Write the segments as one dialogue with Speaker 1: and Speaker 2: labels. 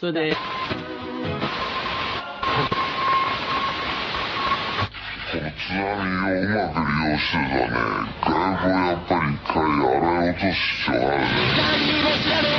Speaker 1: それで、
Speaker 2: つまみをうまく利用してたね。外部をやっぱり一回洗い落とす必要があるね。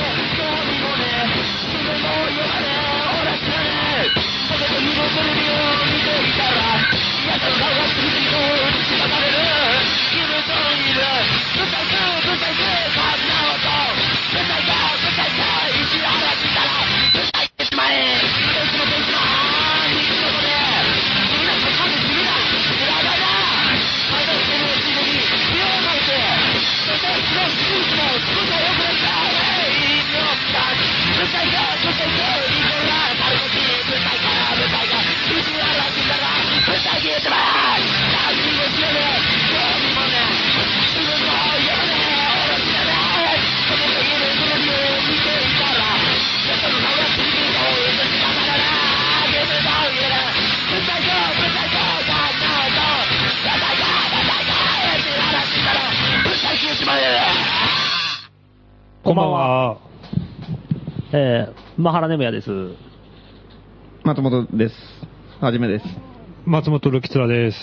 Speaker 3: こんばんは。
Speaker 1: えー、マハラネムヤです。
Speaker 4: 松本です。はじめです。
Speaker 3: 松本るきつらです。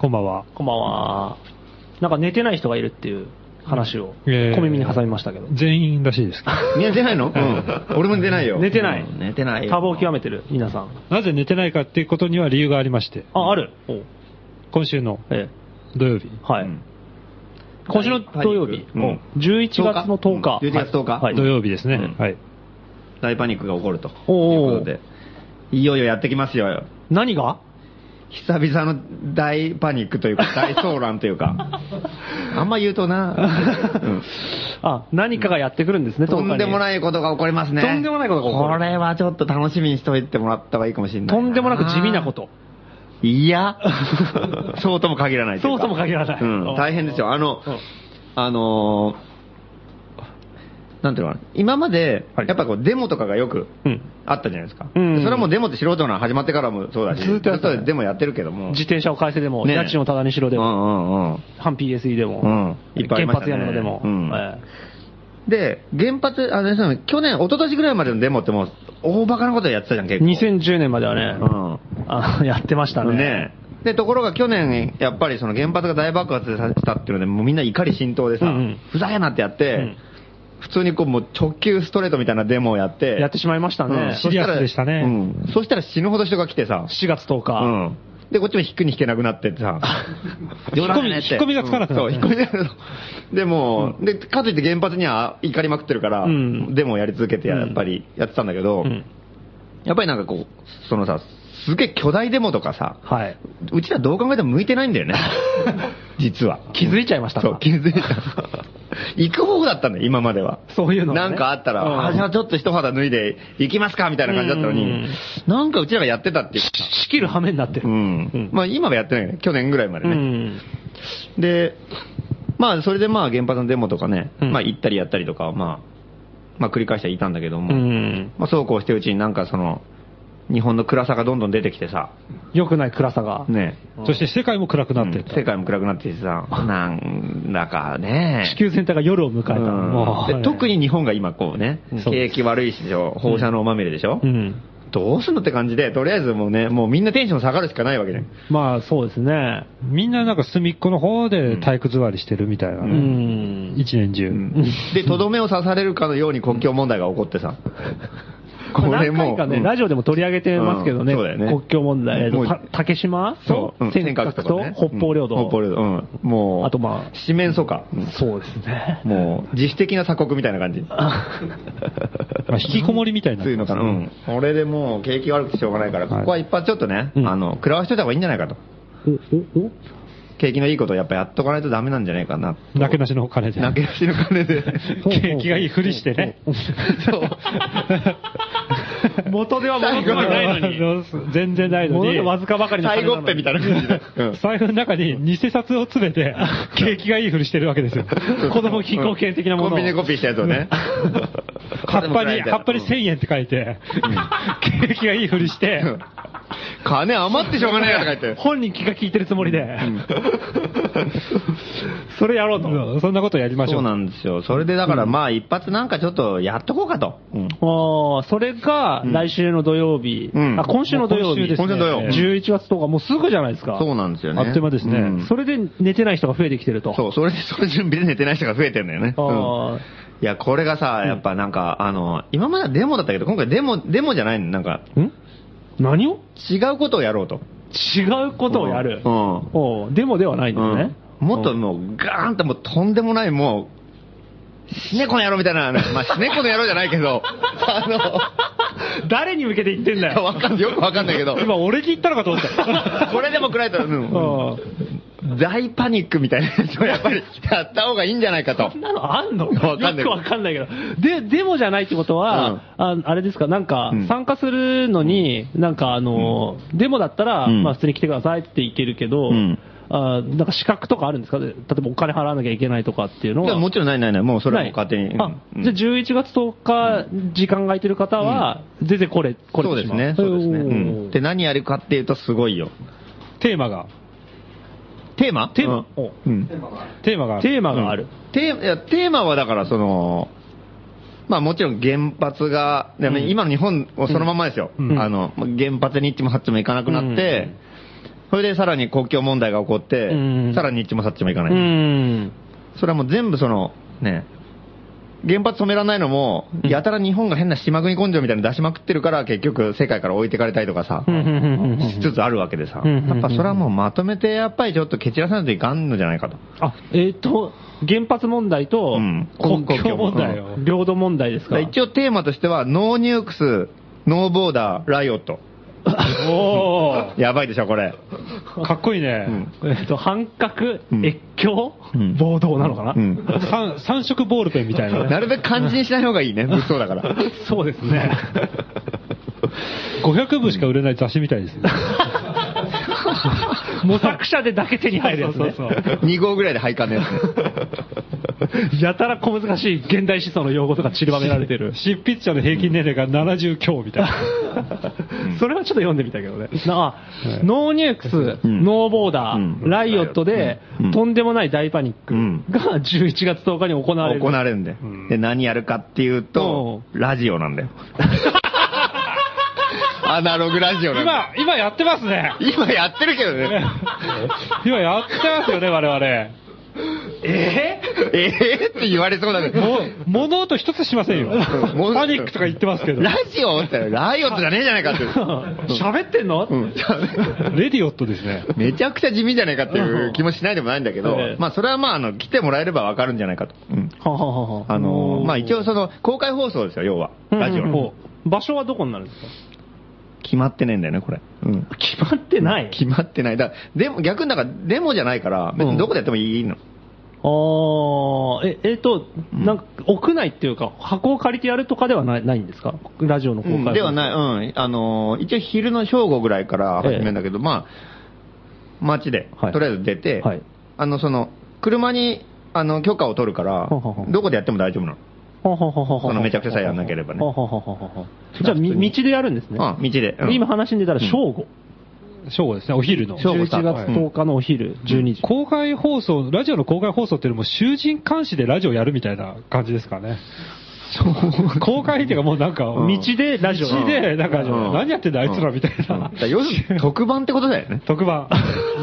Speaker 3: こんばんは。
Speaker 1: こんばんは。なんか寝てない人がいるっていう話を、
Speaker 3: えー
Speaker 1: 小耳に挟みましたけど。
Speaker 3: 全員らしいですけど
Speaker 4: 寝てないのうん。俺も寝てないよ。
Speaker 1: 寝てない
Speaker 4: うん寝てないよ。
Speaker 1: 多忙極めてる、皆さん。
Speaker 3: なぜ寝てないかっていうことには理由がありまして、
Speaker 1: あ、ある。おう
Speaker 3: 今週の
Speaker 1: え
Speaker 3: 土曜日、
Speaker 1: えはい。
Speaker 4: うん
Speaker 1: 今週の土曜日、
Speaker 4: うん
Speaker 1: うん11月の10日。
Speaker 4: うん11月10日
Speaker 1: はい。
Speaker 3: 土曜日ですね。
Speaker 4: うん
Speaker 3: はい。
Speaker 4: 大パニックが起こると。
Speaker 1: おー
Speaker 4: いうことで。いよいよやってきますよ。
Speaker 1: 何が
Speaker 4: 久々の大パニックとい うか、大騒乱というか。あんま言うとな、
Speaker 1: あ、何かがやってくるんです
Speaker 4: う
Speaker 1: ね、
Speaker 4: んとんでも
Speaker 1: い。
Speaker 4: ないことが起こりますね。
Speaker 1: とんでもないことが起こる
Speaker 4: これはちょっと楽しみにしておいてもらった方がいいかもしれない。
Speaker 1: とんでもなく地味なこ。と。
Speaker 4: い や、そうとも限らないいうか
Speaker 1: そうとも限らない
Speaker 4: うん、大変ですよ。あの、
Speaker 1: うん
Speaker 4: あのーなんていうのかな、今まで、
Speaker 1: はい
Speaker 4: やっぱこうデモとかがよく
Speaker 1: うん
Speaker 4: あったじゃないですか。
Speaker 1: うん
Speaker 4: それはもうデモって素人の始まってからもそうだし、
Speaker 1: ずっとやってた
Speaker 4: デモやってるけども。
Speaker 1: 自転車を返せでも、
Speaker 4: ね
Speaker 1: 家賃をただにしろで
Speaker 4: う
Speaker 1: も、
Speaker 4: んうんうん。
Speaker 1: 反 PSE でも、
Speaker 4: うんいっぱいありま
Speaker 1: 原発
Speaker 4: したね
Speaker 1: やめろでも、
Speaker 4: うん
Speaker 1: え
Speaker 4: で、原発、あの、その去年、一昨年ぐらいまでのデモってもう、大バカなことやってたじゃん、
Speaker 1: え
Speaker 4: 結構。
Speaker 1: 2010年まではね、
Speaker 4: うん
Speaker 1: あ やってましたね。
Speaker 4: ねで、ところが去年、やっぱりその原発が大爆発させたっていうので、もうみんな怒り浸透でさ、
Speaker 1: うんうん
Speaker 4: ふざけんなってやって、
Speaker 1: うん
Speaker 4: 普通にこうもう直球ストレートみたいなデモをやって、
Speaker 1: やってしまいましたね。
Speaker 4: うんそ
Speaker 3: リアス
Speaker 4: たら
Speaker 3: でしたね
Speaker 4: うん。そしたら死ぬほど人が来てさ、
Speaker 1: 4月10日、
Speaker 4: うん。で、こっちも引くに引けなくなってさ、
Speaker 3: 引っ込み引っ込みがつかなくな
Speaker 4: そう、
Speaker 3: る
Speaker 4: 引っ込みがつかなくなるでも、で、かといって原発には怒りまくってるから、
Speaker 1: うん
Speaker 4: デモをやり続けてや
Speaker 1: うん
Speaker 4: やっぱりやってたんだけど、
Speaker 1: うん
Speaker 4: やっぱりなんかこう、そのさ、すげえ巨大デモとかさ、
Speaker 1: はい。
Speaker 4: うちらどう考えても向いてないんだ よね。実は。
Speaker 1: 気づいちゃいましたか
Speaker 4: そう、気づいた。行く方だったんだよ、今までは。
Speaker 1: そういうのが
Speaker 4: な
Speaker 1: ね
Speaker 4: んかあったら、
Speaker 1: うん
Speaker 4: あ、じゃあちょっと一肌脱いで行きますか、みたいな感じだったの
Speaker 1: うん
Speaker 4: に、なんかうちらがやってたっていうかさ
Speaker 1: 仕切る羽目になってる。
Speaker 4: うん。まあ今はやってないよね、去年ぐらいまで
Speaker 1: う
Speaker 4: ね。
Speaker 1: ん
Speaker 4: で、まあそれでまあ原発のデモとかね、
Speaker 1: うん
Speaker 4: まあ行ったりやったりとか、まあ、まあ繰り返してはいたんだけど
Speaker 1: う
Speaker 4: も、
Speaker 1: ん
Speaker 4: まあそうこうしてるうちになんかその、日本の暗さがどんどん出てきてさ、
Speaker 1: 良くない暗さが。
Speaker 4: ね、
Speaker 3: そして世界も暗くなっていった。
Speaker 4: 世界も暗くなってきて さ、なんだかね
Speaker 1: 地。球全体が夜を迎えた。
Speaker 4: うん
Speaker 1: もう
Speaker 4: で特に日本が今こうね
Speaker 1: うん、
Speaker 4: 景気悪いしょ、放射能まみれでしょ、
Speaker 1: うん。
Speaker 4: どうすんのって感じで、とりあえずもうね、もうみんなテンション下がるしかないわけね。
Speaker 1: まあそうですね。
Speaker 3: みんななんか隅っこの方で体育座りしてるみたいな
Speaker 1: う
Speaker 3: ね。
Speaker 1: ん。
Speaker 3: 一年中。
Speaker 4: で、とどめを刺されるかのように国境問題が起こっ てさ。こ
Speaker 1: 何
Speaker 4: れも
Speaker 1: 回
Speaker 4: う、
Speaker 1: かね、
Speaker 4: うん
Speaker 1: ラジオでも取り上げてますけどね、
Speaker 4: うんそうだよね
Speaker 1: 国境問題、えっと
Speaker 4: もう
Speaker 1: た竹島と
Speaker 4: そう、うん
Speaker 1: 尖閣と
Speaker 4: 尖
Speaker 1: 北方領土、
Speaker 4: うん北方領土。うんもう、
Speaker 1: あとまあ
Speaker 4: 四面楚歌。
Speaker 1: そうですね。
Speaker 4: もう、自主的な鎖国みたいな感じ。
Speaker 3: まあ引きこもりみたいにな
Speaker 4: つ
Speaker 3: っ
Speaker 4: い
Speaker 3: て
Speaker 4: の
Speaker 3: ます
Speaker 4: かな。うん。これでもう景気悪くてしょうがないから、ここは一発ちょっとね、
Speaker 1: うん
Speaker 4: あの、食らわしといた方がいいんじゃないかと。
Speaker 1: お、お、お
Speaker 4: 景気のいいことをやっぱやっとかないとダメなんじゃないかな。
Speaker 3: なけなしのお金で。
Speaker 4: 泣け出しの金で。
Speaker 3: 景気がいいふりして ね。
Speaker 1: 元では戻ってないのに。
Speaker 3: 全然ないの
Speaker 1: 戻っ
Speaker 3: に
Speaker 1: て。わずかばかりの
Speaker 4: 最後っぺみたいな感じで。うん
Speaker 3: 財布の中に偽札を詰めて、景気がいいふりしてるわけですよ。子供貧困券的なもの
Speaker 4: コ
Speaker 3: を
Speaker 4: ンビニでコピーしたやつをね。
Speaker 3: 葉っぱに、葉っぱに1000
Speaker 4: 円。
Speaker 3: 円って書いて、景気がいいふりして
Speaker 4: うん、 金余ってしょうがねえやとか言 って。
Speaker 1: 本人気が利いてるつもりで。それやろうと。
Speaker 3: うんそんなことやりましょ。
Speaker 4: そううなんですよ。それでだからまあ一発なんかちょっとやっとこうかと。
Speaker 1: ああ、それが来週の土曜日、
Speaker 4: うん
Speaker 1: あ今週の土曜日、
Speaker 3: もう今週です
Speaker 4: ね今週の土曜
Speaker 1: 11月10日、もうすぐじゃないですか。
Speaker 4: そうなんですよね
Speaker 1: あっという間ですね、
Speaker 4: うん
Speaker 1: それで寝てない人が増えてきてると。
Speaker 4: そう、それでその準備で寝てない人が増えてんだよね。
Speaker 1: あー
Speaker 4: うんいや、これがさ、やっぱなんか、あの、今まではデモだったけど、今回デモ、デモじゃないの、なんか、
Speaker 1: ん何を
Speaker 4: 違うことをやろうと。
Speaker 1: 違うことをやる。
Speaker 4: うん
Speaker 1: おうでもではないんですね。
Speaker 4: うんもっともう、ガーンともうとんでもない、もう、死猫の野郎みたいな、まあ、死猫の野郎じゃない けど、あ
Speaker 1: 誰に向けて言ってんだ
Speaker 4: の、
Speaker 1: よ。
Speaker 4: わかんよくわかんないけど、
Speaker 3: 今、俺に言ったのかと思 った。
Speaker 4: これでも食らえたら、うん
Speaker 1: あ
Speaker 4: 大パニックみたいなやつをやっぱりやった方がいいんじゃないかと
Speaker 1: そん。なのあんの
Speaker 4: わかんない
Speaker 1: よくわかんないけど。で、でもじゃないってことは、ああれですか、なんか
Speaker 4: うん、
Speaker 1: 参加するのに、なんかあの、デモだったら、
Speaker 4: うん
Speaker 1: まあ普通に来てくださいっていけるけど、
Speaker 4: うん
Speaker 1: あなんか資格とかあるんですかで例えばお金払わなきゃいけないとかっていうの
Speaker 4: いや
Speaker 1: は。
Speaker 4: もちろんないないない、もうそれは
Speaker 1: な
Speaker 4: も
Speaker 1: いう
Speaker 4: 勝手に。
Speaker 1: あ、じゃあ11月10日、時間が空いてる方は、全然これ、これ
Speaker 4: そうですね。そうですね。うんで、何やるかっていうとすごいよ。
Speaker 3: テーマが、
Speaker 4: テーマ
Speaker 1: テーマ
Speaker 4: うん
Speaker 1: お
Speaker 4: うん
Speaker 3: テーマが、
Speaker 1: テーマがある。
Speaker 4: テーマいやテーマはだからその、まあもちろん原発が、でも
Speaker 1: うん
Speaker 4: 今の日本をそのまんまですよ。
Speaker 1: うん
Speaker 4: あの、まあ原発に行っても八っちも行かなくなって、それでさらに国境問題が起こって、
Speaker 1: うん
Speaker 4: さらに行っちもさっちも行か
Speaker 1: う
Speaker 4: ない。
Speaker 1: ん。
Speaker 4: それはもう全部その、ね、原発止められないのも、
Speaker 1: うん
Speaker 4: やたら日本が変な島国根性みたいなの出しまくってるから、結局世界から置いてかれたりとかさ、しつつあるわけでさ、
Speaker 1: うん
Speaker 4: やっぱそれはもうまとめて、やっぱりちょっと蹴散らさないといかんのじゃないかと。
Speaker 1: あ、えっ、と、原発問題と、
Speaker 4: うん
Speaker 1: 国境問題、
Speaker 4: 国境
Speaker 3: 問題
Speaker 1: 領土問題です
Speaker 4: だ
Speaker 1: か
Speaker 4: から
Speaker 1: ら。
Speaker 4: 一応テーマとしては、ノーニュークス、ノーボーダー、ライオット。
Speaker 3: おー
Speaker 4: やばいでしょ、これ。
Speaker 3: かっこいいね。
Speaker 4: うん
Speaker 1: えっと、反核、
Speaker 4: うん
Speaker 1: 越境、
Speaker 4: うん
Speaker 1: 暴動なのかな、
Speaker 4: うん
Speaker 3: 三三色ボールペンみたいなね。
Speaker 4: なるべく漢字にしない方がい いね、物騒だから。
Speaker 1: そうですね。
Speaker 3: 500部しか売れない雑誌みたいですね。
Speaker 1: 模索者でだけ手に入るやつね。
Speaker 3: そうそうそう
Speaker 4: 2号ぐらいで配管のやつね。
Speaker 1: やたら小難しい現代思想の用語とか散りばめられてる。
Speaker 3: 執筆者の平均年齢が70強みたいな。
Speaker 1: それはちょっと読んでみたけどね。なあ、ノーニュークス、
Speaker 4: うん
Speaker 1: ノーボーダー、
Speaker 4: うん
Speaker 1: ライオットで、
Speaker 4: うん
Speaker 1: とんでもない大パニック
Speaker 4: うん
Speaker 1: が11月10日に行われる。
Speaker 4: 行われるんで。で、何やるかっていうと、ラジオなんだよ。 アナログラジオなんだよ。
Speaker 3: 今、今やってますね。
Speaker 4: 今やってるけどね。
Speaker 3: 今やってますよね、我
Speaker 4: えー、えー、って言われそうだけど。
Speaker 3: 々。も、物音一つしませんよ。
Speaker 4: もう
Speaker 3: パニックとか言ってますけ ど。
Speaker 4: ラ
Speaker 3: レ
Speaker 4: ジオってライオットじゃねえじゃないか っていう。
Speaker 1: 喋ってんの、
Speaker 4: うん
Speaker 3: ディオットですね。
Speaker 4: めちゃくちゃ地味じゃないかっていう気もしないでもないんだけど
Speaker 1: ええ、
Speaker 4: まあそれはまああの、来てもらえればわかるんじゃないかと。うん
Speaker 1: はははは
Speaker 4: あの、まあ一
Speaker 1: 応、
Speaker 4: 応その、公開放送ですよ、要は。
Speaker 1: うん
Speaker 4: ラジオ
Speaker 1: うん
Speaker 4: の。
Speaker 1: うん場所はどこになるんですか
Speaker 4: 決まってねえんだよね、これ。うん。
Speaker 1: 決まってない。
Speaker 4: 決まってない。だでも、逆になんか、デモじゃないから、別にどこでやってもいいの。
Speaker 1: ああ、え、えっと、なんか、屋内っていうか、箱を借りてやるとかではないないんですかラジオの公開、。
Speaker 4: ではないい、うん。あのー、一応昼の正午ぐらいから始めるんだけど、まあ、街で
Speaker 1: は、い
Speaker 4: とりあえず出て、
Speaker 1: はい
Speaker 4: あの、その、車に、あの、許可を取るから
Speaker 1: ほうほうほ、う
Speaker 4: どこでやっても大丈夫なの。
Speaker 1: ほうほうほうほうほう
Speaker 4: そのめちゃくちゃさえやんなければね
Speaker 1: ほうほうほうほうほうじゃあ、み道でやるんですね。
Speaker 4: うん、道で。うん
Speaker 1: で今話に出たら正午。
Speaker 3: 正午ですね、お昼の。
Speaker 4: 正午
Speaker 1: 11月10日のお昼、12時。
Speaker 3: 公開放送、ラジオの公開放送っていうのも囚人監視でラジオやるみたいな感じですかね。公開っていうかもうなんか、道
Speaker 4: ん
Speaker 1: 道でラジオ。
Speaker 3: 道で、なんか、
Speaker 4: うん
Speaker 3: 何やってんだあいつらみたいな
Speaker 4: だ。から要する に特番ってことだよね。
Speaker 3: 特 番。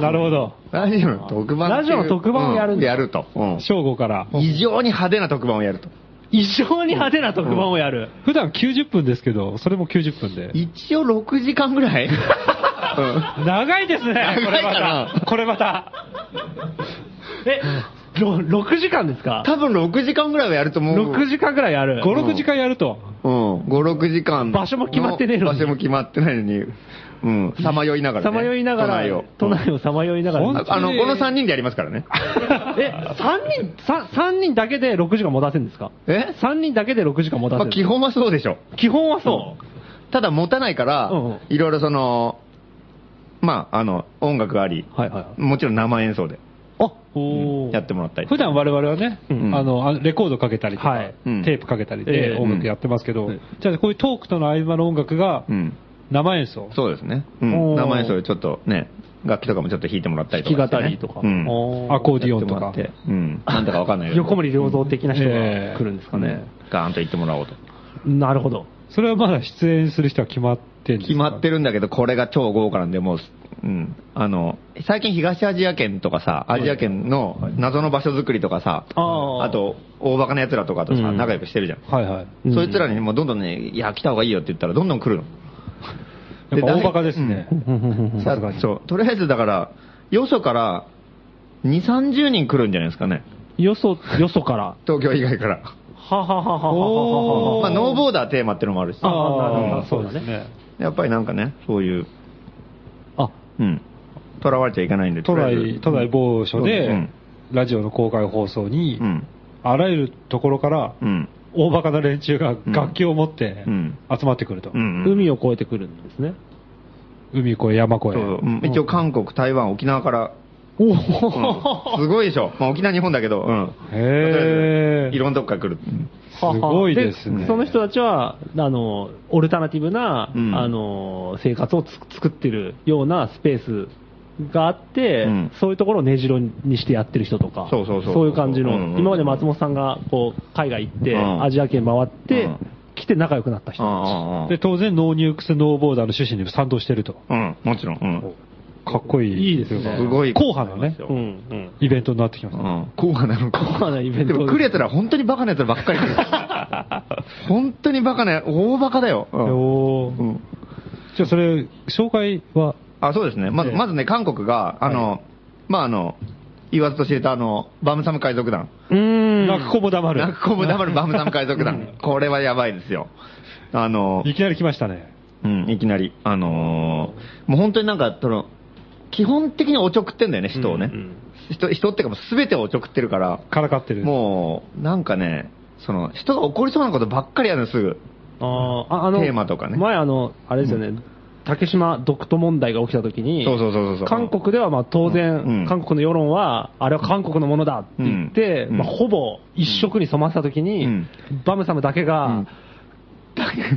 Speaker 3: なるほど。
Speaker 4: ラジオの特番っていう
Speaker 1: ラジオの特番をやるん
Speaker 4: うん
Speaker 1: だ
Speaker 4: やると。うん
Speaker 3: 正午から。
Speaker 4: 異常に派手な特番をやると。
Speaker 1: 異常に派手な特番をやる。
Speaker 3: 普段90分ですけど、それも90分で。
Speaker 4: 一応6時間ぐら いうん
Speaker 3: 長いですね、
Speaker 4: 長い
Speaker 3: これま
Speaker 4: か
Speaker 3: た。これまた。
Speaker 1: え、ろ6時間ですか
Speaker 4: 多分6時間ぐらいはやると思う。
Speaker 1: 6時間ぐらいある。
Speaker 3: 5、6時間やると。
Speaker 4: うん、5、6時間の。
Speaker 1: 場所も決まってねえのに
Speaker 4: 場所も決まってないのに、うん、さまよいながら、
Speaker 1: さ
Speaker 4: ね。
Speaker 1: まよいながら、
Speaker 4: 都内を。
Speaker 1: 都内をさまよいなが
Speaker 3: ほん
Speaker 1: ら
Speaker 4: あ。あの、この3人でやりますから ね。
Speaker 1: え、3人、三三人だけで6時間持たせるんですか
Speaker 4: え
Speaker 1: ?3 人だけで6時間持たせ
Speaker 4: まあ、
Speaker 1: る。
Speaker 4: 基本はそうでしょ。
Speaker 1: 基本はそ
Speaker 4: ただ持たないから
Speaker 1: うんうん、
Speaker 4: いろいろその、まあ、あの、音楽あり、
Speaker 1: う。はいはい。
Speaker 4: もちろん生演奏で
Speaker 1: あ、おー
Speaker 4: やってもらったり。
Speaker 3: 普段我々はね、
Speaker 1: うん
Speaker 3: あの、あレコードかけたりとか、
Speaker 1: はい
Speaker 4: うん
Speaker 3: テープかけたりで
Speaker 1: ええ
Speaker 3: 音楽やってますけど、
Speaker 1: うん
Speaker 3: じゃあこういうトークとの合間の音楽が、
Speaker 4: うん。
Speaker 3: 生演奏。
Speaker 4: そうですね。うん。
Speaker 1: おー
Speaker 4: 生演奏でちょっとね、楽器とかもちょっと弾いてもらったりと
Speaker 1: 弾き
Speaker 4: か、
Speaker 1: 語
Speaker 4: ね。
Speaker 1: りとか。
Speaker 4: うん。
Speaker 1: おー
Speaker 3: アコーディオ
Speaker 4: やっ
Speaker 3: ン
Speaker 4: て
Speaker 3: と
Speaker 4: もら
Speaker 3: か
Speaker 4: っ。て。うん。なんだかわかんないけど
Speaker 1: 横森良三的な人が
Speaker 3: ええ
Speaker 1: 来るんですかね。
Speaker 4: ガーンと言ってもらおうと。
Speaker 1: なるほど。
Speaker 3: それはまだ出演する人は決まってるんですか
Speaker 4: 決まって
Speaker 3: る。
Speaker 4: るんだけど、これが超豪華なんで、もう、うん。あの、最近東アジア圏とかさ、アジア圏の謎の場所作りとかさ、
Speaker 1: あー
Speaker 4: あと、大バカな奴らとかとさ、
Speaker 1: うん
Speaker 4: 仲良くしてるじゃん。
Speaker 3: はいはい。
Speaker 1: うん
Speaker 4: そいつらにもうどんどんね、いや、来た方がいいよって言ったら、どんどん来るの。
Speaker 3: やっぱ大バカですね。
Speaker 4: さ
Speaker 3: さすがに
Speaker 4: そう。とりあえずだから、よそから、2、30人来るんじゃないですかね。
Speaker 1: よそ、よそから。は
Speaker 4: 東京以外から。
Speaker 1: はははははは
Speaker 3: おー
Speaker 4: ま
Speaker 1: は
Speaker 4: あ、ノーボーダーテーマってのもあるし、
Speaker 1: あーなるほ
Speaker 3: あ
Speaker 1: ど
Speaker 3: あ、そうですね。
Speaker 4: やっぱりなんかね、そういう、
Speaker 1: あ、
Speaker 4: うん。とらわれちゃいけないんで、
Speaker 3: 都
Speaker 4: とりあえ
Speaker 3: 内、
Speaker 4: ず
Speaker 3: 都内某所で、
Speaker 4: うん
Speaker 3: ラジオの公開放送に、
Speaker 4: うん。
Speaker 3: あらゆるところから、
Speaker 4: うん。
Speaker 3: 大バカな連中が楽器を持って
Speaker 4: うん
Speaker 3: 集まってくると。
Speaker 4: うん。うん
Speaker 1: 海を越えてくるんですね。
Speaker 3: 海越え、山越え。
Speaker 4: そううん一応韓国、台湾、沖縄から、
Speaker 1: お
Speaker 4: うん
Speaker 1: お
Speaker 4: すごいでしょ。まあ、沖縄、日本だけど、うん。
Speaker 3: へ
Speaker 4: いろんなとこから来る。
Speaker 3: すごいですね。
Speaker 1: その人たちは、あの、オルタナティブな、
Speaker 4: うん
Speaker 1: あの、生活をつ作ってるようなスペースがあって、
Speaker 4: うん
Speaker 1: そういうところを根城にしてやってる人とか、
Speaker 4: そうそうそう
Speaker 1: いう感じの、
Speaker 4: うんうん
Speaker 1: 今まで松本さんが、こう、海外行って、
Speaker 4: うん
Speaker 1: アジア圏回って、
Speaker 4: うん
Speaker 1: 来て仲良くなった人たち。
Speaker 4: あ
Speaker 3: で、当然、ノーニュークスノーボーダーの趣旨に賛同してると。
Speaker 4: あ、うん。もちろん。うん。
Speaker 3: かっこいい。
Speaker 1: いいですね
Speaker 4: すごい
Speaker 3: 硬派なね、
Speaker 1: うんうん
Speaker 3: イベントになってきま
Speaker 4: う
Speaker 3: し
Speaker 4: ん。硬派なのか。
Speaker 1: 硬派なイベント
Speaker 4: でも来るやつら本当にバカなやつらばっかり来 る。本当にバカな、大バカだよ。う
Speaker 3: た。
Speaker 4: ん
Speaker 3: お
Speaker 4: う
Speaker 3: ー
Speaker 4: ん。
Speaker 3: じゃあ、それ、紹介は、
Speaker 4: あ、そうですね。まず、
Speaker 3: ええ
Speaker 4: まずね、韓国が、あの、まあ、あの、言わずと知れたあの、バムサム海賊団。
Speaker 1: うん
Speaker 3: 泣く子も黙る。
Speaker 4: 泣く子も黙るバムサム海 賊団。これはやばいですよ。あの、
Speaker 3: いきなり来ましたね。
Speaker 4: うん、いきなり。あのーもう本当になんか、その、基本的におちょくってんだよね、人をね。
Speaker 1: うんうん
Speaker 4: 人、人ってかもう全てをおちょくってるから、
Speaker 3: からかってる。
Speaker 4: もう、なんかね、その、人が怒りそうなことばっかりやるの、すぐ。
Speaker 1: あーああの
Speaker 4: テーマとかね
Speaker 1: 前あの、あれですよね、竹島独島問題が起きたときに、
Speaker 4: そうそうそうそうそう。
Speaker 1: 韓国ではまあ当然、
Speaker 4: うん
Speaker 1: 韓国の世論は、あれは韓国のものだって言って、
Speaker 4: うん
Speaker 1: まあ、ほぼ一色に染まったときに、
Speaker 4: うん
Speaker 1: バムサムだけが、
Speaker 4: うん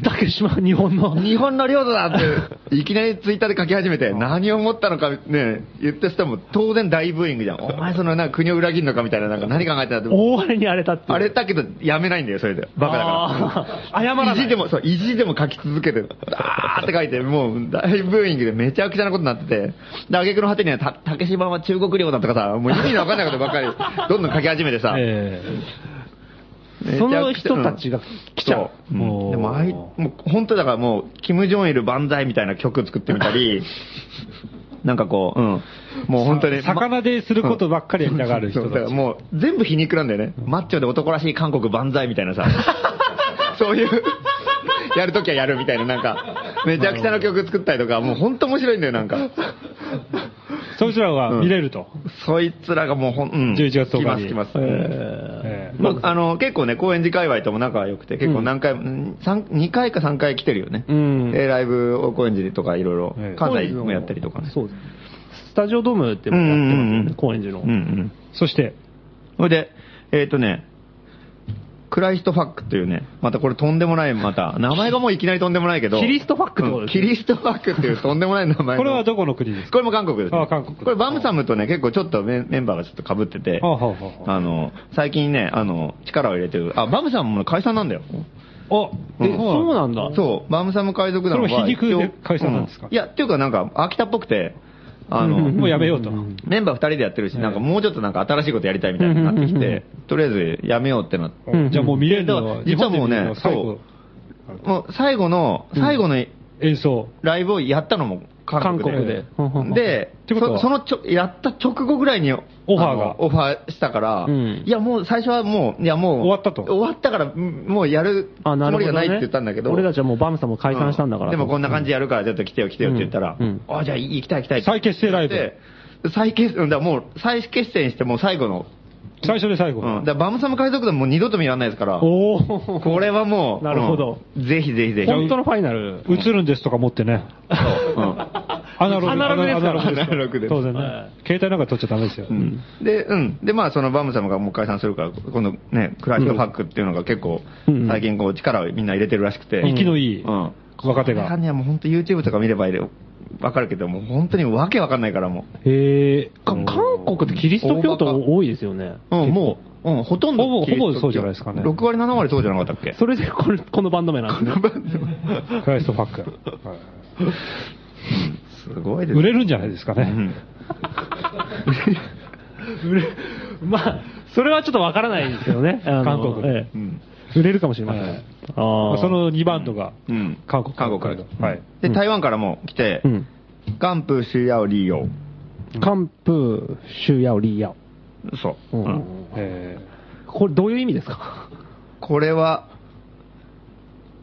Speaker 1: 竹島は日本の、
Speaker 4: 日本の領土 だって、いきなりツイッターで書き始めて、何を思ったのかね、言った人も当然大ブーイングじゃん。お前そのなんか国を裏切るのかみたいな、なんか何考えてたって。
Speaker 1: 大荒れに荒れたっていう。
Speaker 4: あれだけど、やめないんだよ、それで。バカだから。
Speaker 1: あー謝らない
Speaker 4: 意地でも、そう、意地でも書き続けて、あーって書いて、もう、大ブーイングでめちゃくちゃなことになってて、で、挙句の果てには、た竹島は中国領だとかさ、もう意味のわかんないことばっかり、どんどん書き始め てさ、
Speaker 3: え
Speaker 4: めちゃ
Speaker 1: そ
Speaker 4: くちゃ
Speaker 1: の人たちが来ちゃう。
Speaker 4: そ
Speaker 3: もう
Speaker 4: でもあい、もう本当だからもう、キム・ジョンイル万歳みたいな曲作ってみたり、なんかこう、うん。もう本当に。
Speaker 3: さ魚ですることばっかりやりたがる人
Speaker 4: そう
Speaker 3: たち
Speaker 4: だからもう、全部皮肉なんだよね。マッチョで男らしい韓国万歳みたいなさ。そういう、やるときはやるみたいな、なんか、めちゃくちゃな曲作ったりとか、もう本当面白いんだよ、なんか。
Speaker 3: ーそいつらは見れると。
Speaker 4: そいつらがもうほん、うん。
Speaker 3: 11月10日に
Speaker 4: 来ます、来ます。
Speaker 3: えー
Speaker 4: 僕あの、結構ね、高円寺界隈とも仲良くて、結構何回も、2回か3回来てるよね。
Speaker 1: うん
Speaker 4: でライブを高円寺とかいろいろ
Speaker 3: ええ、
Speaker 4: 関西もやったりとかね。
Speaker 1: そうですスタジオドームってもやってますよね、
Speaker 4: うんうんうん
Speaker 1: 高円寺の。
Speaker 4: うんうん。
Speaker 3: そして、
Speaker 4: それで、えっ、とね、クライストファックというね、またこれとんでもない、また、名前がもういきなりとんでもないけど、
Speaker 1: キリストファックってこと
Speaker 4: うん
Speaker 1: です
Speaker 4: キ
Speaker 1: ね
Speaker 4: リストファックっていうとんでもない名前の
Speaker 3: これはどこの国ですか
Speaker 4: これも韓国です、ね。
Speaker 3: あ韓国
Speaker 4: これバムサムとね、結構ちょっとメンメンバーがちょっと被ってて、
Speaker 3: はあはあはあ
Speaker 4: あの、最近ね、あの、力を入れてる、あ、バムサムも解散なんだよ。
Speaker 3: あ、
Speaker 1: えそうなんだ。
Speaker 4: そう、バムサム海賊団は
Speaker 3: それも皮肉で解散なんですか
Speaker 4: ういや、っていうかなんか、秋田っぽくて、あの、
Speaker 3: もうやめようと。
Speaker 4: メンバー2人でやってるし、なんか
Speaker 3: ええ
Speaker 4: もうちょっとなんか新しいことやりたいみたいになってき
Speaker 1: うんうんうん
Speaker 4: て、とりあえずやめようってなって。
Speaker 1: うん
Speaker 3: じゃあもう見れる
Speaker 4: だ
Speaker 3: の
Speaker 4: から
Speaker 3: は、
Speaker 4: 実はも
Speaker 3: 日本で
Speaker 4: うね
Speaker 3: 見れるのは最後、
Speaker 4: もう最後の、最後の
Speaker 3: 演奏。
Speaker 4: ライブをやったのも韓国で。
Speaker 1: 韓国で
Speaker 4: で
Speaker 3: ってことは
Speaker 4: そそのちょ、やった直後ぐらいにオ
Speaker 3: オファーが
Speaker 4: オファーしたから、
Speaker 1: うん
Speaker 4: いやもう最初はもう、いやもう。
Speaker 3: 終わったと
Speaker 4: 終わったから、うんもうやるつ
Speaker 1: あ、なる
Speaker 4: も
Speaker 1: ほ
Speaker 4: り
Speaker 1: ど、
Speaker 4: が
Speaker 1: ね。
Speaker 4: ないって言ったんだけど。
Speaker 1: 俺たちはもうバムさんも解散したんだから。
Speaker 4: うでもこんな感じでやるから、ちょっと来てよ来てよって言ったら、
Speaker 1: うん
Speaker 4: あ、じゃあ行きたい行きたいって
Speaker 3: 再結成ライブ
Speaker 4: で再結成、うんだからもう再結成にしてもう最後の。
Speaker 3: 最初で最
Speaker 4: う
Speaker 3: 後。
Speaker 4: ん。だからバムサム海賊団もう二度と見られないですから、こ
Speaker 1: お お。
Speaker 4: れはもう、
Speaker 1: なるほど
Speaker 4: うんぜひぜひぜひ。
Speaker 1: 本当のファイナル。
Speaker 3: 映るんですとか持ってね。
Speaker 4: うん
Speaker 3: アナログ
Speaker 1: アナログですから
Speaker 3: アナ
Speaker 4: アナロ
Speaker 3: ロ
Speaker 4: グ
Speaker 3: グ
Speaker 4: で
Speaker 3: ですす当然
Speaker 1: は
Speaker 3: ね。携帯なんか取っちゃダメですよ。
Speaker 4: で、うん。で、まあ、そのバム様がもう解散するから、今度ね、クライストファックっていうのが結構
Speaker 1: うん、
Speaker 4: 最近こう力をみんな入れてるらしくて。
Speaker 3: うん息のいい
Speaker 4: うん。
Speaker 3: 若手
Speaker 4: これ
Speaker 3: が。
Speaker 4: ね、もう本当 YouTube とか見ればいいよわかるけど、もう本当にわけわかんないからも
Speaker 3: へえ。
Speaker 1: か韓国ってキリスト教徒多いですよね。
Speaker 4: う。うん、もう、うん、ほとんど
Speaker 3: ほぼ
Speaker 4: キリスト教
Speaker 3: ほぼそうじゃないですかね
Speaker 4: 6割、7割そうじゃなかったっけ
Speaker 1: それで これこのバンド名なんです ね。
Speaker 3: クライストファック。はい
Speaker 4: すごいです
Speaker 3: 売れるんじゃないですか
Speaker 4: う
Speaker 3: ね
Speaker 4: ん。
Speaker 1: まあ、それはちょっとわからないですけどね。 あの
Speaker 3: 韓国
Speaker 1: え
Speaker 4: う
Speaker 1: え
Speaker 4: ん。
Speaker 3: 売れるかもしれません。
Speaker 1: はい
Speaker 3: ま
Speaker 1: あ
Speaker 3: あ
Speaker 1: ー
Speaker 3: その2バンドが
Speaker 4: うん、
Speaker 3: 韓国
Speaker 4: 韓国から
Speaker 3: はい。
Speaker 4: で、台湾からも来て、
Speaker 1: うん。
Speaker 4: ガンプ、シュヤオ、リーヨ
Speaker 1: 韓風、シュヤオ、リーヤ
Speaker 4: ウ。そう
Speaker 1: オ。
Speaker 4: う。
Speaker 1: うんん。
Speaker 3: え
Speaker 1: これどういう意味ですか
Speaker 4: これは、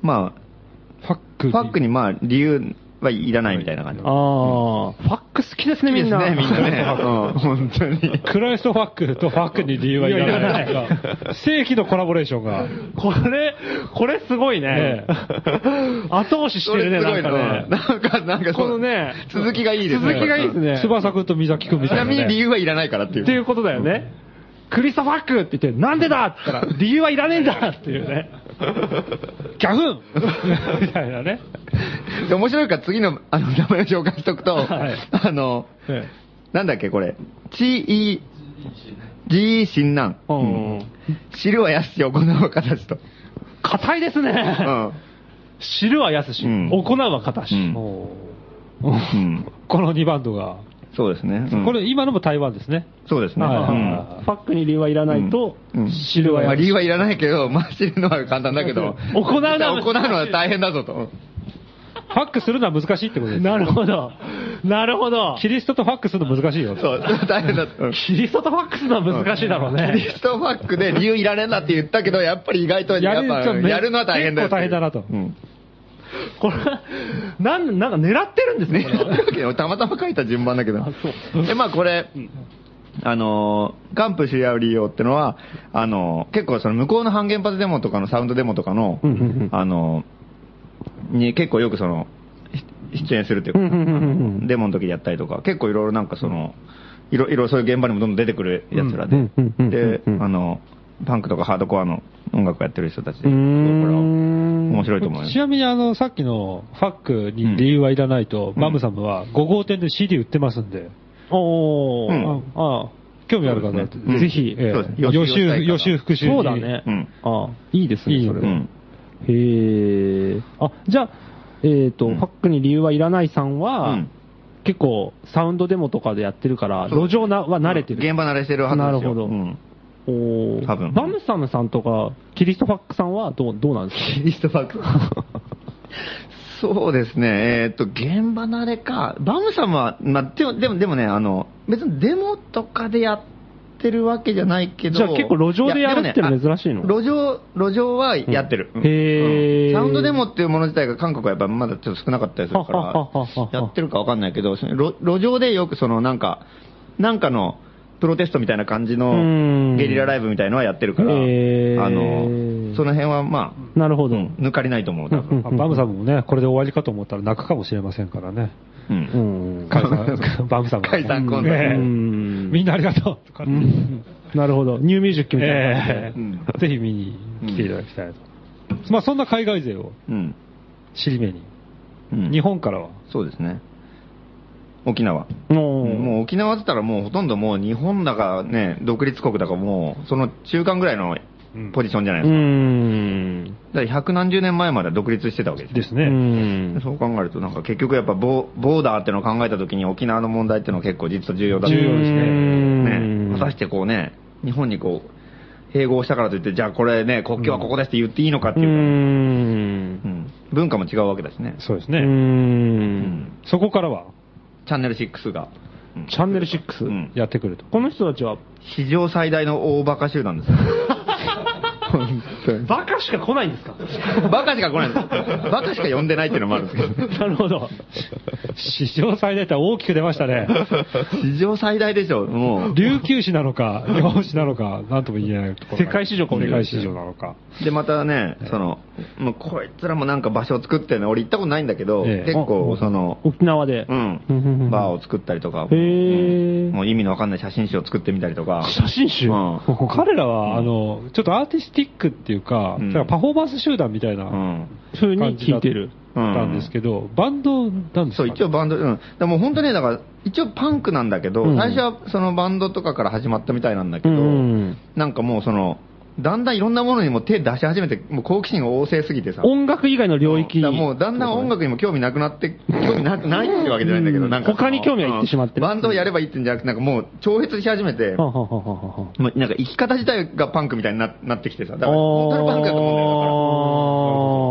Speaker 4: ま
Speaker 3: ーファッ
Speaker 4: あ、
Speaker 3: ク。
Speaker 4: ファックにまあ、理由はいらないみたいな感じ。
Speaker 1: ああ、ファック好きですね、みんな。
Speaker 4: いいです ね、みんなね。うん、本当に。
Speaker 3: クライストファックとファックに理由はいらない
Speaker 1: いやいら
Speaker 3: 正規のコラボレーションが。
Speaker 1: これ、これすごい
Speaker 3: え。
Speaker 1: ね 後押ししてるね、
Speaker 4: そ
Speaker 1: な
Speaker 4: れ
Speaker 1: ん
Speaker 4: す
Speaker 1: か
Speaker 4: ごい
Speaker 1: ね。
Speaker 4: なんか、なんかそ
Speaker 1: こ
Speaker 4: う、
Speaker 1: のね
Speaker 4: 続きがいいですね。
Speaker 1: 続きがいいですね
Speaker 3: 翼くんと水木くんみ
Speaker 4: ち
Speaker 3: たい
Speaker 4: な
Speaker 3: なね。
Speaker 4: みに理由はいらないからっていう。
Speaker 1: っていうことだよね。クリストファックって言って、なんでだって言ったら、理由はいらねえんだっていうね。
Speaker 3: ギャフンみたいなね。
Speaker 4: で面白いから次のあの名前を紹介しとくと、
Speaker 1: はい
Speaker 4: あの、
Speaker 3: え
Speaker 4: なんだっけこれ、ちい、じいしんなん。
Speaker 1: うん。
Speaker 4: 汁はやすし行う形と。
Speaker 1: 硬いです
Speaker 4: う
Speaker 1: ね。
Speaker 4: ん。
Speaker 1: 知るは安し、
Speaker 4: うん
Speaker 1: 行うは硬し。
Speaker 4: う
Speaker 3: え
Speaker 4: ん
Speaker 3: おー
Speaker 4: うん
Speaker 3: この2バンドが。
Speaker 4: そうですね。うん
Speaker 3: これ、今のも台湾ですね。
Speaker 4: そうですね。
Speaker 3: はいはいはい
Speaker 4: うん
Speaker 1: ファックに理由はいらないと、
Speaker 4: うん
Speaker 1: 知るは
Speaker 4: まあ
Speaker 1: 安
Speaker 4: 理
Speaker 1: し。
Speaker 4: 由はいらないけど、まあ知るのは簡単だけど、
Speaker 1: 行うのは難しい
Speaker 4: 行うのは大変だぞと。
Speaker 3: ファックするのは難しいってことです。
Speaker 1: なるほど。なるほど。
Speaker 3: キリストとファックするの難しいよ。
Speaker 4: そう、大変だ。うん
Speaker 1: キリストとファックスのは難しいだろう
Speaker 4: リ
Speaker 1: ね。
Speaker 4: ストファックで理由いらねえなって言ったけど、やっぱり意外と、
Speaker 3: や
Speaker 4: や
Speaker 3: る
Speaker 4: っぱ
Speaker 3: ちょっと
Speaker 4: やるのは大変だよっていう。
Speaker 3: 結構大変だなと
Speaker 4: うん
Speaker 1: これ、なん、なんか狙ってるんですね、これは。
Speaker 4: たまたま書いた順番だけど
Speaker 1: あそ。
Speaker 4: で、まあこれ、あのー、ガンプ知り合う理由ってのは、あのー、結構その向こうの半原発デモとかのサウンドデモとかの
Speaker 1: うんうんうん、
Speaker 4: あのー、に結構よくその、ひ出演するっていううんか
Speaker 1: う、んうんうん
Speaker 4: デモの時やったりとか、結構いろいろなんかその、いろいろそういう現場にもどんどん出てくるやつら
Speaker 1: う
Speaker 4: で
Speaker 1: んうんうんうんうん、
Speaker 4: で、あの、パンクとかハードコアの音楽やってる人たちで、すご
Speaker 1: うー
Speaker 4: いこれは
Speaker 1: ん
Speaker 4: 面白いと思いま
Speaker 3: ち
Speaker 4: す。
Speaker 3: なみにあの、さっきのファックに理由はいらないと、
Speaker 4: うん
Speaker 3: マムサムは5号店で CD 売ってますんで、
Speaker 1: おー。
Speaker 4: うん
Speaker 1: ああ
Speaker 3: 興味ある方
Speaker 4: そうですね
Speaker 3: ぜひ、
Speaker 4: うん
Speaker 3: ええ
Speaker 4: そうです
Speaker 3: 予
Speaker 4: 予習したい
Speaker 3: 習、
Speaker 4: 方
Speaker 3: 予習復習に
Speaker 1: そうだね。
Speaker 4: うん
Speaker 1: ああいいですね、
Speaker 3: いい
Speaker 1: そ
Speaker 3: よ
Speaker 1: れ
Speaker 3: ね
Speaker 1: は。
Speaker 4: うん
Speaker 1: へえ。あ、じゃあ、えっ、と、
Speaker 4: うん
Speaker 1: ファックに理由はいらないさんは、
Speaker 4: うん
Speaker 1: 結構サウンドデモとかでやってるから、
Speaker 4: そ
Speaker 1: 路
Speaker 4: う
Speaker 1: 上なは慣れてる。
Speaker 4: 現場慣れしてるはずですよ。
Speaker 1: なるほど
Speaker 4: うん
Speaker 1: おー
Speaker 4: 多分
Speaker 1: バムサムさんとか、キリストファックさんはどうどうなんですか
Speaker 4: キリストファック。そうですね、えっ、と、現場慣れか、バムさんは、まあ、でも、でも、でもね、あの、別にデモとかでやってるわけじゃないけど、
Speaker 1: じゃあ結構路上でやるっていうの
Speaker 4: いでも
Speaker 1: 珍しいの
Speaker 4: あ路上、路上はやってる。
Speaker 1: うん
Speaker 4: うん
Speaker 1: へー
Speaker 4: うんサウンドデモっていうもの自体が韓国はやっぱまだちょっと少なかったりするか
Speaker 1: ははははは
Speaker 4: ら、やってるかわかんないけど、その路路上でよくそのなんか、なんかの、プロテストみたいな感じ
Speaker 1: うん
Speaker 4: のゲリラライブみたいのはやってるから、あ
Speaker 1: へー
Speaker 4: の、その辺はまあ、
Speaker 1: なるほど。
Speaker 4: うん抜かりないと思う、多分。
Speaker 3: あバムサムもね、これで終わりかと思ったら泣くかもしれませんからね。
Speaker 4: うん
Speaker 1: うん。
Speaker 3: 解 散バムサムはね。
Speaker 4: 解散コンサ
Speaker 3: ええ
Speaker 1: う
Speaker 4: ー
Speaker 1: ん
Speaker 3: みんなありがとうとか、
Speaker 1: なるほど。ニューミュージックみたいな感じで。
Speaker 3: ええ
Speaker 4: うん
Speaker 3: ぜひ見に来ていただきたいと。まあそんな海外勢を
Speaker 4: ト。うん。
Speaker 3: 尻目に、
Speaker 4: うん
Speaker 3: 日。本からは、
Speaker 4: そうですね。沖縄。
Speaker 1: おー
Speaker 4: もう沖縄って言ったらもうほとんどもう日本だかね、独立国だかもう、その中間ぐらいの
Speaker 3: うん
Speaker 4: ポジションじゃないうですか。
Speaker 1: ん。
Speaker 4: だから百何十年前までは独立してたわけですよ
Speaker 3: です
Speaker 1: う
Speaker 3: ね。
Speaker 1: ん
Speaker 4: そう考えると、なんか結局やっぱボーボーダーってのを考えたときに沖縄の問題ってのは結構実は重要だと
Speaker 3: 重要ですね
Speaker 4: ね
Speaker 1: ね
Speaker 4: 果たしてこうね、日本にこう、併合したからといって、じゃあこれね、国境はここですって言っていいのかって
Speaker 1: う
Speaker 4: いうか、
Speaker 1: ん。
Speaker 4: うん文化も違うわけだしね。
Speaker 3: そうです
Speaker 1: う
Speaker 3: ね。
Speaker 1: ん。
Speaker 3: そこからは
Speaker 4: チャンネル6が。うん
Speaker 1: チャンネル6。
Speaker 4: うん
Speaker 3: やってくると。
Speaker 1: この人たちは、
Speaker 4: 史上最大の大バカ集団 ですよ。本当に
Speaker 1: バカしか来ないんですか
Speaker 4: バカしか来ないんです。バカしか呼んでないっていうのもあるんですけど。
Speaker 1: なるほど。
Speaker 3: 史上最大って大きく出ましたね。
Speaker 4: 史上最大でしょ、もう。
Speaker 3: 琉球市なのか、日本市なのか、なんとも言えないところが
Speaker 1: 世界市場かもし
Speaker 3: 世
Speaker 1: れない
Speaker 3: 界市場なのか。
Speaker 4: で、またね、その、もうこいつらもなんか場所を作ってね、俺行ったことないんだけど、
Speaker 3: ええ
Speaker 4: 結構
Speaker 1: あ
Speaker 4: その、
Speaker 1: 沖縄で。
Speaker 4: うん、バー
Speaker 1: を。
Speaker 4: を作ったりとか、
Speaker 1: へー
Speaker 4: もう意味のわかんない写真集を作ってみたり とか、
Speaker 1: 写真集。
Speaker 4: うん
Speaker 3: 彼らは、あの、ちょっとアーティスティックっていうか、
Speaker 4: うん
Speaker 3: だからパフォーマンス集団みたいな、
Speaker 4: うん、
Speaker 1: 風に聞いてる。
Speaker 3: たんですけど、バンドなんですか、ね、
Speaker 4: そう、一応バンド、うん。でも本当ね、だから、一応パンクなんだけど、
Speaker 1: うん
Speaker 4: 最初はそのバンドとかから始まったみたいなんだけど、
Speaker 1: うん
Speaker 4: なんかもうその、だんだんいろんなものにも手出し始めて、もう好奇心が旺盛すぎてさ。
Speaker 1: 音楽以外の領域
Speaker 4: だ
Speaker 1: に。
Speaker 4: からもうだんだん音楽にも興味なく なって、興味なないってわけじゃないんだけ
Speaker 1: う
Speaker 4: ど、
Speaker 1: ん
Speaker 4: なんかその。
Speaker 1: 他に興味がいってしまってる
Speaker 4: バンドをやればいいってんじゃなくて、なんかもう超越し始めて、
Speaker 1: はあはあはあはあはあ
Speaker 4: もうなんか生き方自体がパンクみたいにななってきてさ、だから、
Speaker 1: あー
Speaker 4: 本当にパンクだと思う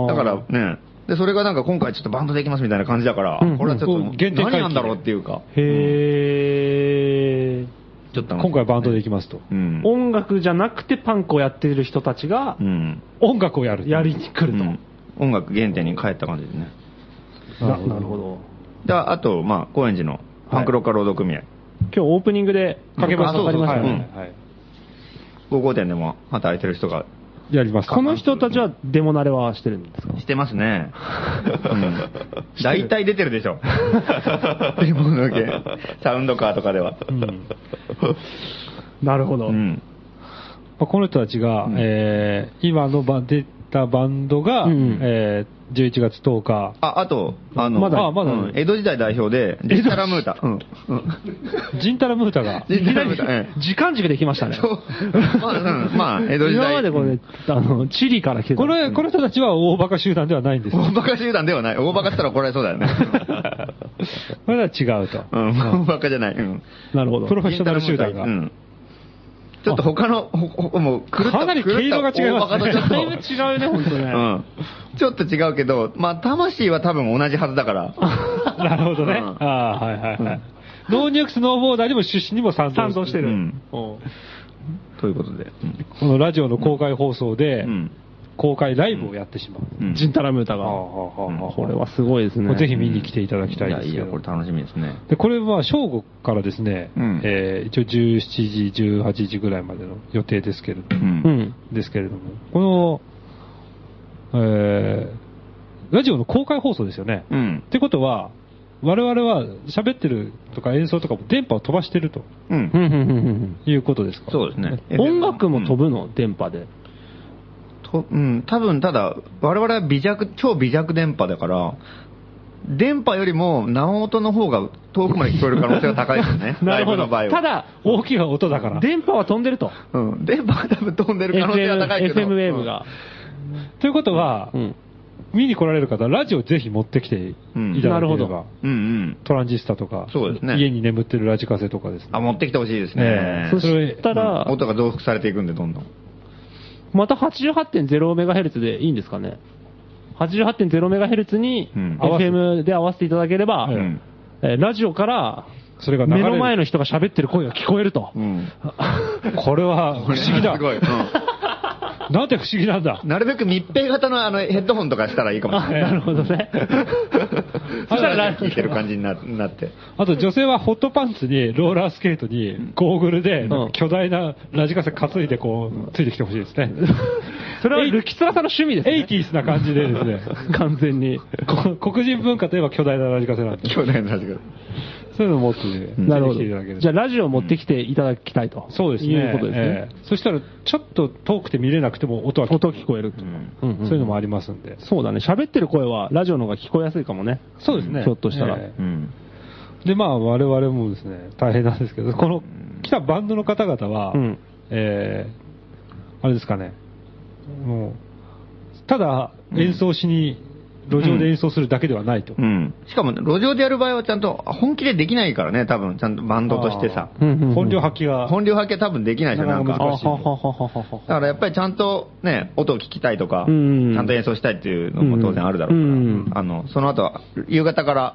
Speaker 4: んだよ、だから。だからね、で、それがなんか今回ちょっとバンドできますみたいな感じだから、
Speaker 1: うん
Speaker 4: これはちょっ
Speaker 3: うん
Speaker 4: と、
Speaker 3: 原点回帰
Speaker 4: 何なんだろうっていうか、
Speaker 1: へー。
Speaker 4: ちょっと
Speaker 3: 今回バンドで行きますと。
Speaker 4: うん。
Speaker 1: 音楽じゃなくてパンクをやっている人たちが
Speaker 4: うん。
Speaker 3: 音楽をやる。
Speaker 1: やりに来ると。
Speaker 4: うん音楽原点に帰った感じですね。
Speaker 1: ななるほど。
Speaker 4: で、あと、まあ、高円寺のパンクロッカー労働組合、
Speaker 1: 今日オープニングで
Speaker 3: かけました。
Speaker 1: かりました
Speaker 3: はい
Speaker 1: ね。
Speaker 3: はいはい
Speaker 4: 5号店でも働いてる人が
Speaker 3: やります。
Speaker 1: この人たちはデモ慣れはしてるんですか
Speaker 4: してます ね。うん大体出てるでしょ。でものけサウンドカーとかでは。
Speaker 1: なるほ
Speaker 4: う
Speaker 1: ど。
Speaker 4: ん。
Speaker 3: まあ、この人たちが、
Speaker 4: うん
Speaker 3: えー今のば出たバンドが、
Speaker 1: うんうん
Speaker 3: えー11月10日、
Speaker 4: あ、あと、あの、
Speaker 3: まだ
Speaker 4: あまだうん江戸時代代表で、デジタラムータ。うん。
Speaker 3: ジンタラムータが、
Speaker 4: デジタラム ータ。ええ
Speaker 1: 時間軸できましたね。
Speaker 4: そうまあうんまあ、江戸時代。
Speaker 1: 今までこれ、あの、チリから来て た
Speaker 3: これ、この人たちは大バカ集団ではないんですよ。
Speaker 4: 大バカ集団ではない。大バカしたら怒られそう だよね。
Speaker 3: これは違うと。
Speaker 4: うん、大バカじゃない。うん。
Speaker 1: なるほど
Speaker 3: プ。ロフェッショナル集団が。
Speaker 4: うん。ちょっと他の、ほほもう狂った、
Speaker 3: かなり毛色が違いますね
Speaker 4: 狂った大バカとちょっと
Speaker 1: だいぶ違うね、本当
Speaker 4: う
Speaker 1: ね。
Speaker 4: ん。ちょっと違うけど、まあ、魂は多分同じはずだから。
Speaker 3: なるほどね。
Speaker 4: うん
Speaker 3: ああ、はいはいはい。ノーニュークスノーボーダーにも出身にも賛同
Speaker 1: 賛同してる。
Speaker 4: うん
Speaker 1: おう
Speaker 4: ということで。うん
Speaker 3: このラジオの公開放送で、
Speaker 4: うん
Speaker 3: 公開ライブをやってしまう。
Speaker 4: うん
Speaker 1: ジンタラムータが。
Speaker 3: ああ
Speaker 1: こ
Speaker 3: ああああ
Speaker 1: れはすごいですね。
Speaker 3: ぜひ見に来ていただき
Speaker 4: い
Speaker 3: たいで
Speaker 4: や
Speaker 3: すけど
Speaker 4: いや、これ楽しみですね。
Speaker 3: でこれは正午からですね、
Speaker 4: うん
Speaker 3: えー一応17時、18時ぐらいまでの予定ですけれど
Speaker 4: う。
Speaker 3: も、
Speaker 1: うんん。
Speaker 3: ですけれどもこの、えーラジオの公開放送ですよね。
Speaker 4: う
Speaker 3: っ
Speaker 4: ん。
Speaker 3: てことは、我々は喋ってるとか演奏とかも電波を飛ばしてると
Speaker 1: う
Speaker 4: う。
Speaker 1: んんうんうん
Speaker 3: いうことですか
Speaker 4: そうですね。
Speaker 1: うん音楽も飛ぶの、電波で。。
Speaker 4: と、うん、多分ただ、我々は微弱、超微弱電波だから、電波よりも生音の方が遠くまで聞こえる可能性が高いです ね
Speaker 1: なるほど。
Speaker 4: ライブの場合は。
Speaker 1: た、だ、
Speaker 3: 大きな音だから。
Speaker 1: 電波は飛んでると。
Speaker 4: うん、電波が多分飛んでる可能性が
Speaker 1: FM,
Speaker 4: 高いけど。
Speaker 1: FM ウェーブが。
Speaker 3: ということは、
Speaker 1: うん
Speaker 3: 見に来られる方はラジオをぜひ持ってきていただ
Speaker 1: なる
Speaker 3: け
Speaker 1: ほ
Speaker 3: れ
Speaker 1: ど
Speaker 3: ば、
Speaker 4: うん。うんうん。
Speaker 3: トランジスタとか、
Speaker 4: そうですね
Speaker 3: 家に眠ってるラジカセとかですね
Speaker 4: あ、。持ってきてほしいです
Speaker 3: え
Speaker 4: ね
Speaker 3: え。
Speaker 1: そ
Speaker 3: れ
Speaker 1: したら
Speaker 4: うん、音が増幅されていくんで、どんどん。
Speaker 1: また 88.0MHz でいいんですかね ?88.0MHz に
Speaker 4: うん
Speaker 3: 合わせ
Speaker 1: FM で合わせていただければ、
Speaker 4: うん
Speaker 1: えーラジオから
Speaker 3: それが流れ
Speaker 1: 目
Speaker 3: る
Speaker 1: の前の人が喋ってる声が聞こえると。
Speaker 4: うん。
Speaker 3: これは不思議だ
Speaker 4: す。ごい。うん
Speaker 3: なんて不思議なんだ。
Speaker 4: なるべく密閉型のあのヘッドホンとかしたらいいかもし
Speaker 1: あ
Speaker 4: れない。
Speaker 1: なるほどね。
Speaker 4: そ
Speaker 1: そ
Speaker 4: し
Speaker 1: したた
Speaker 4: ら
Speaker 1: ら
Speaker 4: ラ
Speaker 1: ラ
Speaker 4: ジオ聞いてる感じにななって。
Speaker 3: あと女性はホットパンツにローラースケートにゴーグルで
Speaker 1: うん
Speaker 3: 巨大なラジカセ担いでこうついてきてほしい ですね。
Speaker 1: それはルキツラさんの趣味です
Speaker 3: エイ
Speaker 1: ね。
Speaker 3: ティースな感じでですね。
Speaker 1: 完全に。
Speaker 3: こ黒人文化といえば巨大なラジカセなんで、
Speaker 4: 兄弟のラジオ。
Speaker 3: そういうのを持って
Speaker 4: ん
Speaker 1: なるほ
Speaker 3: 出てきていただけ
Speaker 1: ど。
Speaker 3: る
Speaker 1: じゃあラジオを持ってきていただきたいと。
Speaker 3: そうですね。
Speaker 1: いうことですね。
Speaker 3: ええそしたら、ちょっと遠くて見れなくても音は聞こ
Speaker 1: 音聞こえる。
Speaker 3: え
Speaker 1: うん
Speaker 3: る。
Speaker 1: ん
Speaker 3: そういうのもありますんで。
Speaker 1: そうだね。喋ってる声はラジオの方が聞こえやすいかもね。
Speaker 3: そうですね。
Speaker 1: ひょっとしたら。
Speaker 3: ええ
Speaker 4: うん。
Speaker 3: で、まあ、我々もですね、大変なんですけど、この、来たバンドの方々は、
Speaker 1: うん
Speaker 3: えーあれですかね、もう、ただ演奏しに、路上で演奏するだけではないと。
Speaker 4: うん。しかも、路上でやる場合はちゃんと、本気でできないからね、多分、ちゃんとバンドとしてさ。
Speaker 1: うんうんうん
Speaker 3: 本領発揮が、
Speaker 4: 本領派系多分できないじゃん、なん
Speaker 3: なかなか。難
Speaker 4: か
Speaker 3: しいと
Speaker 1: あははははは
Speaker 4: だからやっぱりちゃんとね、音を聞きたいとか、ち
Speaker 1: うん
Speaker 4: ゃんと演奏したいっていうのも当然あるだろう
Speaker 1: うん
Speaker 4: から、あの、その後は、夕方から、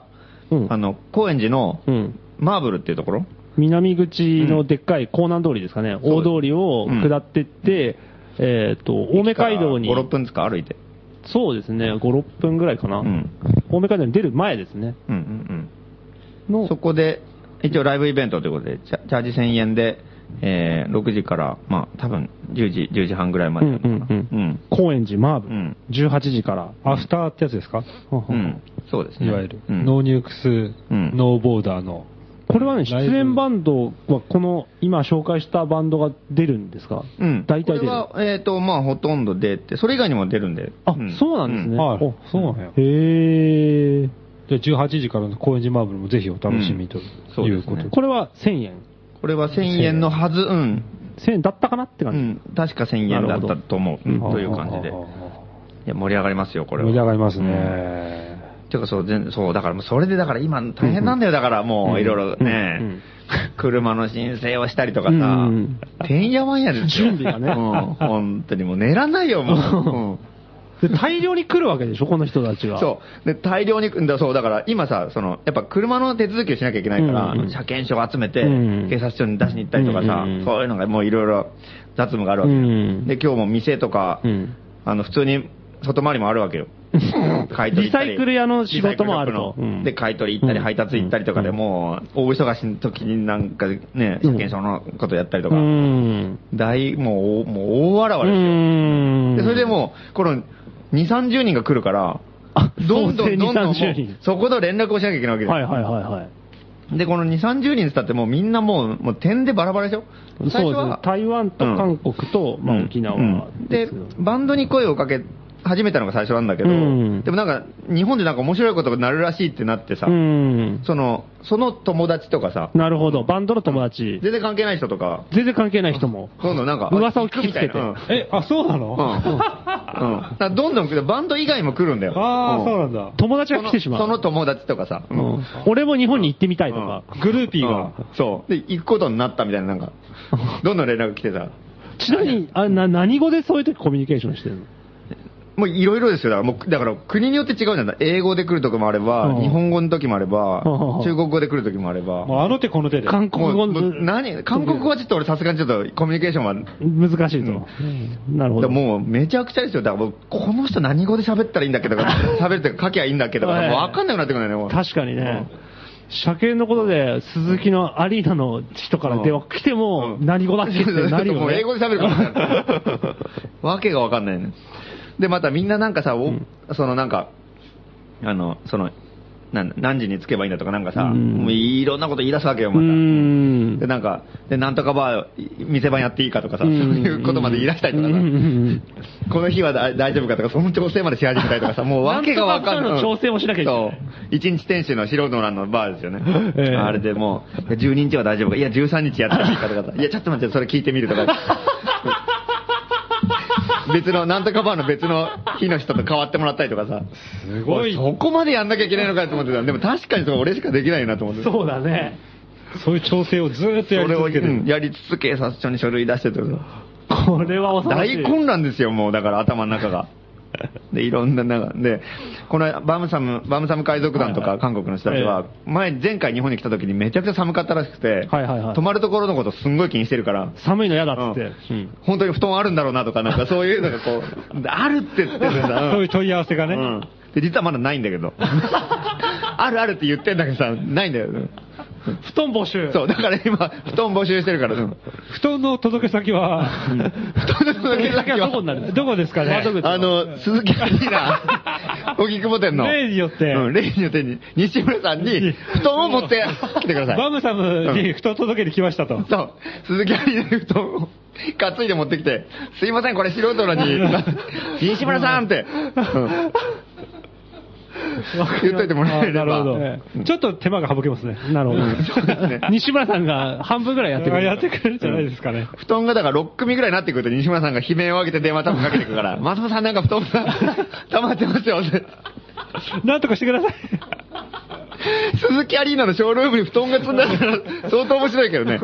Speaker 1: うん
Speaker 4: あの、高円寺の
Speaker 1: うん。
Speaker 4: マーブルっていうところ
Speaker 1: 南口のでっかい港南通りですかね。
Speaker 4: そう
Speaker 1: 大通りを下ってって、えっと、青梅街道に
Speaker 4: 5、、6分ですか、歩いて。
Speaker 1: そうですね、5、6分ぐらいかな。
Speaker 4: うん
Speaker 1: 青梅街道に出る前ですね。
Speaker 4: うんうんう
Speaker 1: の
Speaker 4: ん。そこで、一応ライブイベントということで、チャチャージ1000円で、えー、6時から、まあ、多分10時、10時半ぐらいま
Speaker 1: う
Speaker 4: で
Speaker 1: ん
Speaker 4: な
Speaker 1: う
Speaker 4: のかな。
Speaker 1: んう
Speaker 4: うんん。
Speaker 1: 高円寺マーブ、
Speaker 4: うん
Speaker 1: 18時から。
Speaker 3: アフターってやつですか
Speaker 1: はは
Speaker 4: うんそうですね。
Speaker 3: いわゆる、
Speaker 4: うん
Speaker 3: ノーニュークス、
Speaker 4: うん
Speaker 3: ノーボーダーの
Speaker 1: これはね、出
Speaker 3: ライブ
Speaker 1: 演バンドはこの今紹介したバンドが出るんですか
Speaker 4: うん。
Speaker 1: 大体
Speaker 4: こ
Speaker 1: 出
Speaker 4: れ
Speaker 1: る。
Speaker 4: は、えっ、と、まあ、ほとんど出て、それ以外にも出るんで。
Speaker 1: あ、そうなんですね。
Speaker 3: はい
Speaker 1: お
Speaker 3: そうなんや
Speaker 1: へえ。
Speaker 3: じゃあ18時からの高円寺マーブルもぜひお楽しみということで。
Speaker 1: これは1000円。
Speaker 4: これは1000円のはず、うん。
Speaker 1: 1000円だったかなって
Speaker 4: う
Speaker 1: 感じ。
Speaker 4: ん。確か1000円だったと思う。うんという感じで。い
Speaker 3: あああ
Speaker 4: や、盛り上がりますよ、こ
Speaker 3: あ
Speaker 4: れ
Speaker 3: 盛り上
Speaker 4: は。
Speaker 3: がりますね。
Speaker 4: ていうか、そう、全そう、だからもう、それで、だから今、大変なんだよ、だからもう、いろいろね
Speaker 1: うんうん、
Speaker 4: 車の申請をしたりとかさ
Speaker 1: うん、
Speaker 4: てんやわんやですよ。
Speaker 1: 準備がね
Speaker 4: うん。本当にもう、寝らないよ、もう。うん
Speaker 1: で大量に来るわけでしょ、この人たちが。
Speaker 4: そう。で、大量に、だそう、だから今さ、その、やっぱ車の手続きをしなきゃいけないから、
Speaker 1: うんうん
Speaker 4: 車検証を集めて、
Speaker 1: うんうん
Speaker 4: 警察署に出しに行ったりとかさ、
Speaker 1: うんうんうん
Speaker 4: そういうのがもういろいろ雑務があるわけよ、
Speaker 1: うん
Speaker 4: で、今日も店とか、
Speaker 1: うん
Speaker 4: あの、普通に外回りもあ るわけよ。買い取り行ったり
Speaker 1: リサイクル屋の仕事もあると
Speaker 4: リサイクルショップの
Speaker 1: うん
Speaker 4: で、買い取り行ったり、
Speaker 1: うん
Speaker 4: 配達行ったりとかで、
Speaker 1: うん
Speaker 4: もう、大忙しの時になんかね、車検証のことやったりとか、
Speaker 1: うん。
Speaker 4: 大、もう、もう大
Speaker 1: う
Speaker 4: 笑われですよ。
Speaker 1: ん。
Speaker 4: でそれでもう、この2、30人が来るから、
Speaker 1: あ
Speaker 4: どんどんどんどんもう
Speaker 1: そうですね20 30人
Speaker 4: そこと連絡をしなきゃいけないわけです。
Speaker 1: はいはいはいはい。
Speaker 4: で、この2、30人ってったってもうみんなもう、もう点でバラバラでしょ最
Speaker 1: そうで
Speaker 4: 初
Speaker 1: すね
Speaker 4: は。。
Speaker 1: 台湾と韓国と、ま
Speaker 4: う
Speaker 1: あ
Speaker 4: ん
Speaker 1: 沖
Speaker 4: う
Speaker 1: 縄
Speaker 4: ん
Speaker 1: で
Speaker 4: です
Speaker 1: よね、
Speaker 4: バンドに声をかけ始めたのが最初なんだけど、
Speaker 1: うん
Speaker 4: でもなんか、日本でなんか面白いことになるらしいってなってさ、
Speaker 1: うん。
Speaker 4: その、その友達とかさ、
Speaker 1: なるほど。バンドの友達。
Speaker 4: 全然関係ない人とか、
Speaker 1: 全然関係ない人も。
Speaker 4: 今度なんか、
Speaker 1: 噂を聞きつけて
Speaker 4: 行くみたいなうん
Speaker 3: え、あ、そうなの、
Speaker 4: うんうんうんだからどんどん来るバンド以外も来るんだよ。
Speaker 3: ああ、
Speaker 4: ん
Speaker 3: そうなんだ。
Speaker 1: 友達
Speaker 4: そ
Speaker 1: が来
Speaker 4: の
Speaker 1: てしまう。
Speaker 4: その友達とかさ。
Speaker 1: うん俺も日本に行ってみたいとか。
Speaker 3: グルーピー
Speaker 4: うん
Speaker 3: が。
Speaker 4: そう。で、行くことになったみたい な、なんか、どんどん連絡来てさ。
Speaker 1: ちなみに、あな何語でそういう時コミュニケーションしてるの
Speaker 4: もういろいろですよ。だから、もう、だから国によって違うじゃない英語で来る時もあれば
Speaker 1: う、ん
Speaker 4: 日本語の時もあれば
Speaker 1: う、ん
Speaker 4: 中国語で来る時もあれば。
Speaker 3: もうあの手この手で。
Speaker 1: 韓国
Speaker 4: も
Speaker 1: 語
Speaker 4: うも
Speaker 1: の
Speaker 4: う何韓国語はちょっと俺さすがにちょっとコミュニケーションは、だか
Speaker 1: 難しいと。なるほ
Speaker 4: ら
Speaker 1: ど。
Speaker 4: もうめちゃくちゃですよ。だからもう、この人何語で喋ったらいいんだっけ とか、喋るとか書きゃいいんだっけとか、
Speaker 1: はい
Speaker 4: もうわかんなくなってくるんだよね、もう。
Speaker 1: 確かにね。車検のことで、鈴木のアリーナの人から電話来ても、
Speaker 4: うん
Speaker 1: 何語だっけってなるよね。
Speaker 4: もう英語で喋 るから。わけがわかんないね。で、またみんななんかさ、おそのなんか、あの、その、なん何時に着けばいいんだとかなんかさ、
Speaker 1: うん
Speaker 4: もういろんなこと言い出すわけよ、
Speaker 1: う
Speaker 4: ま
Speaker 1: ん
Speaker 4: た。で、。なんか、で、なんとかば、店番やっていいかとかさ、そういうことまで言い出したりとか
Speaker 1: うん
Speaker 4: さ
Speaker 1: うんう、ん
Speaker 4: この日はだ大丈夫かとか、その調整までし始めたりとかさ、もうわけがわかんない。
Speaker 1: なんとかそういうの調整もしなきゃいけない
Speaker 4: そう。一日店主の素人欄のバーですよね。
Speaker 1: ええ
Speaker 4: あれでもう、12日は大丈夫か、いや、13日やったらいいか とかさ、いや、ちょっと待って、それ聞いてみるとか。別の、なんとかバーの別の日の人と変わってもらったりとかさ。
Speaker 3: すごい。
Speaker 4: そこまでやんなきゃいけないのかと思ってた。でも確かにそれ俺しかできないなと思って。
Speaker 1: そうだね。
Speaker 3: そういう調整をずーっと
Speaker 4: そ
Speaker 3: やり
Speaker 4: れを
Speaker 3: 続
Speaker 4: う
Speaker 3: けてる。
Speaker 4: んやりつつ警察署に書類出してとかさ。
Speaker 1: これは恐ろしい。
Speaker 4: 大混乱ですよ、もう、だから頭の中が。 で、いろんな中で、この間バムサム、バムサム海賊団と
Speaker 1: はいは
Speaker 4: か
Speaker 1: い
Speaker 4: 韓国の人たちは、前、前回日本に来た時にめちゃくちゃ寒かったらしくて、
Speaker 1: はいはいはい
Speaker 4: 泊まるところのことすんごい気にしてるから、
Speaker 1: 寒いの嫌だっつって。
Speaker 4: うん本当に布団あるんだろうなと か、なんかそういうのがこう、あるって言ってるんだ。 うん
Speaker 3: そういう問い合わせがね。
Speaker 4: うん。で、実はまだないんだけ ど。あるあるって言ってんだけどさ、ないんだよ。
Speaker 1: 布団募集。
Speaker 4: そう、だから今、布団募集してるから、うん
Speaker 3: 布団の届け先は、
Speaker 4: 布団の届け
Speaker 1: だけ
Speaker 4: 先
Speaker 1: は
Speaker 4: は
Speaker 1: どこになるんですか
Speaker 3: どこですかね
Speaker 1: 窓口
Speaker 4: あの、鈴木アリーナ、荻窪店の。
Speaker 3: 例によって
Speaker 4: うん、例によってに、西村さんに、布団を持ってきてください。
Speaker 3: バムサムに布団届けに来ましたと。
Speaker 4: そう、鈴木アリーナに布団を担いで持ってきて、すいません、これ素人なのに、西村さんって、うん言っといてもらえれば。
Speaker 3: あなるほど
Speaker 4: うん
Speaker 3: ええちょっと手間が省けますね。
Speaker 1: なるほど。
Speaker 4: そうですね
Speaker 1: 西村さんが半分ぐらいやってくれる。
Speaker 3: やってくれるじゃないですかね。
Speaker 4: 布団がだから6組ぐらいになってくると西村さんが悲鳴を上げて電話多分かけてくるから、松本さんなんか布団さ、溜まってますよって。
Speaker 3: なんとかしてください。
Speaker 4: 鈴木アリーナのショールームに布団が積んだら相当面白いけどね。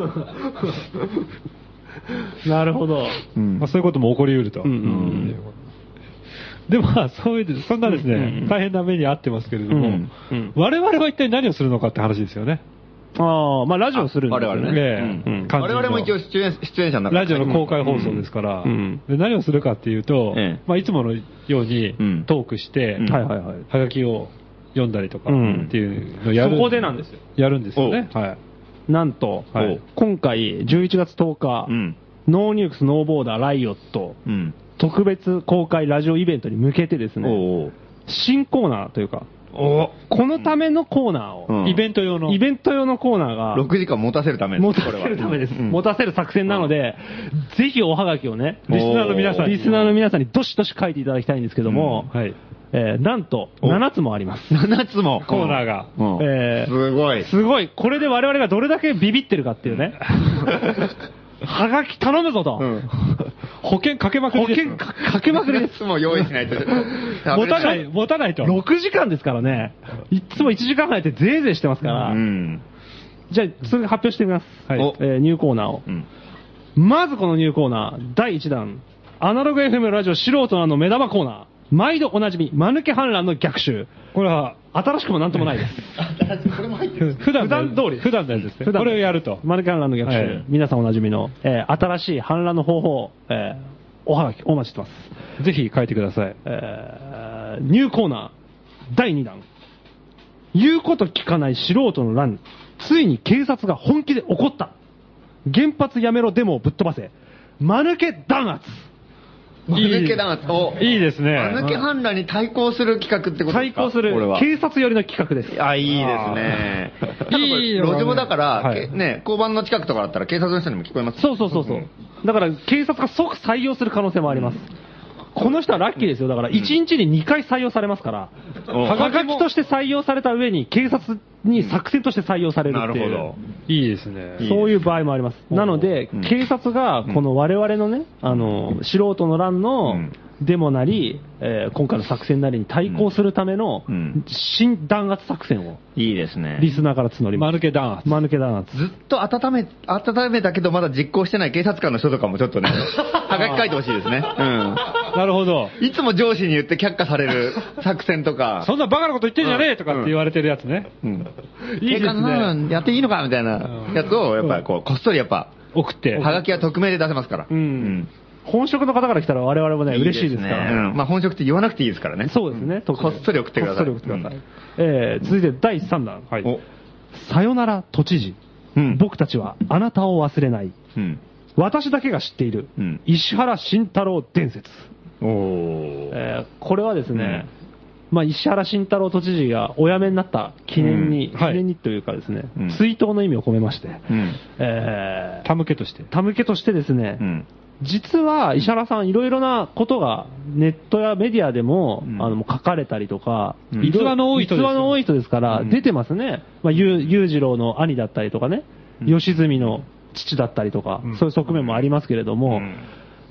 Speaker 1: なるほど。
Speaker 4: うん
Speaker 3: まあ、そういうことも起こりうると。
Speaker 1: うんうん
Speaker 3: で、まあ、そういう、そんなですね、
Speaker 1: うん
Speaker 3: 大変な目に遭ってますけれども、
Speaker 1: うんうん
Speaker 3: 我々は一体何をするのかって話ですよね。
Speaker 1: ああ、まあラジオするんです
Speaker 4: 我
Speaker 1: よ
Speaker 4: 々
Speaker 3: ね
Speaker 4: ね。
Speaker 3: え
Speaker 4: うん
Speaker 3: 感じ
Speaker 4: 我
Speaker 3: の
Speaker 4: 々も一応出演出演者の中
Speaker 3: ラジオの公開放送ですから、
Speaker 1: うん
Speaker 3: で何をするかっていうと、
Speaker 4: ええ
Speaker 3: まあ、いつものように
Speaker 4: うん
Speaker 3: トークして、
Speaker 4: うん
Speaker 1: はいはいはい。
Speaker 3: はがきを読んだりとか
Speaker 1: うん
Speaker 3: っていうのをやる、
Speaker 1: そこでなんですよ
Speaker 3: やるんですよね。
Speaker 4: お
Speaker 3: はい。
Speaker 1: なんと、
Speaker 4: はい
Speaker 1: 今回11月10日、
Speaker 4: うん。
Speaker 1: ノーニュークスノーボーダーライオット
Speaker 4: うん。
Speaker 1: 特別公開ラジオイベントに向けてですね、
Speaker 4: おう
Speaker 1: 新コーナーというか、おこのためのコーナーを、
Speaker 4: うん
Speaker 3: イベント用の。
Speaker 1: イベント用のコーナーが、
Speaker 4: 6時間持たせるためです。
Speaker 1: 持たせるためです。持たせる作戦なので、ぜひおはがきをね、リスナーの皆さんに、
Speaker 4: おー
Speaker 1: リスナーの皆さんにどしどし書いていただきたいんですけども、
Speaker 3: はい。
Speaker 1: えーなんと、7つもあります。
Speaker 4: 7つも。
Speaker 3: コーナーが。
Speaker 4: うん
Speaker 1: えー
Speaker 4: すごい。
Speaker 1: すごい、これで我々がどれだけビビってるかっていうね。はがき頼むぞと。
Speaker 4: うん
Speaker 3: 保険かけまく
Speaker 1: 保
Speaker 3: りです。
Speaker 1: 険かかけまくりで
Speaker 4: 7
Speaker 1: す。
Speaker 4: つも用意しない と。
Speaker 1: 持
Speaker 4: 持
Speaker 1: たない
Speaker 3: はい持たないと。
Speaker 1: 6時間ですからね。いっつも1時間半やってぜいぜいしてますから。
Speaker 4: うん。
Speaker 1: じゃあ、それ発表してみます。
Speaker 3: はい
Speaker 1: おえーニューコーナーを。
Speaker 4: うん。
Speaker 1: まずこのニューコーナー、第1弾。アナログ FM ラジオ素人なの目玉コーナー。毎度おなじみ、間抜け反乱の逆襲。
Speaker 3: これは、
Speaker 1: 新しくもなんともないです。
Speaker 3: 普段の
Speaker 1: 普段通り
Speaker 3: 普段のやつですね。
Speaker 1: 普段
Speaker 3: これをやると。
Speaker 1: マルケ反乱の逆襲、
Speaker 3: はい
Speaker 1: 皆さんおなじみの、えー新しい反乱の方法、えーおはがきお待ちしてます、
Speaker 3: ぜひ書いてください。
Speaker 1: えーニューコーナー第2弾言うこと聞かない素人の乱ついに警察が本気で怒った原発やめろデモをぶっ飛ばせ間抜け弾圧
Speaker 4: 間抜け弾圧。お
Speaker 3: いいですね
Speaker 4: 間抜け反乱に対抗する企画ってことで
Speaker 1: 対
Speaker 4: すか
Speaker 1: 抗する
Speaker 4: これは。
Speaker 1: 警察寄りの企画です
Speaker 4: あ、いいですね。
Speaker 3: いいよ
Speaker 4: なんかこれ路上だから、
Speaker 3: はい
Speaker 4: けね、交番の近くとかだったら警察の人にも聞こえます。
Speaker 1: そうそうそうそう、だから警察が即採用する可能性もあります、この人はラッキーですよ、だから1日に2回採用されますから、
Speaker 4: お
Speaker 1: はがきとして採用された上に、警察に作戦として採用される
Speaker 4: な
Speaker 1: っ
Speaker 4: る
Speaker 1: てい
Speaker 4: ほ
Speaker 1: う、
Speaker 4: ど。
Speaker 3: いいですね。
Speaker 1: そういう場合もあります、なので、
Speaker 4: うん
Speaker 1: 警察がこの我々のね、あの素人の乱
Speaker 4: う
Speaker 1: の
Speaker 4: ん
Speaker 1: デモなり、えー今回の作戦なりに対抗するための
Speaker 4: うん
Speaker 1: 新弾圧作戦を
Speaker 4: いいですね
Speaker 1: リスナーから募りま
Speaker 3: 間
Speaker 1: す。
Speaker 3: 抜け弾圧。
Speaker 1: 間抜け弾圧
Speaker 4: ずっと温め、温めたけどまだ実行してない警察官の人とかもちょ っとね、はがき書いてほしいですね。
Speaker 3: なるほど。
Speaker 4: うん。いつも上司に言って却下され る作戦とか。
Speaker 3: そんなバカなこと言ってんじゃねえとかって言われてるやつね。
Speaker 4: うん。
Speaker 3: いいですね
Speaker 4: 警官なのやっていいのかみたいなやつを、やっぱりこう、こっそりやっぱ、
Speaker 3: 送って。
Speaker 4: はがきは匿名で出せますから。
Speaker 1: うん本職の方から来たら我々もね、嬉しいですから。
Speaker 4: ねうんまあ本職って言わなくていいですからね。
Speaker 1: そうですね、特
Speaker 4: こ
Speaker 1: に
Speaker 4: っそり送ってください。
Speaker 1: こっそり送ってください
Speaker 4: うん
Speaker 1: えー続いて第3弾、
Speaker 3: はい
Speaker 4: お
Speaker 1: さよなら都知事、
Speaker 4: うん
Speaker 1: 僕たちはあなたを忘れない、
Speaker 4: うん。
Speaker 1: 私だけが知っている、
Speaker 4: うん
Speaker 1: 石原慎太郎伝説、
Speaker 4: おー。
Speaker 1: えーこれはですね、まあ、石原慎太郎都知事がお辞めになった記念に、
Speaker 3: うんはい
Speaker 1: 記念にというかですね、
Speaker 4: うん
Speaker 1: 追悼の意味を込めまして、
Speaker 4: うん。
Speaker 1: えー
Speaker 3: 手向けとして。
Speaker 1: たむけとしてですね、
Speaker 4: うん。
Speaker 1: 実は石原さん、いろいろなことがネットやメディアでも,、
Speaker 4: うん
Speaker 1: あのもう書かれたりとか、
Speaker 4: うん
Speaker 1: いろ
Speaker 3: 逸
Speaker 1: いろ
Speaker 3: 話の多い人です
Speaker 1: 逸
Speaker 3: よ
Speaker 1: 話の多い人ですから、
Speaker 4: うん
Speaker 1: 出てますね、まあ、ゆう裕次郎の兄だったりとかね、
Speaker 4: うん
Speaker 1: 吉住の父だったりとか、
Speaker 3: うん
Speaker 1: そういう側面もありますけれども、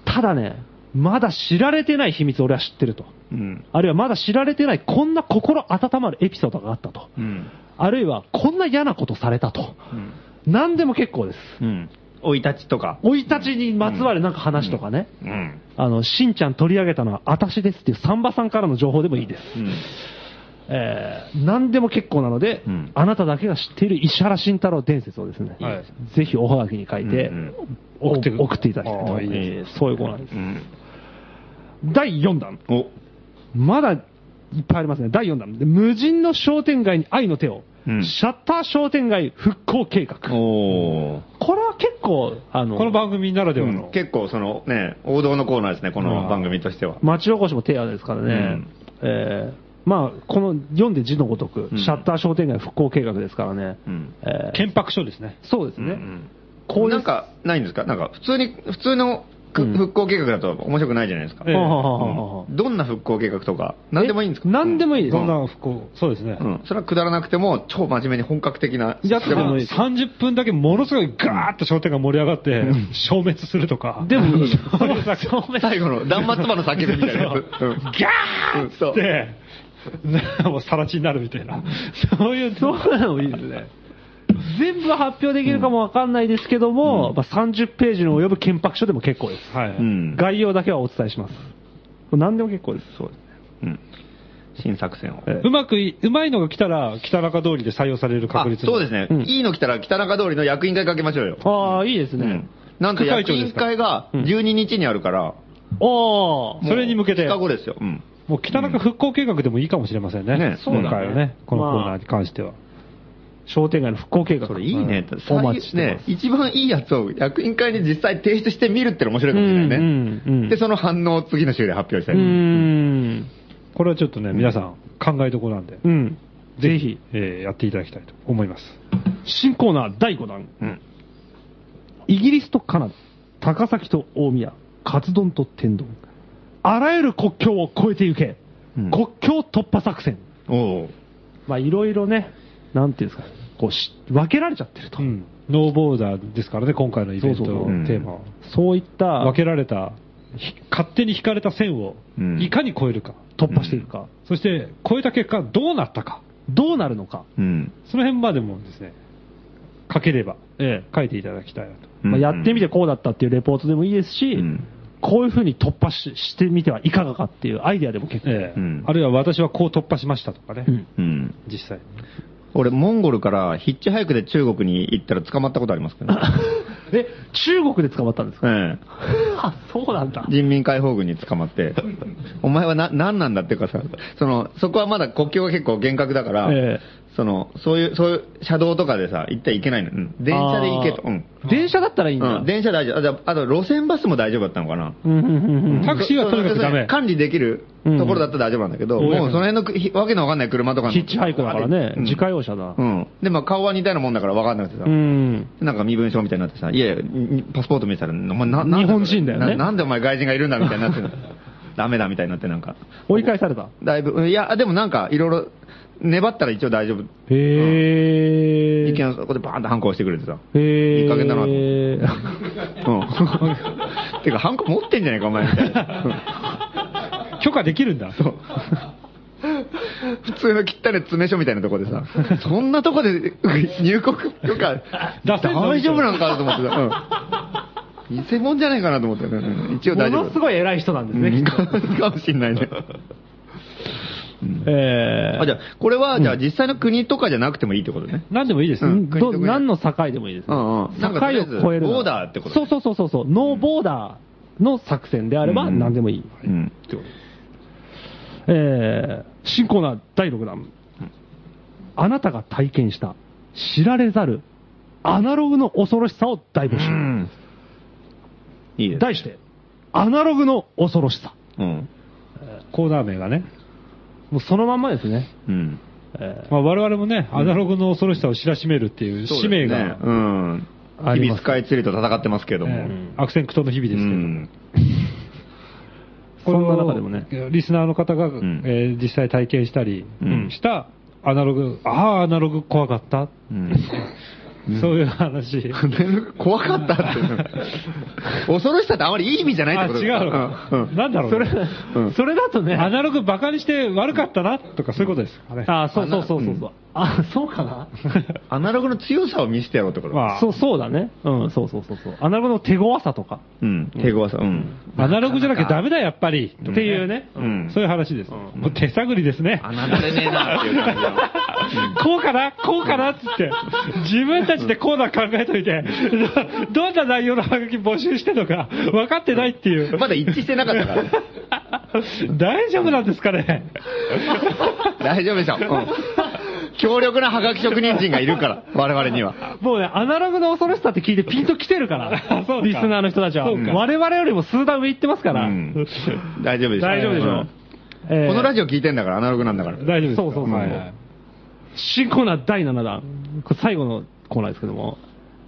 Speaker 1: ただね、まだ知られてない秘密、俺は知ってると、
Speaker 4: うん。
Speaker 1: あるいはまだ知られてない、こんな心温まるエピソードがあったと、
Speaker 4: うん。
Speaker 1: あるいはこんな嫌なことされたと、
Speaker 4: うん。
Speaker 1: 何でも結構です、
Speaker 4: うん。生い立ちとか。
Speaker 1: 生い立ちにまつわるなんか話とかね。
Speaker 4: うん。
Speaker 1: あの、しんちゃん取り上げたのは私ですっていうサンバさんからの情報でもいいです。
Speaker 4: うん。
Speaker 1: えー、何でも結構なので、
Speaker 4: うん
Speaker 1: あなただけが知っている石原慎太郎伝説をですね、
Speaker 3: はい
Speaker 1: ぜひおはがきに書いて、
Speaker 4: うん
Speaker 1: お
Speaker 3: 送
Speaker 1: 送
Speaker 3: っ
Speaker 1: っ
Speaker 3: く
Speaker 1: てていただきたいと思います
Speaker 3: あーいい
Speaker 1: えーそういうコーナーです。
Speaker 4: うん。
Speaker 1: 第4弾。
Speaker 4: お。
Speaker 1: まだいっぱいありますね。第4弾。で無人の商店街に愛の手を、
Speaker 4: うん
Speaker 1: シャッター商店街復興計画。
Speaker 4: おー。
Speaker 1: これは結構、あの、
Speaker 3: この番組ならでは
Speaker 4: う
Speaker 3: の
Speaker 4: ん。結構そのね、王道のコーナーですね、この番組としては。
Speaker 1: 町おこしも手当ですからね、
Speaker 4: うん
Speaker 1: えーまあ、この読んで字のごとく、
Speaker 4: うん
Speaker 1: シャッター商店街復興計画ですからね、
Speaker 4: うん
Speaker 1: えー
Speaker 3: 憲白書ですね。
Speaker 1: そうですね、
Speaker 4: うん
Speaker 1: こういう
Speaker 4: なんか、ないんですかなんか、普通に、普通のく
Speaker 1: うん
Speaker 4: 復興計画だと面白くないじゃないですか。
Speaker 3: ええ
Speaker 1: はあはあはあはあ
Speaker 4: どんな復興計画とか、何でもいいんですか
Speaker 1: え何でもいいです、
Speaker 3: どんな不幸。そうですね
Speaker 4: う。ん。それはくだらなくても、超真面目に本格的な。
Speaker 1: やつで
Speaker 4: で
Speaker 1: も
Speaker 4: も
Speaker 1: いいです
Speaker 3: 30分だけものすごいガーッと商店が盛り上がって、消滅するとか。
Speaker 1: でもいい、
Speaker 3: そういう作
Speaker 4: 最後の、断末魔の叫びみたいなやつ。うん
Speaker 3: ギャ
Speaker 4: うんそ
Speaker 3: ー
Speaker 4: う
Speaker 3: って、な もうさら地になるみたいな。そういう、
Speaker 1: そういうのもいいですね。全部発表できるかもわかんないですけども、まあ、30ページに及ぶ憲白書でも結構です、
Speaker 3: はい。
Speaker 4: うん。
Speaker 1: 概要だけはお伝えします、何でも結構です、
Speaker 4: そうですね。うん。新作戦を。
Speaker 1: え
Speaker 3: うまくい、うまいのが来たら、北中通りで採用される確率
Speaker 4: あそうですね
Speaker 1: うん。
Speaker 4: いいの来たら、北中通りの役員会かけましょうよ。
Speaker 1: ああ、いいです
Speaker 4: う
Speaker 1: ね
Speaker 4: ん、なんと
Speaker 3: 副会
Speaker 4: 役
Speaker 3: 長で
Speaker 4: 員
Speaker 3: すか
Speaker 4: 会が12日にあるから、
Speaker 1: おー
Speaker 3: それに向けて
Speaker 4: 2日後ですよ。うん。
Speaker 3: もう北中復興計画でもいいかもしれませんね。
Speaker 4: ねそうだね
Speaker 3: 今回はね、このコーナーに関しては。
Speaker 1: 商店街の復興計画、
Speaker 4: それいいね。
Speaker 1: お待ちしてます
Speaker 4: ね、一番いいやつを役員会に実際提出してみるっての面白いかもしれないね。
Speaker 1: うんうんうん
Speaker 4: で、その反応を次の週で発表した
Speaker 1: う
Speaker 4: い。
Speaker 1: ーん。
Speaker 3: これはちょっとね、皆さん考えどころなんで、
Speaker 1: うん。ぜひ、
Speaker 3: えーやっていただきたいと思います。
Speaker 1: 新コーナー第5弾。イギリスとカナダ、高崎と大宮、カツ丼と天丼。あらゆる国境を越えてゆけ。
Speaker 4: うん
Speaker 1: 国境突破作戦。
Speaker 4: おう
Speaker 1: まあ、いろいろね、なんていうんですか、こうし、分けられちゃってると。
Speaker 3: うん。ノーボーダーですからね、今回のイベント
Speaker 1: そうそうそう
Speaker 3: のテーマは。
Speaker 1: そういった
Speaker 3: 分けられた、ひ勝手に引かれた線を
Speaker 4: うん
Speaker 3: いかに越えるか、
Speaker 1: 突破していくか、
Speaker 3: そして越えた結果どうなったか、
Speaker 1: どうなるのか、
Speaker 4: うん。
Speaker 3: その辺までもですね、書ければ
Speaker 1: え
Speaker 3: 書いていただきたいなと。
Speaker 1: まあ、やってみてこうだったっていうレポートでもいいですし、
Speaker 4: うん
Speaker 1: こういうふうに突破ししてみてはいかがかっていうアイデアでも結構。
Speaker 3: ええ
Speaker 4: うん
Speaker 3: あるいは私はこう突破しましたとかね、
Speaker 1: うん
Speaker 4: うん。
Speaker 3: 実際に。
Speaker 4: 俺、モンゴルからヒッチハイクで中国に行ったら捕まったことありますけどね。
Speaker 1: え、中国で捕まったんですか、
Speaker 4: ええ
Speaker 1: あ、そうなんだ。
Speaker 4: 人民解放軍に捕まって、お前はな、何なんだっていうかさ、その、そこはまだ国境が結構厳格だから、
Speaker 1: ええ
Speaker 4: その、そういう、そういう、車道とかでさ、行ってはいけないの。うん電車で行けと。
Speaker 1: あー
Speaker 4: うん。
Speaker 1: 電車だったらいいんだ。
Speaker 4: うん、電車大丈夫。あじゃああと、路線バスも大丈夫だったのかな。
Speaker 1: うんうんうんうん
Speaker 3: タクシーはとにかくダメ。
Speaker 4: 管理できるところだったら大丈夫なんだけど、
Speaker 3: うん
Speaker 4: もうその辺のひわけのわかんない車とかの
Speaker 1: ヒッチハイクだからね
Speaker 4: う、ん
Speaker 1: 自家用車だ。
Speaker 4: うん。で、まあ顔は似たようなもんだからわかんなくてさ、
Speaker 1: うん。
Speaker 4: なんか身分証みたいになってさ、いやいや、にパスポート見せたら、お前な、な
Speaker 1: 日本人だよね
Speaker 4: ななんでお前外人がいるんだみたいに なってるダメだみたいになってなんか。
Speaker 1: 追い返された。
Speaker 4: だいぶ、いや、でもなんかいろいろ、粘ったら一応大丈夫。
Speaker 1: へえ。
Speaker 4: 意見をそこでバーンと反抗してくれてさ。
Speaker 1: へえ。
Speaker 4: いい加減だなと
Speaker 1: な。
Speaker 4: うん。 てか、ハンコ持ってんじゃねえか、お前みた いな。
Speaker 3: 許可できるんだ。
Speaker 4: 普通の汚い詰め所みたいなとこでさ、そんなとこで入国許可、
Speaker 3: 出せんぞ
Speaker 4: 大丈夫なのかなと思ってさ、うん、偽物じゃないかなと思って、うん一応
Speaker 1: も
Speaker 4: 大丈夫。
Speaker 1: のすごい偉い人なんです
Speaker 4: う
Speaker 1: ね、
Speaker 4: ん
Speaker 1: きっと
Speaker 4: かもしんないね。
Speaker 1: ええ。
Speaker 4: あ、じゃあ、これは、じゃあ実際の国とかじゃなくてもいいってことね。
Speaker 3: 何でもいいです。
Speaker 4: うん
Speaker 1: ど
Speaker 4: 国と国
Speaker 1: 何の境でもいいです、ね
Speaker 4: うんうん
Speaker 1: 境
Speaker 4: なんかとりあえず
Speaker 1: を超えるの
Speaker 4: ボーダーってこと
Speaker 1: そうそうそうそうそうノーボーダーの作戦であれば
Speaker 4: うん
Speaker 1: 何でもいい、
Speaker 4: うん。
Speaker 1: えー新コーナー第6弾、あなたが体験した知られざるアナログの恐ろしさを大募集、
Speaker 4: いいです。
Speaker 1: 題してアナログの恐ろしさ
Speaker 4: うん。
Speaker 3: コーナー名がね。
Speaker 1: もうそのまんまですね、
Speaker 4: うん。
Speaker 1: え
Speaker 3: まあ、我々もね、アナログの恐ろしさを知らしめるっていう使命が、
Speaker 4: そうだよねうん。
Speaker 1: あ
Speaker 4: 日
Speaker 1: りま
Speaker 4: 々
Speaker 1: す
Speaker 4: スカイツリーと戦ってますけど
Speaker 3: え
Speaker 4: も。
Speaker 3: え悪戦苦闘の日々です
Speaker 4: う
Speaker 3: けど、
Speaker 4: ん。
Speaker 1: ーそんな中でもね
Speaker 3: これをリスナーの方が、
Speaker 4: ん
Speaker 3: えー実際体験したり
Speaker 4: うん
Speaker 3: した、アナログ、ああ、アナログ怖かった、
Speaker 4: うん
Speaker 3: そういう話。
Speaker 4: 怖かったって。恐ろしさってあまりいい意味じゃ ないってこと
Speaker 3: あ違うの
Speaker 4: うんうん
Speaker 3: なんだろう
Speaker 1: それ
Speaker 4: うん
Speaker 1: それだとね
Speaker 3: アナログバカにして悪かったなとかそういうことですかね。
Speaker 1: あそうそうそうそうそうあそうかな
Speaker 4: アナログの強さを見せてやろうってこと。
Speaker 3: まあ
Speaker 1: そうそうだねうんそうそうそうそうアナログの手強さとか
Speaker 4: うん。手強さ。うん。
Speaker 3: アナログじゃなきゃダメだ、やっぱり。
Speaker 1: っていうね、
Speaker 4: うん
Speaker 3: そういう話です。もう手探りですね。
Speaker 4: 侮れねえなっていう感じだ。
Speaker 3: こうかなこうかなっつって。自分たちでコーナー考えといて、 どんな内容のハガキ募集してるのか分かってないって いう。
Speaker 4: まだ一致してなかったから。
Speaker 3: 大丈夫なんですかね
Speaker 4: 大丈夫でしょ。うん強力なハガキ職人陣がいるから、我々には。
Speaker 1: もうね、アナログの恐ろしさって聞いてピンと来てる から、リスナーの人たちは。
Speaker 3: そうか
Speaker 1: 我々よりも数段上行ってますから。
Speaker 4: うん大丈夫でしょ。
Speaker 1: 大丈夫でしょ
Speaker 4: うん
Speaker 1: えー
Speaker 4: このラジオ聞いてんだから、アナログなんだから。
Speaker 3: 大丈夫ですか
Speaker 1: そうそうそう
Speaker 3: はいはい
Speaker 1: 新コーナー第7弾。これ最後のコーナーですけども。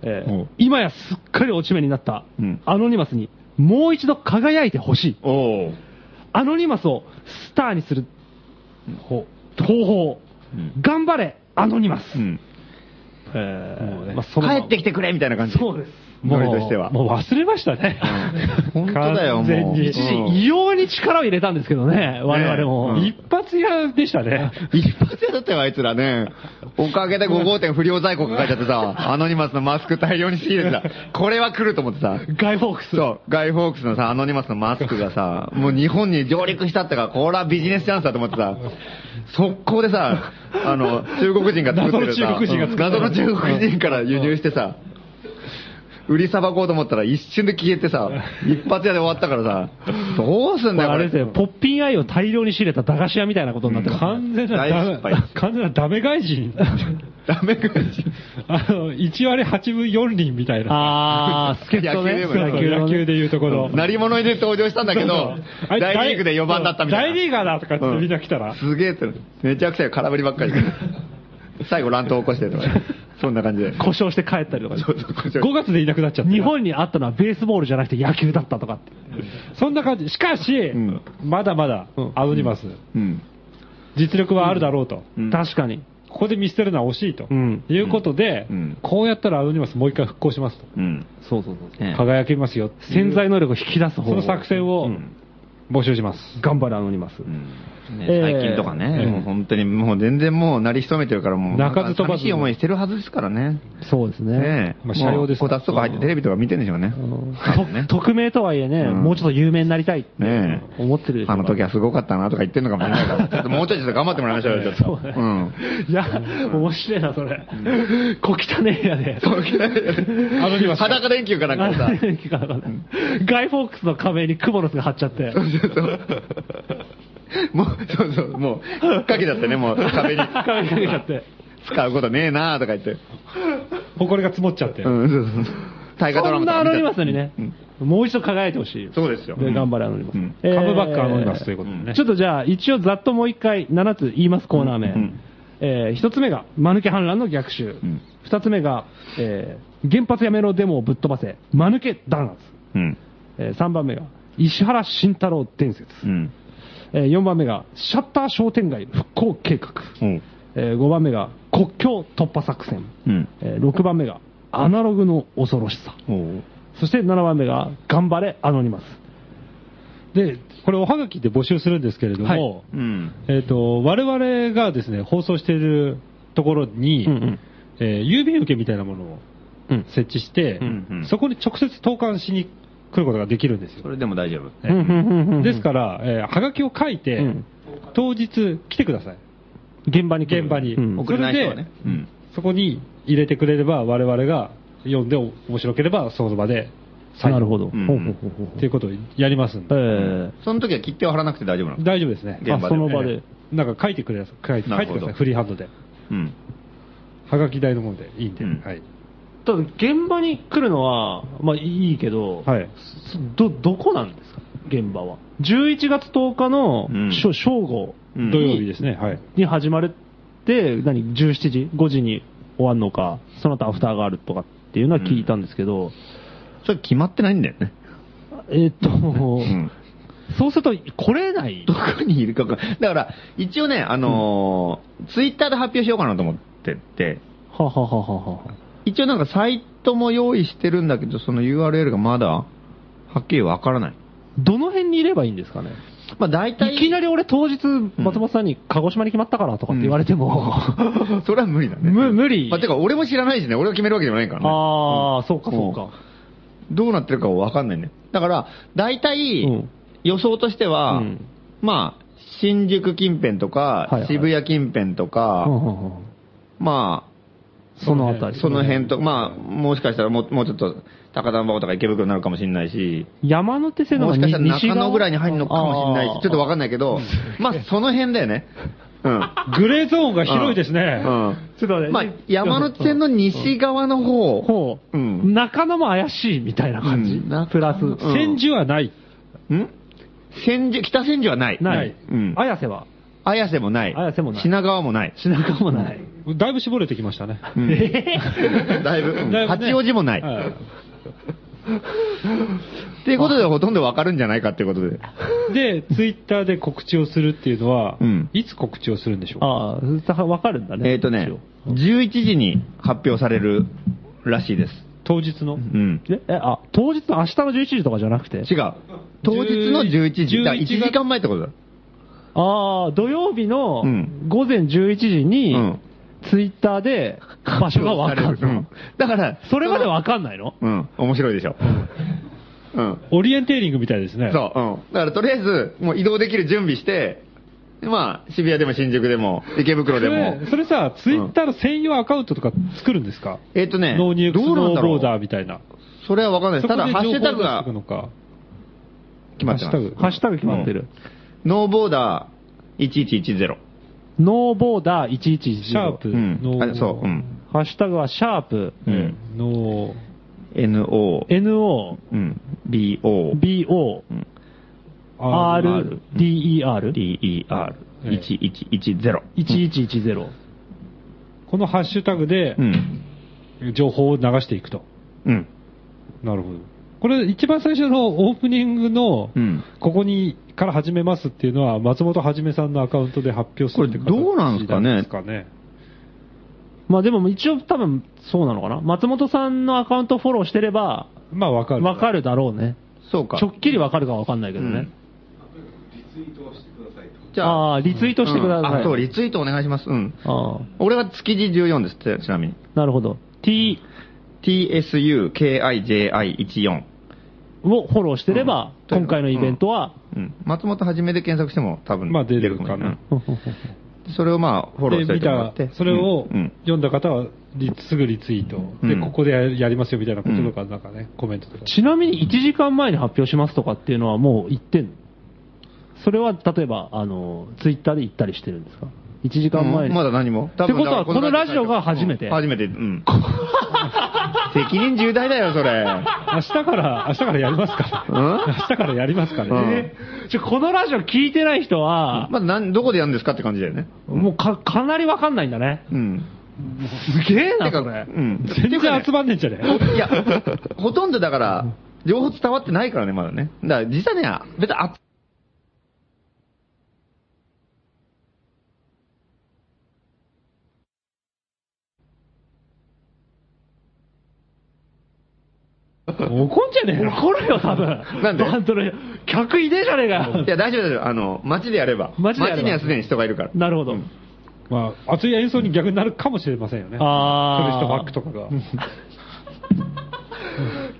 Speaker 1: えー
Speaker 4: うん
Speaker 1: 今やすっかり落ち目になった、
Speaker 4: うん
Speaker 1: アノニマスにもう一度輝いてほしい。
Speaker 4: おお。
Speaker 1: アノニマスをスターにする方方法。
Speaker 4: うん
Speaker 1: 頑張れ、アノニマス。
Speaker 4: うん。
Speaker 1: えー
Speaker 3: もうね
Speaker 1: まあそのまま
Speaker 4: 帰ってきてくれみたいな感じ。
Speaker 1: そうです。
Speaker 4: ノリとしては。
Speaker 3: もう忘れましたね。
Speaker 4: 本当だよ、も
Speaker 3: 完
Speaker 4: う。
Speaker 3: 全に
Speaker 4: うん
Speaker 1: 一時、異様に力を入れたんですけどね、我々も。
Speaker 4: うん
Speaker 3: 一発屋でしたね。
Speaker 4: 一発屋だったよ、あいつらね。おかげで5号店不良在庫が書いちゃっ てさ、アノニマスのマスク大量に仕入れてた。これは来ると思ってさ。
Speaker 1: ガイフォークス。
Speaker 4: そう、ガイ・フォークスのさ、アノニマスのマスクがさ、もう日本に上陸したってから、これはビジネスチャンスだと思ってさ、速攻でさ、あの、中国人が作ってるさ、
Speaker 3: 謎の中国人が作った
Speaker 4: うん謎の中国人から輸入してさ、売りさばこうと思ったら一瞬で消えてさ、一発屋で終わったからさ、どうすんだよ、
Speaker 1: あ
Speaker 4: こ
Speaker 1: れで
Speaker 4: れ。
Speaker 1: すよ、ポッピンアイを大量に仕入れた駄菓子屋みたいなことになってます
Speaker 3: 完全な
Speaker 4: 大失
Speaker 3: ダメ
Speaker 4: 敗です、
Speaker 3: 完全なダメ外人。
Speaker 4: ダメくん
Speaker 3: あの、1割8分4厘みたいな。
Speaker 1: あー、助っ人ね。
Speaker 4: 野球でも
Speaker 3: 野球
Speaker 1: の
Speaker 3: 野
Speaker 1: ね
Speaker 3: 球でいうところ。
Speaker 4: 鳴り物入りで登場したんだけど、
Speaker 3: あれ
Speaker 4: 大リーグで4番だったみたいな。
Speaker 3: 大リーガーだとかってみんな来たら。
Speaker 4: すげえって、めちゃくちゃ空振りばっかりで。最後乱闘起こしてとか、そんな感じで。
Speaker 1: 故障して帰ったりとかね。
Speaker 4: そうそうこっちは
Speaker 3: 5月でいなくなっちゃった。
Speaker 1: 日本にあったのはベースボールじゃなくて野球だったとかって。
Speaker 3: そんな感じ。しかし
Speaker 4: ん、
Speaker 3: まだまだ
Speaker 1: うん、
Speaker 3: アノニマス、
Speaker 4: うん。
Speaker 3: 実力はあるだろうと。
Speaker 4: うん
Speaker 1: 確かに。
Speaker 3: ここで見捨てるのは惜しいと。
Speaker 1: うん
Speaker 3: いうことで
Speaker 4: うん、
Speaker 3: こうやったらアノニマスもう一回復興しますと。
Speaker 4: うん。
Speaker 1: そうそうそう。
Speaker 4: ね
Speaker 3: 輝きますよ。
Speaker 1: 潜在能力を引き出す
Speaker 3: そ
Speaker 1: 方法
Speaker 3: の作戦を募集します。
Speaker 1: 頑張るアノニマス。
Speaker 4: うんね
Speaker 1: えー
Speaker 4: 最近とかね、
Speaker 1: うん
Speaker 4: もう本当にもう全然もう鳴り潜めてるからもう、
Speaker 3: 鳴かず飛ばず
Speaker 4: なんか寂しい思いしてるはずですからね。
Speaker 1: そうですね。
Speaker 4: ねえ
Speaker 3: まあ車両です
Speaker 4: も
Speaker 3: か
Speaker 4: うこたつとか入ってテレビとか見てんでしょうね。
Speaker 1: うん
Speaker 4: 多分ね
Speaker 1: と匿名とはいえね、
Speaker 4: うん
Speaker 1: もうちょっと有名になりたいって
Speaker 4: ねえ
Speaker 1: 思ってるでしょう
Speaker 4: あ
Speaker 1: から
Speaker 4: の時はすごかったなとか言ってんのかもしれないから、ちょっともうちょいちょっと頑張ってもらいましょうよ、ちょっと。うん。
Speaker 1: いや、面白いな、それ。小汚いやで。
Speaker 4: あの日は裸電球かなん かでさ。
Speaker 1: ガイ・フォックスの壁にクモの巣が張っちゃって。
Speaker 4: そうそうもう、そうそう、もう、引っ掛けちゃってね、もう壁に。
Speaker 1: 壁にかけちゃって。
Speaker 4: 使うことねえなとか言って。
Speaker 3: 誇りが積もっちゃって
Speaker 4: う。ん、そうそうそう。大河ドラ
Speaker 1: そん
Speaker 4: マと
Speaker 1: な
Speaker 4: か
Speaker 1: ア
Speaker 4: 見ちゃ
Speaker 1: ノ
Speaker 4: って
Speaker 1: ニマスにね、もう一度輝いてほしい。
Speaker 4: そうですよ。
Speaker 1: で頑張れ、アノニマス。
Speaker 4: うん
Speaker 1: えー
Speaker 3: カムバックアノニマスということで
Speaker 4: う
Speaker 3: ね。
Speaker 1: ちょっとじゃあ、一応ざっともう一回、7つ言います、コーナー名。
Speaker 4: うん
Speaker 1: えー一つ目が、間抜け反乱の逆襲。
Speaker 4: ん
Speaker 1: 二つ目が、えー原発やめろデモをぶっ飛ばせ、間抜け弾圧。
Speaker 4: うん。
Speaker 1: えー三番目が、石原慎太郎伝説。
Speaker 4: うん。
Speaker 1: えー4番目が、シャッター商店街復興計画。
Speaker 4: うん。
Speaker 1: え5番目が、国境突破作戦。
Speaker 4: うん。
Speaker 1: え6番目が、アナログの恐ろしさ。
Speaker 4: おう
Speaker 1: そして7番目が、頑張れ、アノニマス。
Speaker 3: で、これおはがきで募集するんですけれども、
Speaker 4: うん。
Speaker 3: えっと、我々がですね、放送しているところに、
Speaker 1: うんうん
Speaker 3: えー郵便受けみたいなものを
Speaker 1: うん
Speaker 3: 設置して、
Speaker 4: んうん
Speaker 3: そこに直接投函しに来ることができるんです
Speaker 4: そ
Speaker 3: よ。
Speaker 4: れでも大丈夫。
Speaker 1: うんうんうんうんうん
Speaker 3: ですから、えーはがきを書いて、
Speaker 1: うん
Speaker 3: 当日来てください。
Speaker 1: 現場に来る
Speaker 3: 現場に
Speaker 1: うん
Speaker 4: 送れない人はね。うん。
Speaker 3: そこに入れてくれれば、我々が読んで面白ければ、その場で採用
Speaker 1: なるほど。
Speaker 4: うん
Speaker 1: ほうほうほうほう
Speaker 3: っていうことをやりますん
Speaker 1: え
Speaker 3: で、
Speaker 1: ー
Speaker 4: その時は切手を貼らなくて大丈夫なの
Speaker 3: 大丈夫ですね。
Speaker 4: 現場
Speaker 1: あ
Speaker 4: で
Speaker 1: その場で。
Speaker 3: なんか書いてくれ、書いて書
Speaker 4: ないる
Speaker 3: て
Speaker 4: ほ
Speaker 3: く
Speaker 4: ど
Speaker 3: ださい、フリーハンドで。
Speaker 4: うん。
Speaker 3: はがき代のものでいいんで、
Speaker 4: うん
Speaker 3: はい。
Speaker 1: ただ、現場に来るのは、まあいいけど、
Speaker 3: はい
Speaker 1: そど、どこなんですか、現場は。11月10日の
Speaker 4: うん
Speaker 1: しょ正午
Speaker 4: うん
Speaker 3: 土曜日ですね、はい。
Speaker 1: に始まるって、何、17時、5時に終わるのか、その後アフターがあるとかっていうのは聞いたんですけど、
Speaker 4: それ決まってないんだよね。
Speaker 1: えーっと、
Speaker 4: うん。
Speaker 1: そうすると来れない
Speaker 4: ど。こにいるかわかんないだから、一応ね、あのー、ツイッターで発表しようかなと思ってて、
Speaker 1: ははははは
Speaker 4: 一応なんかサイトも用意してるんだけど、その URL がまだ、はっきりわからない。
Speaker 1: どの辺にいればいいんですかね
Speaker 4: まあ大体、
Speaker 1: いきなり俺当日、松本さんに鹿児島に決まったからとかって言われても、
Speaker 4: それは無理だね。
Speaker 1: む無理
Speaker 4: まあ、てか俺も知らないしね、俺が決めるわけでもないからね。
Speaker 1: ああ、そうかそう
Speaker 4: うん
Speaker 1: か。
Speaker 4: どうなってるかわかんないね。だから、大
Speaker 1: う
Speaker 4: 体
Speaker 1: ん、
Speaker 4: 予想としては、
Speaker 1: うん
Speaker 4: まあ、新宿近辺と
Speaker 1: は
Speaker 4: か、
Speaker 1: いはい
Speaker 4: 渋谷近辺とか、
Speaker 1: うんうんうん
Speaker 4: ま
Speaker 1: そのあた
Speaker 4: あ、
Speaker 1: り。
Speaker 4: その辺と、まあ、もしかしたらもうもうちょっと、高田馬場とか池袋になるかもしれないし、
Speaker 1: 山手線の
Speaker 4: も
Speaker 1: 方
Speaker 4: し
Speaker 1: が
Speaker 4: かし
Speaker 1: 西
Speaker 4: たら
Speaker 1: 側
Speaker 4: 中野ぐらいに入るのかもしれないし、ちょっとわかんない けど、まあ、その辺だよね。うん。
Speaker 3: グレーゾーンが 広いですね。
Speaker 4: うん。
Speaker 1: ちょっと待って
Speaker 4: まあ、山手線の西側の方、
Speaker 1: ほう、
Speaker 4: うん
Speaker 1: 中野も怪しいみたいな感じ、
Speaker 4: うん中
Speaker 1: プラス、
Speaker 4: うん
Speaker 3: 千住はない。
Speaker 4: ん千住、北千住はない。
Speaker 1: ない、
Speaker 4: うん。
Speaker 1: 綾瀬は
Speaker 4: 綾瀬もない。
Speaker 1: 綾瀬もない
Speaker 4: 品川もない。
Speaker 1: 品川もない、
Speaker 3: だいぶ絞れてきましたね。
Speaker 4: うん だいぶ、
Speaker 3: だいぶね
Speaker 4: 八王子もない。
Speaker 3: は
Speaker 4: っていうことでほとんどわかるんじゃないかっていうことで。
Speaker 3: で、ツイッターで告知をするっていうのは、
Speaker 4: うん
Speaker 3: いつ告知をするんでしょうか
Speaker 1: ああわかるんだね
Speaker 4: えっ、とね
Speaker 1: 一応、
Speaker 4: 11時に発表されるらしいです。
Speaker 3: 当日の。
Speaker 4: うん。
Speaker 1: ええあ当日の明日の11時とかじゃなくて
Speaker 4: 違う。当日の11時。
Speaker 3: 11
Speaker 4: だ1時間前ってことだ。
Speaker 1: ああ土曜日の
Speaker 4: うん
Speaker 1: 午前11時に、
Speaker 4: うん
Speaker 1: ツイッターで場所がわかる、
Speaker 4: 発表されうんだから、
Speaker 1: それまでわかんないの
Speaker 4: うん。面白いでしょ。うん。
Speaker 3: オリエンテーリングみたいですね。
Speaker 4: そう、うん。だからとりあえず、もう移動できる準備して、でまあ、渋谷でも新宿でも、池袋
Speaker 3: そ
Speaker 4: でも
Speaker 3: れ。それさ、ツイッターの専用アカウントとか作るんですか、
Speaker 4: えっ、とね、
Speaker 3: ノーニュークス
Speaker 4: どうな
Speaker 3: ノ
Speaker 4: んだ
Speaker 3: ー
Speaker 4: ろう
Speaker 3: ボーダーみたいな。
Speaker 4: それはわかんないです。ただ、
Speaker 3: そ
Speaker 4: ハ
Speaker 3: こ
Speaker 4: ッ
Speaker 3: で
Speaker 4: シュ
Speaker 3: 情
Speaker 4: タ
Speaker 3: 報
Speaker 4: グ
Speaker 3: を出
Speaker 4: が
Speaker 3: していくのか
Speaker 4: 決まってま
Speaker 3: ハッシュ
Speaker 4: す
Speaker 3: タ。
Speaker 1: ハッシュタグ決まってる。
Speaker 4: ノーボーダー1110。
Speaker 1: ノーボーダー1110。
Speaker 3: シャープ
Speaker 4: うん
Speaker 3: ノー
Speaker 4: あそううん
Speaker 1: ハッシュタグはシャープ、
Speaker 4: うん。
Speaker 3: の
Speaker 4: NO、
Speaker 1: NO、
Speaker 4: うん、BO、
Speaker 1: BO、
Speaker 4: うん、
Speaker 1: R、DER、
Speaker 4: DER、
Speaker 3: ええ
Speaker 4: 1110。
Speaker 1: 1110。
Speaker 3: このハッシュタグで
Speaker 4: うん。
Speaker 3: 情報を流していくと。
Speaker 4: うん。
Speaker 3: なるほど。これ一番最初のオープニングの、
Speaker 4: うん
Speaker 3: ここにから始めますっていうのは松本はじめさんのアカウントで発表するって
Speaker 4: これどうなんすかね
Speaker 3: 形ですかね。
Speaker 1: まあでも一応多分そうなのかな。松本さんのアカウントフォローしてれば、
Speaker 3: まあわかる。
Speaker 1: わかるだろうね。
Speaker 4: そうか
Speaker 1: ちょ。っきりわかるかわかんないけど
Speaker 4: う
Speaker 1: ね
Speaker 4: ん。じ
Speaker 1: ああ、リツイートしてくだ
Speaker 4: うん
Speaker 1: さい。
Speaker 4: あ、そう、リツイートお願いします。うん。
Speaker 1: ああ
Speaker 4: 俺は築地14ですって、ちなみに。
Speaker 1: なるほど。T
Speaker 4: tsuki.ji14。
Speaker 1: をフォローしてれば、
Speaker 4: うん
Speaker 1: 今回のイベントは、
Speaker 4: うん。松本はじめで検索しても多分
Speaker 3: まあ出るか
Speaker 4: 出ると思う
Speaker 3: な。
Speaker 4: うんそれをまあ、フォロー
Speaker 3: で、見
Speaker 4: していてもら
Speaker 3: た
Speaker 4: って。、
Speaker 3: それを
Speaker 4: うん。
Speaker 3: 読んだ方はリすぐリツイート。で、
Speaker 4: うん
Speaker 3: ここでやりますよみたいなこととか、なんかね、コメントとか。
Speaker 1: ちなみに1時間前に発表しますとかっていうのはもう言ってんのそれは例えば、あの、ツイッターで言ったりしてるんですか ?1 時間前
Speaker 4: うん
Speaker 1: に。
Speaker 4: まだ何も。多
Speaker 1: って
Speaker 4: 分
Speaker 1: ことは、
Speaker 4: だから
Speaker 1: このラジオが初めて。
Speaker 4: うん初めて。うん。責任重大だよ、それ。
Speaker 3: 明日から、明日からやりますから。明
Speaker 4: う
Speaker 3: 日からやりますか
Speaker 4: ん
Speaker 3: らね。
Speaker 4: うん
Speaker 1: ちょこのラジオ聞いてない人は、
Speaker 4: まあ、なん、どこでやるんですかって感じだよね。
Speaker 1: もうか、かなりわかんないんだね。
Speaker 4: うん。
Speaker 1: すげえな、
Speaker 4: てか
Speaker 1: これ
Speaker 4: う。ん。
Speaker 3: 全然集まんねえんじゃねえ
Speaker 4: いや、ほとんどだから、情報伝わってないからね、まだね。だから、実はね、別にあ、
Speaker 1: 怒んじゃねえ怒るよ、多分。
Speaker 4: なんで
Speaker 1: バンドの客いねえじゃねえかよ
Speaker 4: い。や、大丈夫大丈夫。あの、街でやれば。
Speaker 1: 街でやれば
Speaker 4: にはすでに人がいるから。
Speaker 1: なるほど。
Speaker 3: まあ、熱い演奏に逆になるかもしれませんよね。
Speaker 1: あー
Speaker 3: クリストファックとかが。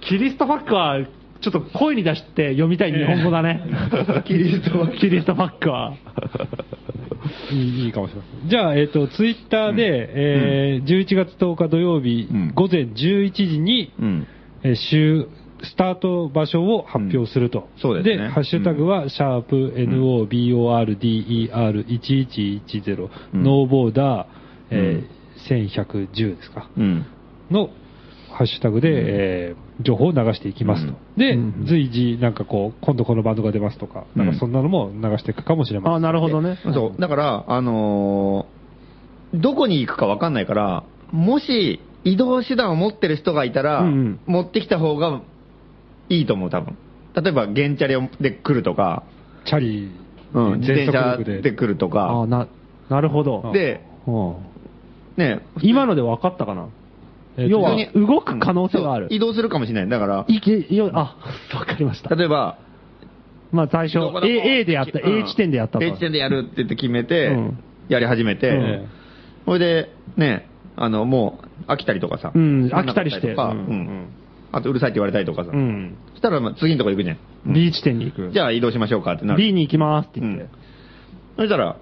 Speaker 1: キリストファックは、ちょっと声に出して読みたい日本語だね。 キリストファック。キリストファック は。
Speaker 3: いいいいかもしれません。じゃあ、えっ、と、ツイッターで、えー11月10日土曜日、
Speaker 4: うん
Speaker 3: 午前11時に、
Speaker 4: うん。
Speaker 3: えー週、スタート場所を発表すると。
Speaker 4: んそうですね
Speaker 3: ハッシュタグは、シャープ NOBORDER1110、
Speaker 4: うん
Speaker 3: ノーボーダー、え
Speaker 4: うん
Speaker 3: ー1110ですか。
Speaker 4: うん。
Speaker 3: のハッシュタグで、えー情報を流していきますと。
Speaker 4: う
Speaker 3: で、
Speaker 1: うん
Speaker 3: 随時、なんかこう、今度このバンドが出ますとか、なんかそんなのも流していくかもしれません。
Speaker 1: あなるほどね。
Speaker 4: そう。だから、あのーどこに行くかわかんないから、もし、移動手段を持ってる人がいたら、
Speaker 1: うんうん
Speaker 4: 持ってきた方がいいと思う、多分。例えば、原チャリで来るとか、
Speaker 3: チャリ、
Speaker 4: うん、自転
Speaker 3: 全
Speaker 4: 車
Speaker 3: 速力
Speaker 4: で来ると
Speaker 1: あ
Speaker 4: か。
Speaker 1: な、なるほど。
Speaker 4: で、
Speaker 1: うん
Speaker 4: ね、
Speaker 1: 今ので分かったかな。
Speaker 3: えーと
Speaker 1: 要は
Speaker 4: 普通に
Speaker 1: 動く可能性はある
Speaker 4: そう移動するかもしれない。だから、
Speaker 1: いけ、よ、あ、 分かりました。
Speaker 4: 例えば、
Speaker 1: まあ最初
Speaker 4: どこ、どこ
Speaker 1: A, A でやった、
Speaker 4: うん
Speaker 1: A 地点でやったと。
Speaker 4: A 地点でやるって言って決めて、
Speaker 1: うん
Speaker 4: やり始めて、
Speaker 3: うん
Speaker 4: それで、ね、あの、もう飽きたりとかさ。
Speaker 1: うん飽きたりして
Speaker 4: とか
Speaker 1: うん
Speaker 4: うんあと、うるさいって言われたりとかさ。
Speaker 1: うん。
Speaker 4: そしたら、まあ次のとこ行くじゃん。
Speaker 1: B 地点に行く。
Speaker 4: じゃあ移動しましょうかってなる。
Speaker 1: B に行きますって
Speaker 4: う
Speaker 1: 言って
Speaker 4: ん。。そしたら、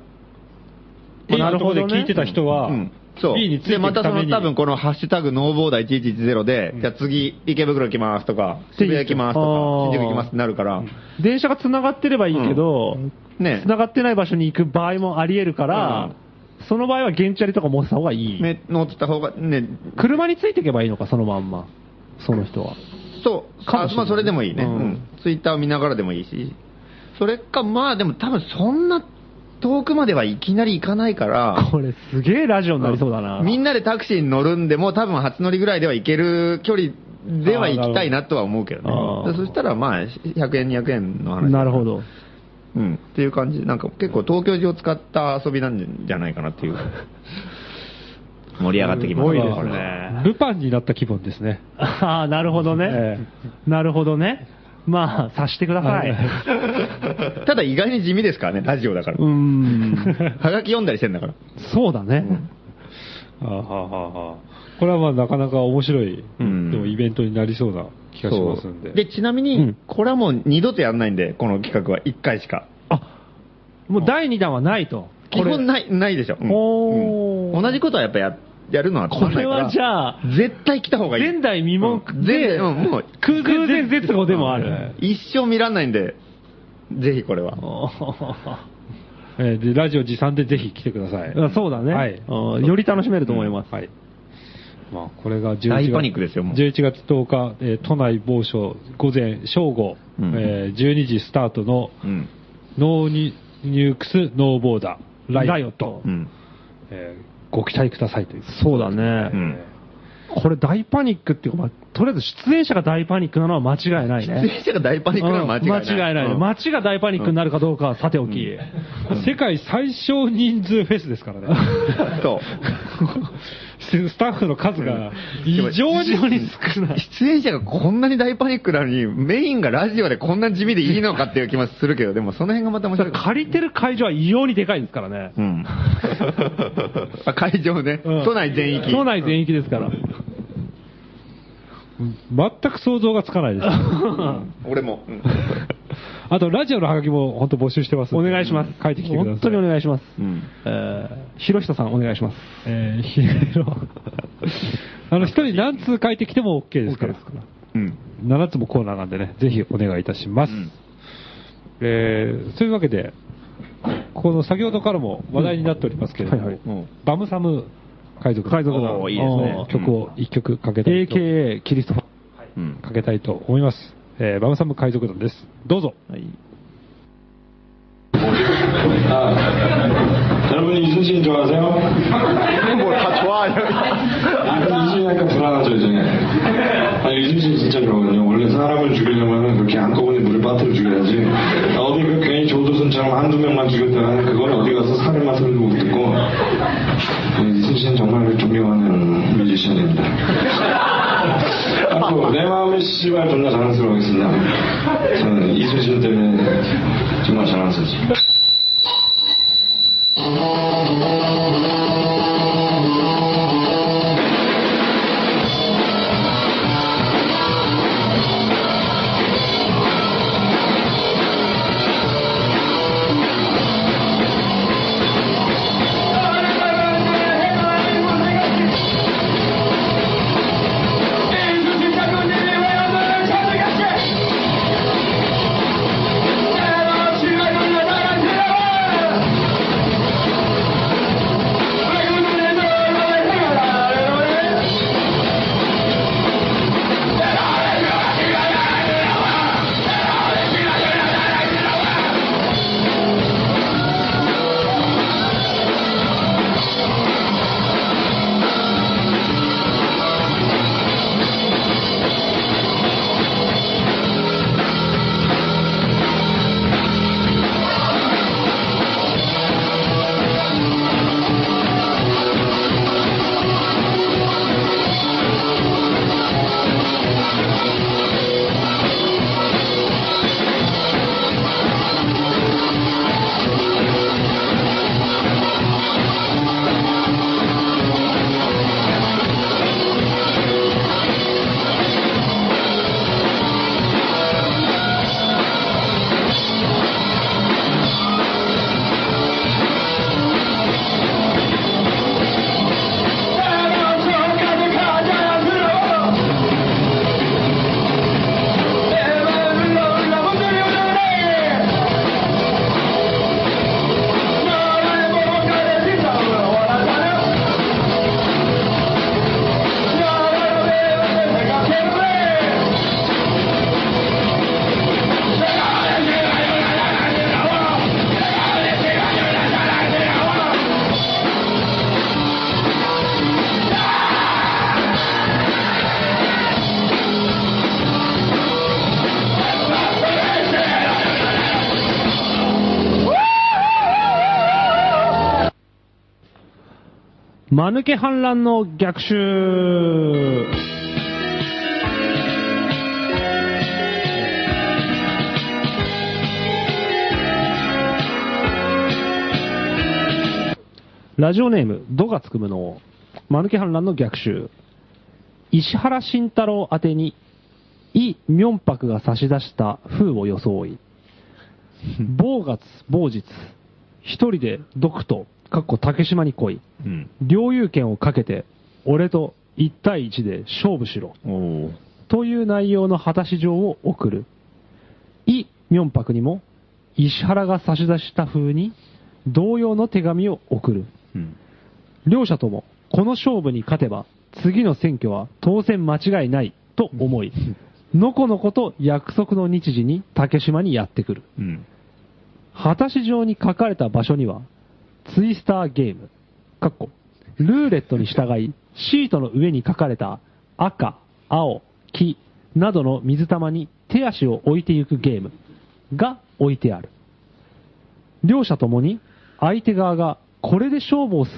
Speaker 3: A
Speaker 1: なる
Speaker 3: のとこ
Speaker 1: ほ
Speaker 3: ろ
Speaker 1: ど
Speaker 3: で
Speaker 1: ね
Speaker 3: 聞いてた人は、
Speaker 4: うんそう。
Speaker 3: B について
Speaker 4: で、
Speaker 3: い
Speaker 4: ま
Speaker 3: く
Speaker 4: た
Speaker 3: た
Speaker 4: そ
Speaker 3: め
Speaker 4: の
Speaker 3: に、
Speaker 4: 多分このハッシュタグノーボーダー1110で、
Speaker 3: うん
Speaker 4: じゃあ次、池袋行きますとか、
Speaker 1: で
Speaker 4: 渋谷行きます
Speaker 1: あ
Speaker 4: と
Speaker 1: ー
Speaker 4: か、新宿行きますってなるから、
Speaker 1: 電車が繋がってればいいけど、
Speaker 4: ね
Speaker 1: 繋がってない場所に行く場合もあり得るから、その場合は原チャリとか持ってた方がいい。
Speaker 4: ね、乗ってた方が、ね、
Speaker 1: 車についていけばいいのか、そのまんま。その人は。
Speaker 4: そう、
Speaker 1: かも
Speaker 4: あ
Speaker 1: しれない
Speaker 4: まあそれでもいいね、
Speaker 1: う
Speaker 4: うんんツイッターを見ながらでもいいし、それか、まあでも多分そんな遠くまではいきなり行かないから、
Speaker 1: これすげえラジオになりそうだな。
Speaker 4: みんなでタクシーに乗るんでも、多分初乗りぐらいでは行ける距離では行きたいなとは思うけどね
Speaker 1: あー、
Speaker 4: そしたらまあ、100円、200円の話、
Speaker 1: なるほど。
Speaker 4: うん、っていう感じ、なんか結構、東京中を使った遊びなんじゃないかなっ ていう、盛り上がってきます
Speaker 1: すごいですね
Speaker 4: これ
Speaker 3: ルパンになった気分ですね。
Speaker 1: ああ、なるほどね
Speaker 3: え。
Speaker 1: なるほどね。まあ、察してください。
Speaker 4: ただ意外に地味ですからね、ラジオだから
Speaker 1: うー。ん。
Speaker 4: はがき読んだりしてんだから。
Speaker 1: そうだね。
Speaker 3: あーはーはーはーこれはまあなかなか面白い、
Speaker 4: うん
Speaker 3: でもイベントになりそうな気がしますんで。
Speaker 4: そうちなみに、
Speaker 1: うん
Speaker 4: これはもう二度とやんないんで、この企画は1回しか。
Speaker 1: あ、もう第2弾はないと。
Speaker 4: 基
Speaker 1: これ
Speaker 4: 本ない、ないでしょ。うん
Speaker 1: おー
Speaker 4: うん同じことはやっぱやっやるのはつまんないから
Speaker 1: これはじゃあ
Speaker 4: 絶対来た方がいい。
Speaker 1: 前代未聞で、
Speaker 4: うん前代うんもう
Speaker 1: 空前絶後でもある。
Speaker 4: 一生見らんないんで、ぜひこれは。
Speaker 1: おー
Speaker 3: えーで、ラジオ持参でぜひ来てください。
Speaker 1: あそうだね、
Speaker 3: はい
Speaker 1: うんより楽しめると思います。
Speaker 3: はい。まあ、これが11月。
Speaker 4: 大パニックですよもう
Speaker 3: 11月10日、えー都内某所、午前、正午、
Speaker 4: うん
Speaker 3: えー12時スタートの、
Speaker 4: うん。
Speaker 3: ノーニニュークスノーボーダー、ラ
Speaker 1: ラ
Speaker 3: イ
Speaker 1: イ
Speaker 3: オ
Speaker 1: オ
Speaker 3: ッ
Speaker 1: ッ
Speaker 3: ト
Speaker 1: ト。
Speaker 4: うん。
Speaker 3: えーご期待くださいという。
Speaker 1: そうだね、
Speaker 4: うん
Speaker 1: これ大パニックっていうか、まあ、とりあえず出演者が大パニックなのは間違いない
Speaker 4: 出
Speaker 1: ね。
Speaker 4: 演者が大パニックなのは間違いない。
Speaker 1: 間違いない、
Speaker 4: うん
Speaker 1: 街が大パニックになるかどうかはさておき。
Speaker 3: 世界最小人数フェスです からね。
Speaker 4: そう。
Speaker 3: ススタッフの数が異常に少ない。
Speaker 4: 出演者がこんなに大パニックなのに、メインがラジオでこんな地味でいいのかっていう気もするけど、でもその辺がまた面白い。
Speaker 1: 借りてる会場は異様にでかいですからね
Speaker 4: う。 ん。あ会場ね。
Speaker 1: うん
Speaker 4: 都内全域。
Speaker 1: 都内全域ですから。
Speaker 3: 全く想像がつかないです。
Speaker 4: 俺も。うん
Speaker 3: あと、ラジオのハガキも本当募集してますん
Speaker 1: お
Speaker 3: で。
Speaker 1: 願いします。
Speaker 3: 書いてきてください。
Speaker 1: 本当にお願いします。
Speaker 4: うん
Speaker 1: えー、ひろひとさんお願いします。
Speaker 3: えー、ひろ。あの、一人何通書いてきても OK ですから。
Speaker 4: うん。
Speaker 3: 7つもコーナーなんでね、ぜひお願いいたします。
Speaker 4: うん
Speaker 3: えー、そういうわけで、この先ほどからも話題になっておりますけれども、
Speaker 1: うんはいはい
Speaker 4: うん
Speaker 3: バムサム海賊
Speaker 1: 海賊
Speaker 4: 団おーいいですね
Speaker 3: の曲を1曲かけたいと、
Speaker 1: AKA キリストファン。
Speaker 4: うん。
Speaker 3: かけたいと思います。えー、バムサム海賊団です。どうぞ。
Speaker 4: はい。
Speaker 5: 여러분 이순신 좋아하세요?
Speaker 4: 뭐 다 좋아
Speaker 5: 아,
Speaker 4: 요.
Speaker 5: 이순신이니까 불안하죠 이제. 아 이순신 진짜 그러거든요. 원래 사람을 죽이려면 그렇게 한꺼번에 물에 빠뜨려 죽여야지. 아, 어디 그 괜히 조두순처럼 한두 명만 죽였다가는 그걸 어디 가서 살인마 소리도 못 듣고. 네, 이순신 정말 존경하는 뮤지션입니다. 앞으로 내 마음을 씨발 존나 자랑스러워하겠습니다. 저는 이순신 때문에 정말 자랑스럽습니다.
Speaker 1: 間抜け反乱の逆襲ラジオネーム、ドがつくむのを、間抜け反乱の逆襲。石原慎太郎宛てに、イ・ミョンパクが差し出した風を装い、某月、某日、一人で毒と、かっこ竹島に来い、
Speaker 4: うん。
Speaker 1: 領有権をかけて俺と1対1で勝負しろ。
Speaker 4: おー
Speaker 1: という内容の果たし状を送る。イ・ミョンパクにも、石原が差し出した風に、同様の手紙を送る。
Speaker 4: うん。
Speaker 1: 両者とも、この勝負に勝てば、次の選挙は当選間違いないと思い、のこのこと約束の日時に竹島にやってくる。
Speaker 4: うん。
Speaker 1: 果たし状に書かれた場所には、ツイスターゲーム、かっこ、ルーレットに従い、シートの上に書かれた赤、青、黄などの水玉に手足を置いていくゲームが置いてある。両者ともに相手側がこれで勝負をす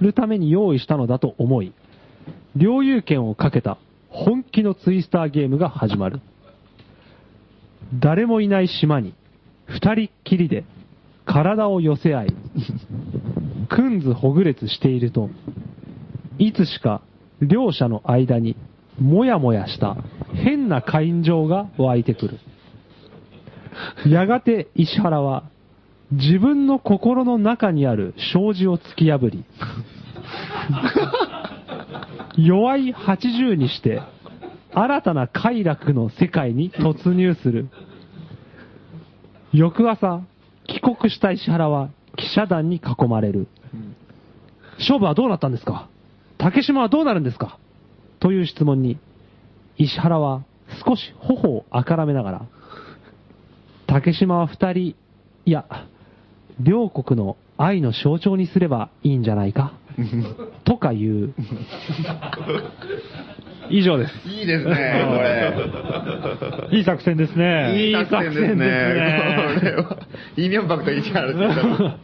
Speaker 1: るために用意したのだと思い、領有権をかけた本気のツイスターゲームが始まる。誰もいない島に、二人っきりで、体を寄せ合い、くんずほぐれつしていると、いつしか両者の間に、もやもやした変な感情が湧いてくる。やがて石原は、自分の心の中にある障子を突き破り、弱い80にして、新たな快楽の世界に突入する。翌朝、帰国した石原は記者団に囲まれる。勝負はどうなったんですか竹島はどうなるんですかという質問に、石原は少し頬をあからめながら、竹島は二人、いや、両国の愛の象徴にすればいいんじゃないかとか言う。以上です。
Speaker 4: いいですね、これ。
Speaker 3: いい作戦ですね。
Speaker 4: いい作戦で
Speaker 3: いい作戦
Speaker 4: すね。
Speaker 3: ですね
Speaker 4: これは、イ・ミョンパクと石原って言ったら、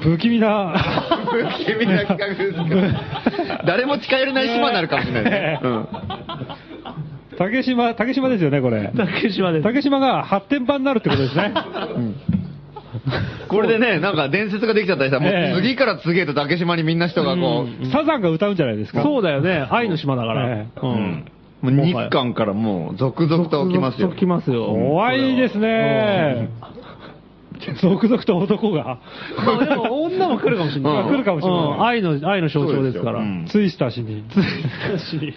Speaker 3: 不気味な。
Speaker 4: 不気味な企画ですけ ど、誰も近寄れない島になるかもしれないね。 うん。
Speaker 3: 竹島、竹島ですよね、これ。
Speaker 1: 竹島です。
Speaker 3: 竹島が発展版になるってことですね。
Speaker 4: これでね、なんか伝説ができちゃったりしたら、もう次から次へと竹島にみんな人がこう、
Speaker 3: サザンが歌うんじゃないですか。
Speaker 1: そうだよね。愛の島だか
Speaker 3: え
Speaker 1: ら。
Speaker 3: え
Speaker 1: うん。
Speaker 4: もう日韓からもう続々と起きます
Speaker 1: 続
Speaker 4: よ
Speaker 1: 々と。来ますよ。
Speaker 3: 怖いですね。続々と男が。
Speaker 1: まあでも女も来るかもしれない。
Speaker 4: うん
Speaker 3: 来るかもしれない
Speaker 1: うん愛の、愛の象徴ですから。
Speaker 4: そうですようん
Speaker 3: ツイスターしに。
Speaker 4: ツイ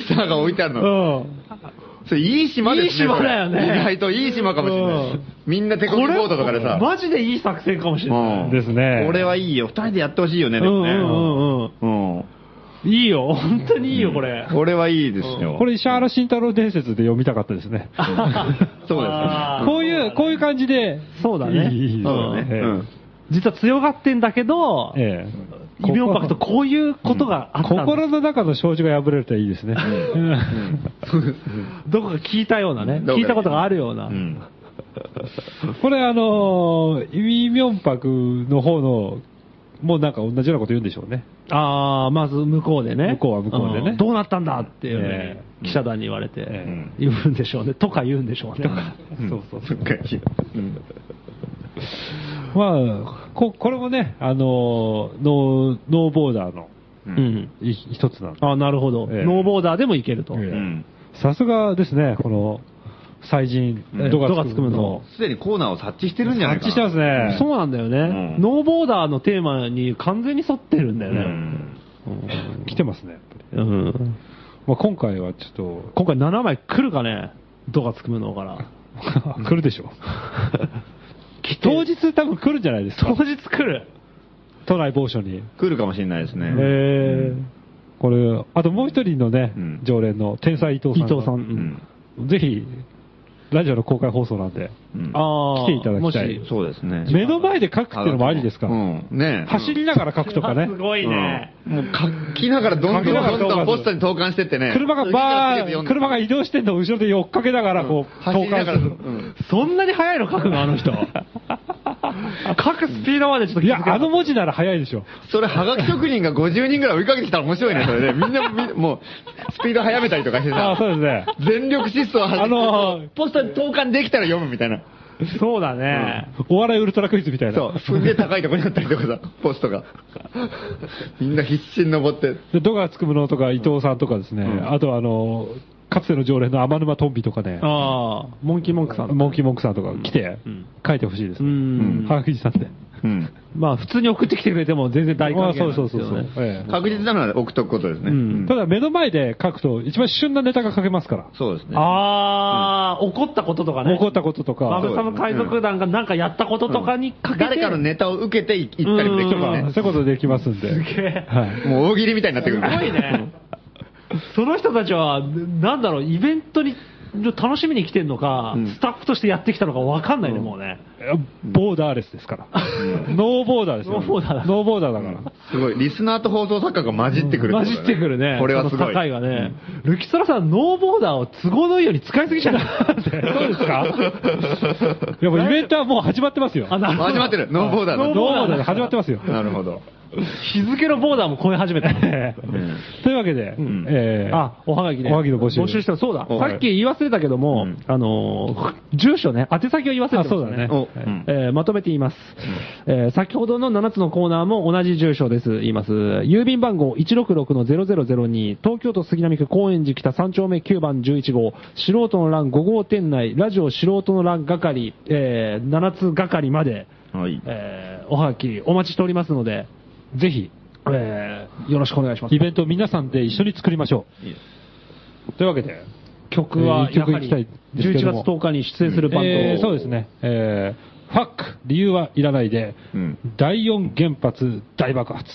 Speaker 4: スターが置いてある
Speaker 3: う
Speaker 4: の。
Speaker 3: ん。
Speaker 4: それいい島ですね。
Speaker 1: いい島だよね
Speaker 4: これ意外といい島かもしれな
Speaker 3: う
Speaker 4: い
Speaker 3: ん。
Speaker 4: みんな手こぎボードとかでさ。
Speaker 1: マジでいい作戦かもしれない。
Speaker 4: うん
Speaker 3: ですね
Speaker 4: これはいいよ。二人でやってほしいよね、
Speaker 1: う
Speaker 4: で
Speaker 1: ん
Speaker 4: も
Speaker 1: う
Speaker 4: ね。
Speaker 1: んうん
Speaker 4: う
Speaker 1: う
Speaker 4: ん。
Speaker 1: ん。いいよ。本当にいいよ、これ。
Speaker 4: これはいいですよ。
Speaker 3: これ石原慎太郎伝説で読みたかったですね。
Speaker 4: そうです
Speaker 1: あー
Speaker 3: こういう、こういう感じで。
Speaker 1: そうだね
Speaker 3: いいいいいい
Speaker 4: そうだね。
Speaker 3: ええ
Speaker 4: うん。
Speaker 1: 実は強がってんだけど、
Speaker 3: ええ
Speaker 1: イ・ミョンパクとこういうことがあったんだ
Speaker 3: 心の中の障子が破れるといいですね。
Speaker 1: どこか聞いたようなね。
Speaker 4: どこかで
Speaker 1: 聞いたことがあるような。
Speaker 4: うん。
Speaker 3: これあのー、イ・ミョンパクの方の、もうなんか同じようなこと言うんでしょうね。
Speaker 1: ああ、まず向こうでね。
Speaker 3: 向こうは向こうでね
Speaker 1: んどうなったんだっていうね
Speaker 3: え
Speaker 1: 記者団に言われて、
Speaker 3: え
Speaker 1: 言うんでしょうね。とか言うんでしょうね。
Speaker 3: そうそう
Speaker 4: そっかうん
Speaker 3: まあ、ここれもね、あのーノー、ノーボーダーの
Speaker 4: う。
Speaker 1: うんん。
Speaker 3: い一つなんで。
Speaker 1: ああ、なるほど、
Speaker 3: ええ
Speaker 1: ノーボーダーでもいけると。
Speaker 3: ええ
Speaker 4: うん
Speaker 3: さすがですね、この、最人
Speaker 4: う、ん
Speaker 3: ド
Speaker 1: ド
Speaker 3: ガ
Speaker 1: ガ
Speaker 3: ツ
Speaker 1: ツ
Speaker 3: く
Speaker 1: く
Speaker 3: ん
Speaker 1: ん
Speaker 3: の
Speaker 1: の。
Speaker 4: すでにコーナーを察知してるんじゃない
Speaker 3: 察
Speaker 4: か
Speaker 3: 知
Speaker 4: な。
Speaker 3: してますね。
Speaker 1: そうなんだよね、
Speaker 4: うん
Speaker 1: ノーボーダーのテーマに完全に沿ってるんだよ
Speaker 4: う
Speaker 1: ね。
Speaker 4: ん。
Speaker 3: 来てますね、やっぱり。
Speaker 1: うん。
Speaker 3: まあ、今回はちょっ
Speaker 1: 今回7枚来るかね、ドガツくんのから。
Speaker 3: と、 来るでしょう。当日多分来るんじゃないです
Speaker 1: 当
Speaker 3: か。
Speaker 1: 日来る。
Speaker 3: 都内某所に。
Speaker 4: 来るかもしれないですね。
Speaker 3: えーこれ、あともう一人のね、
Speaker 4: うん
Speaker 3: 常連の天才伊藤
Speaker 1: 伊
Speaker 3: さんが。
Speaker 1: 藤さん。う
Speaker 4: うんん。
Speaker 3: ぜひ、ラジオの公開放送なんで、
Speaker 4: うん
Speaker 1: ああ、
Speaker 3: 来ていただきたい
Speaker 1: もし
Speaker 4: そうですね。
Speaker 3: 目の前で書くっていうのもありですか、
Speaker 4: うん。ねえ
Speaker 3: 走りながら書くとかね
Speaker 1: す、ごいね。
Speaker 4: うんもう書きながらどんどん
Speaker 3: 書きながら
Speaker 4: どんどん
Speaker 3: 投函す
Speaker 4: ポ
Speaker 3: る
Speaker 4: ストに投函してってね。
Speaker 3: 車がバー、車が
Speaker 4: い
Speaker 3: 移動してんのを後ろで追っかけながら、こう、
Speaker 4: 走りながら。う
Speaker 3: する。
Speaker 4: ん
Speaker 1: そんなに速いの書くの、あの人。書くスピードまでちょっと
Speaker 3: い
Speaker 1: 気づけな
Speaker 3: や
Speaker 1: かっ、た
Speaker 3: あの文字なら早いでしょ。
Speaker 4: それ、はがき職人が50人ぐらい追いかけてきたら面白いね、それね。みんな、みもう、スピード速めたりとかして
Speaker 3: あ
Speaker 4: さ
Speaker 3: あ、、そうです ね。
Speaker 4: 全力疾走を走って
Speaker 3: あのー
Speaker 4: ポストに投函できたら読むみたいな。
Speaker 1: そうだね。
Speaker 3: お笑いウルトラクイズみたいな。
Speaker 4: そう、すんげえ高いとこにあったりとかさ、ポストが。みんな必死に登って。
Speaker 3: で、ドガつくむのとか伊藤さんとかですね、あとあの、かつての常連の天沼トンビとかね、
Speaker 1: ああ、モンキーモンクさん。
Speaker 3: モンキーモンクさんとか来て
Speaker 1: うん、
Speaker 3: 書いてほしいです
Speaker 1: う
Speaker 3: ね。
Speaker 1: ん。
Speaker 3: はがきじさんで。
Speaker 4: うん。
Speaker 1: まあ、普通に送ってきてくれても全然大
Speaker 3: まあ
Speaker 1: 歓迎
Speaker 3: そ
Speaker 1: なん
Speaker 3: う
Speaker 1: です
Speaker 3: そ
Speaker 1: よ、
Speaker 3: うそ
Speaker 1: ね。
Speaker 3: うそう。ええ
Speaker 4: 確実なのは置くとくことですね。
Speaker 1: う
Speaker 4: うんん
Speaker 3: ただ目の前で書くと、一番旬なネタが書けますから。
Speaker 4: そうですね。
Speaker 1: ああ、怒ったこととかね。
Speaker 3: 怒ったことと
Speaker 1: バ
Speaker 3: か、
Speaker 1: ブサム海賊団がなんかやったこととかにかけて。
Speaker 4: 誰かのネタを受けてい行ったりもでき
Speaker 1: うん
Speaker 4: ます
Speaker 3: そういうことできますんで。
Speaker 1: ね。
Speaker 3: はい。
Speaker 4: ね。もう大喜利みたいになって
Speaker 1: す
Speaker 4: く
Speaker 1: ご
Speaker 4: る。
Speaker 1: いね。 その人たちは、なんだろう、イベントに楽しみに来てんのか、
Speaker 4: うん
Speaker 1: スタッフとしてやってきたのかわかんないね、もうね。
Speaker 3: いやボーダーレスですから。ノーボーダーですよ。
Speaker 1: ノーボーダーだ
Speaker 3: ノーボーダーだから。
Speaker 4: すごい。リスナーと放送作家が混じってくる、
Speaker 1: 混じってくるね。
Speaker 4: これはす
Speaker 1: その
Speaker 4: ごい。
Speaker 1: 境がね。ルキソラさん、ノーボーダーを都合のいいように使いすぎじゃないそうですか
Speaker 3: いやもうイベントはもう始まってますよ。
Speaker 1: あ、なるほど
Speaker 4: 始まってる。ノーボーダーだ
Speaker 3: ノー
Speaker 1: ノーボ
Speaker 3: ボ
Speaker 1: ー
Speaker 3: ー
Speaker 1: ダ
Speaker 3: ダ
Speaker 1: ー
Speaker 3: ー
Speaker 1: だ
Speaker 3: で始まってますよ。
Speaker 4: なるほど。
Speaker 1: 日付のボーダーも超え始めた。
Speaker 3: というわけで、えー
Speaker 1: あ、おはがきね。
Speaker 3: おはぎの募集
Speaker 1: 募集した。そうだ。
Speaker 4: おは
Speaker 1: さ
Speaker 4: ぎ
Speaker 1: っき言い忘れたけども、
Speaker 4: うん
Speaker 1: あのー、住所ね、宛先を言い忘れてました
Speaker 3: あそうだね
Speaker 4: お
Speaker 1: はい
Speaker 4: うん
Speaker 1: えーまとめて言います、えー先ほどの7つのコーナーも同じ住所です。言います。郵便番号166-0002、東京都杉並区高円寺北3丁目9番11号、素人の欄5号店内、ラジオ素人の欄係、えー7つ係まで、
Speaker 4: はい。
Speaker 1: えーおはがきお待ちしておりますので、ぜひ、えーよろしくお願いします
Speaker 3: イ。ベントを皆さんで一緒に作りましょ
Speaker 4: いいです
Speaker 3: う。というわけで、
Speaker 1: 曲は
Speaker 3: えー
Speaker 1: や
Speaker 3: 曲
Speaker 1: は
Speaker 3: 行
Speaker 1: り
Speaker 3: きたい
Speaker 1: 11
Speaker 3: ですけ
Speaker 1: 月
Speaker 3: ども
Speaker 1: 10日に出演するバンド、
Speaker 3: えーそうですね、えーファック、理由はいらないで、
Speaker 4: うん
Speaker 3: 第4原発大爆 発。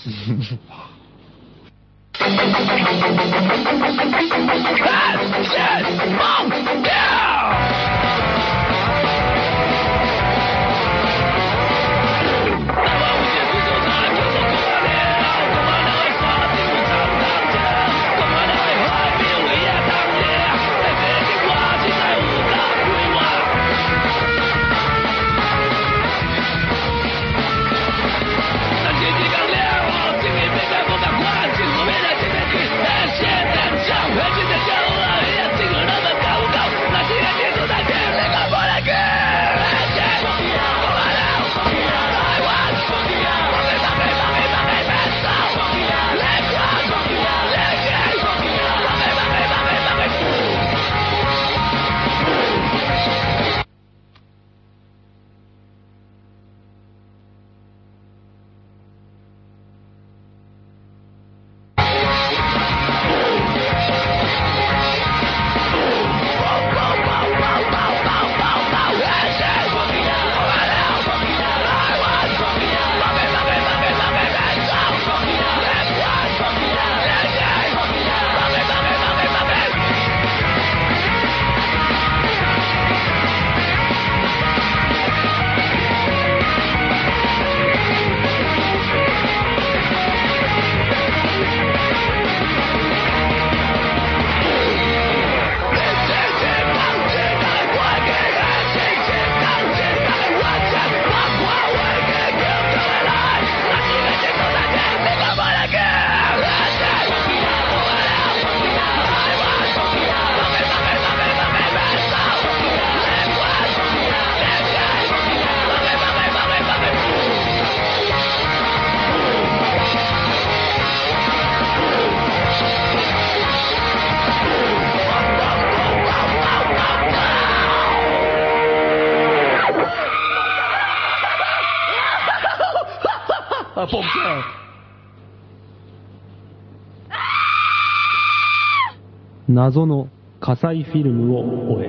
Speaker 1: 謎の火災フィルムを終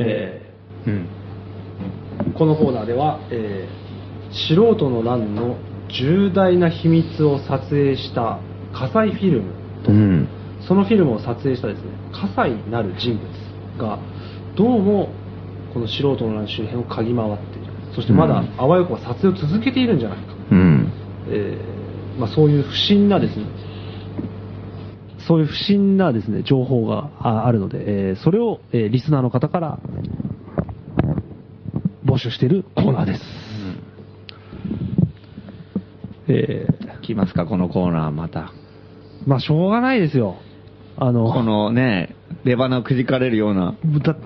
Speaker 1: え
Speaker 4: うん。
Speaker 1: このコーナーでは、えー素人の欄の重大な秘密を撮影した火災フィルム
Speaker 4: うん。
Speaker 1: そのフィルムを撮影したですね火災なる人物がどうもこの素人の欄周辺を嗅ぎ回っているそしてまだあわよくば撮影を続けているんじゃないか
Speaker 4: うん。
Speaker 1: えーまあ、そういう不審なですね、そういう不審なですね、情報がああるので、えーそれを、えーリスナーの方から募集しているコーナーです。えー
Speaker 4: 来ますか、このコーナーまた。
Speaker 1: まあ、しょうがないですよ。あの、
Speaker 4: このね、出花をくじかれるような
Speaker 1: だ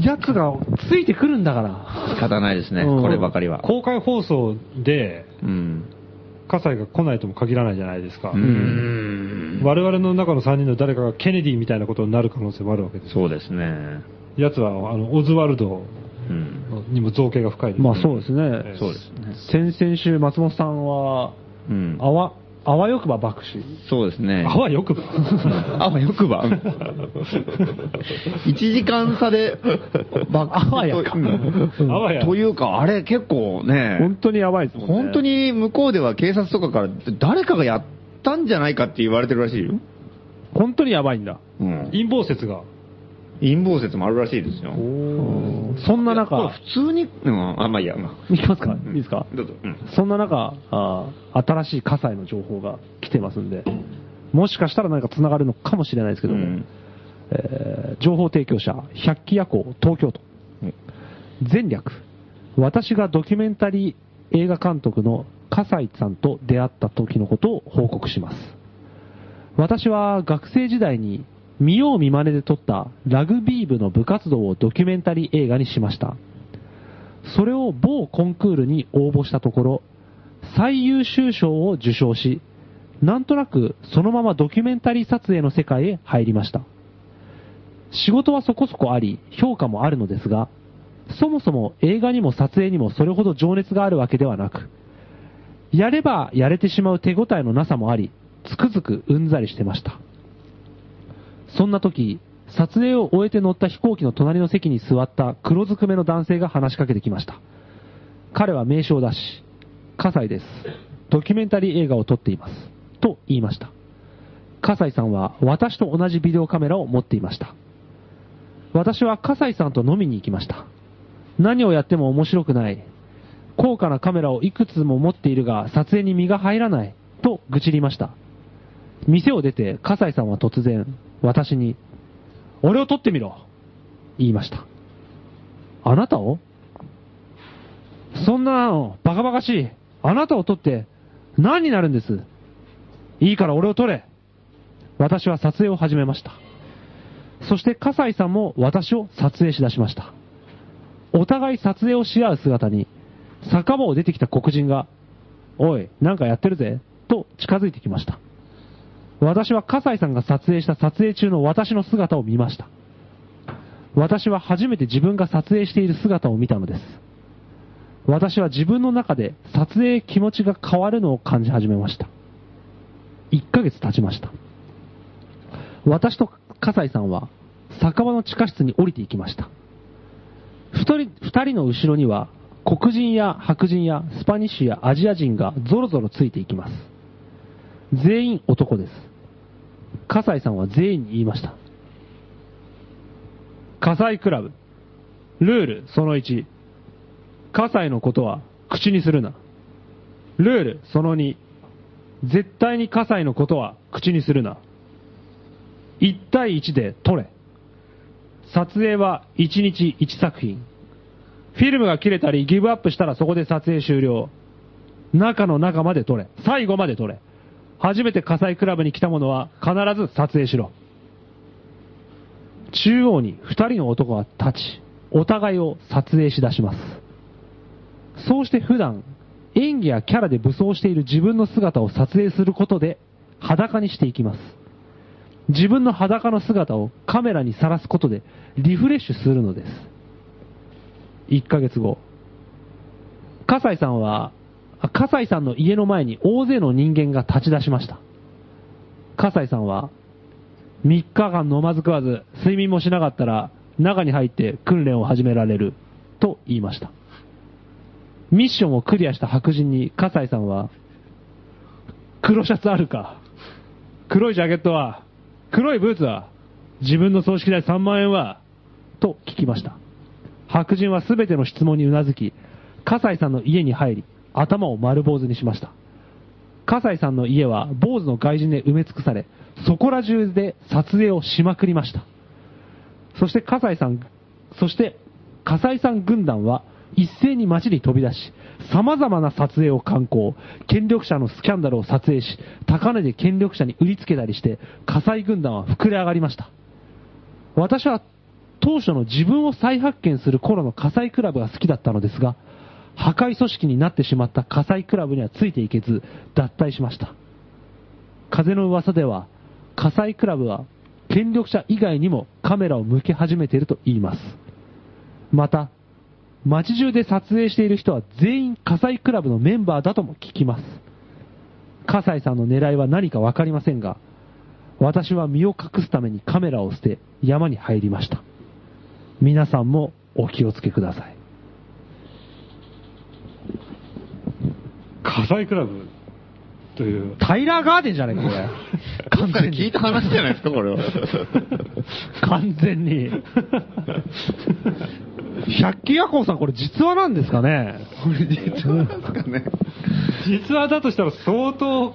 Speaker 1: やつがついてくるんだから。
Speaker 4: 仕方ないですね、
Speaker 1: うん
Speaker 4: こればかりは。
Speaker 3: 公開放送で、
Speaker 4: うん。
Speaker 3: 葛西が来ないとも限らないじゃないですか。
Speaker 6: うん。
Speaker 3: 我々の中の3人の誰かがケネディみたいなことになる可能性もあるわけです。
Speaker 6: そうですね。
Speaker 3: 奴は、あの、オズワルド
Speaker 6: うん。
Speaker 3: にも造形が深いです。
Speaker 1: まあそうですね
Speaker 3: え。
Speaker 6: そうですね。
Speaker 1: 先々週、松本さんは、
Speaker 6: うん。
Speaker 1: あわ、あわよくば爆死。
Speaker 6: そうですね。
Speaker 3: あわよ くば。
Speaker 4: あわよくば。1時間差で、ば
Speaker 1: あわやか
Speaker 4: うん
Speaker 3: あわや。
Speaker 4: というか、あれ結構ね、
Speaker 1: 本当にやばいですもんね。
Speaker 4: 本当に向こうでは警察とかから誰かがやったんじゃないかって言われてるらしいよ。
Speaker 1: 本当にやばいんだ。
Speaker 4: うん
Speaker 3: 陰謀説が。
Speaker 4: 陰謀説もあるらしいですよ。
Speaker 1: そんな
Speaker 4: まあ
Speaker 1: 中、
Speaker 4: 普通に、うん、あ、まあいいや、ま
Speaker 1: いきますか
Speaker 4: あ。
Speaker 1: いいですか
Speaker 4: どうぞ。うん
Speaker 1: そんな中、あー新しい火災の情報が来てますんで、もしかしたら何か繋がるのかもしれないですけども、
Speaker 6: うん
Speaker 1: えー情報提供者、百鬼夜行、東京都。前略、私がドキュメンタリー映画監督の笠井さんと出会った時のことを報告します。私は学生時代に見よう見まねで撮ったラグビー部の部活動をドキュメンタリー映画にしました。それを某コンクールに応募したところ、最優秀賞を受賞し、なんとなくそのままドキュメンタリー撮影の世界へ入りました。仕事はそこそこあり、評価もあるのですが、そもそも映画にも撮影にもそれほど情熱があるわけではなく、やればやれてしまう手応えのなさもあり、つくづくうんざりしてました。そんな時、撮影を終えて乗った飛行機の隣の席に座った黒ずくめの男性が話しかけてきました。彼は名称だし、葛西です。ドキュメンタリー映画を撮っています。と言いました。葛西さんは私と同じビデオカメラを持っていました。私は葛西さんと飲みに行きました。何をやっても面白くない。高価なカメラをいくつも持っているが、撮影に身が入らない。と愚痴りました。店を出て、葛西さんは突然、私に、俺を撮ってみろ言いました。あなたをそんなの、バカバカしい。あなたを撮って、何になるんですいいから俺を撮れ私は撮影を始めました。そして、葛西さんも私を撮影しだしました。お互い撮影をし合う姿に、酒場を出てきた黒人が、おい、なんかやってるぜ、と近づいてきました。私は葛西さんが撮影した撮影中の私の姿を見ました。私は初めて自分が撮影している姿を見たのです。私は自分の中で撮影気持ちが変わるのを感じ始めました。1ヶ月経ちました。私と葛西さんは酒場の地下室に降りていきました。二人二人の後ろには黒人や白人やスパニッシュやアジア人がぞろぞろついていきます。全員男です。葛西さんは全員に言いました。葛西クラブ。ルールその1。葛西のことは口にするな。ルールその2。絶対に葛西のことは口にするな。1対1で撮れ。撮影は1日1作品。フィルムが切れたりギブアップしたらそこで撮影終了。中の中まで撮れ。最後まで撮れ。初めて火災クラブに来た者は必ず撮影しろ。中央に2人の男は立ち、お互いを撮影し出します。そうして普段、演技やキャラで武装している自分の姿を撮影することで裸にしていきます。自分の裸の姿をカメラにさらすことでリフレッシュするのです。1ヶ月後、葛西さんは、あ葛西さんの家の前に大勢の人間が立ち出しました。葛西さんは、3日間飲まず食わず、睡眠もしなかったら、中に入って訓練を始められる、と言いました。ミッションをクリアした白人に、葛西さんは、黒シャツあるか黒いジャケットは黒いブーツは自分の葬式代3万円はと聞きました。白人はすべての質問にうなずき、葛西さんの家に入り、頭を丸坊主にしました。葛西さんの家は坊主の外人で埋め尽くされ、そこら中で撮影をしまくりました。そして葛西さん、そして葛西さん軍団は一斉に街に飛び出し、様々な撮影を敢行、権力者のスキャンダルを撮影し、高値で権力者に売りつけたりして、葛西軍団は膨れ上がりました。私は当初の自分を再発見する頃の火災クラブが好きだったのですが、破壊組織になってしまった火災クラブにはついていけず、脱退しました。風の噂では、火災クラブは権力者以外にもカメラを向け始めていると言います。また、街中で撮影している人は全員火災クラブのメンバーだとも聞きます。葛西さんの狙いは何かわかりませんが、私は身を隠すためにカメラを捨て山に入りました。皆さんもお気をつけください。
Speaker 3: 火災クラブという、
Speaker 1: タイラーガーデンじゃねえか、これ。
Speaker 4: どっかで 聞いた話じゃないですか、これは。
Speaker 1: 完全に。百鬼夜行さん、これ実話なんですかね
Speaker 4: これ実話なんですかね。
Speaker 3: 実話だとしたら相当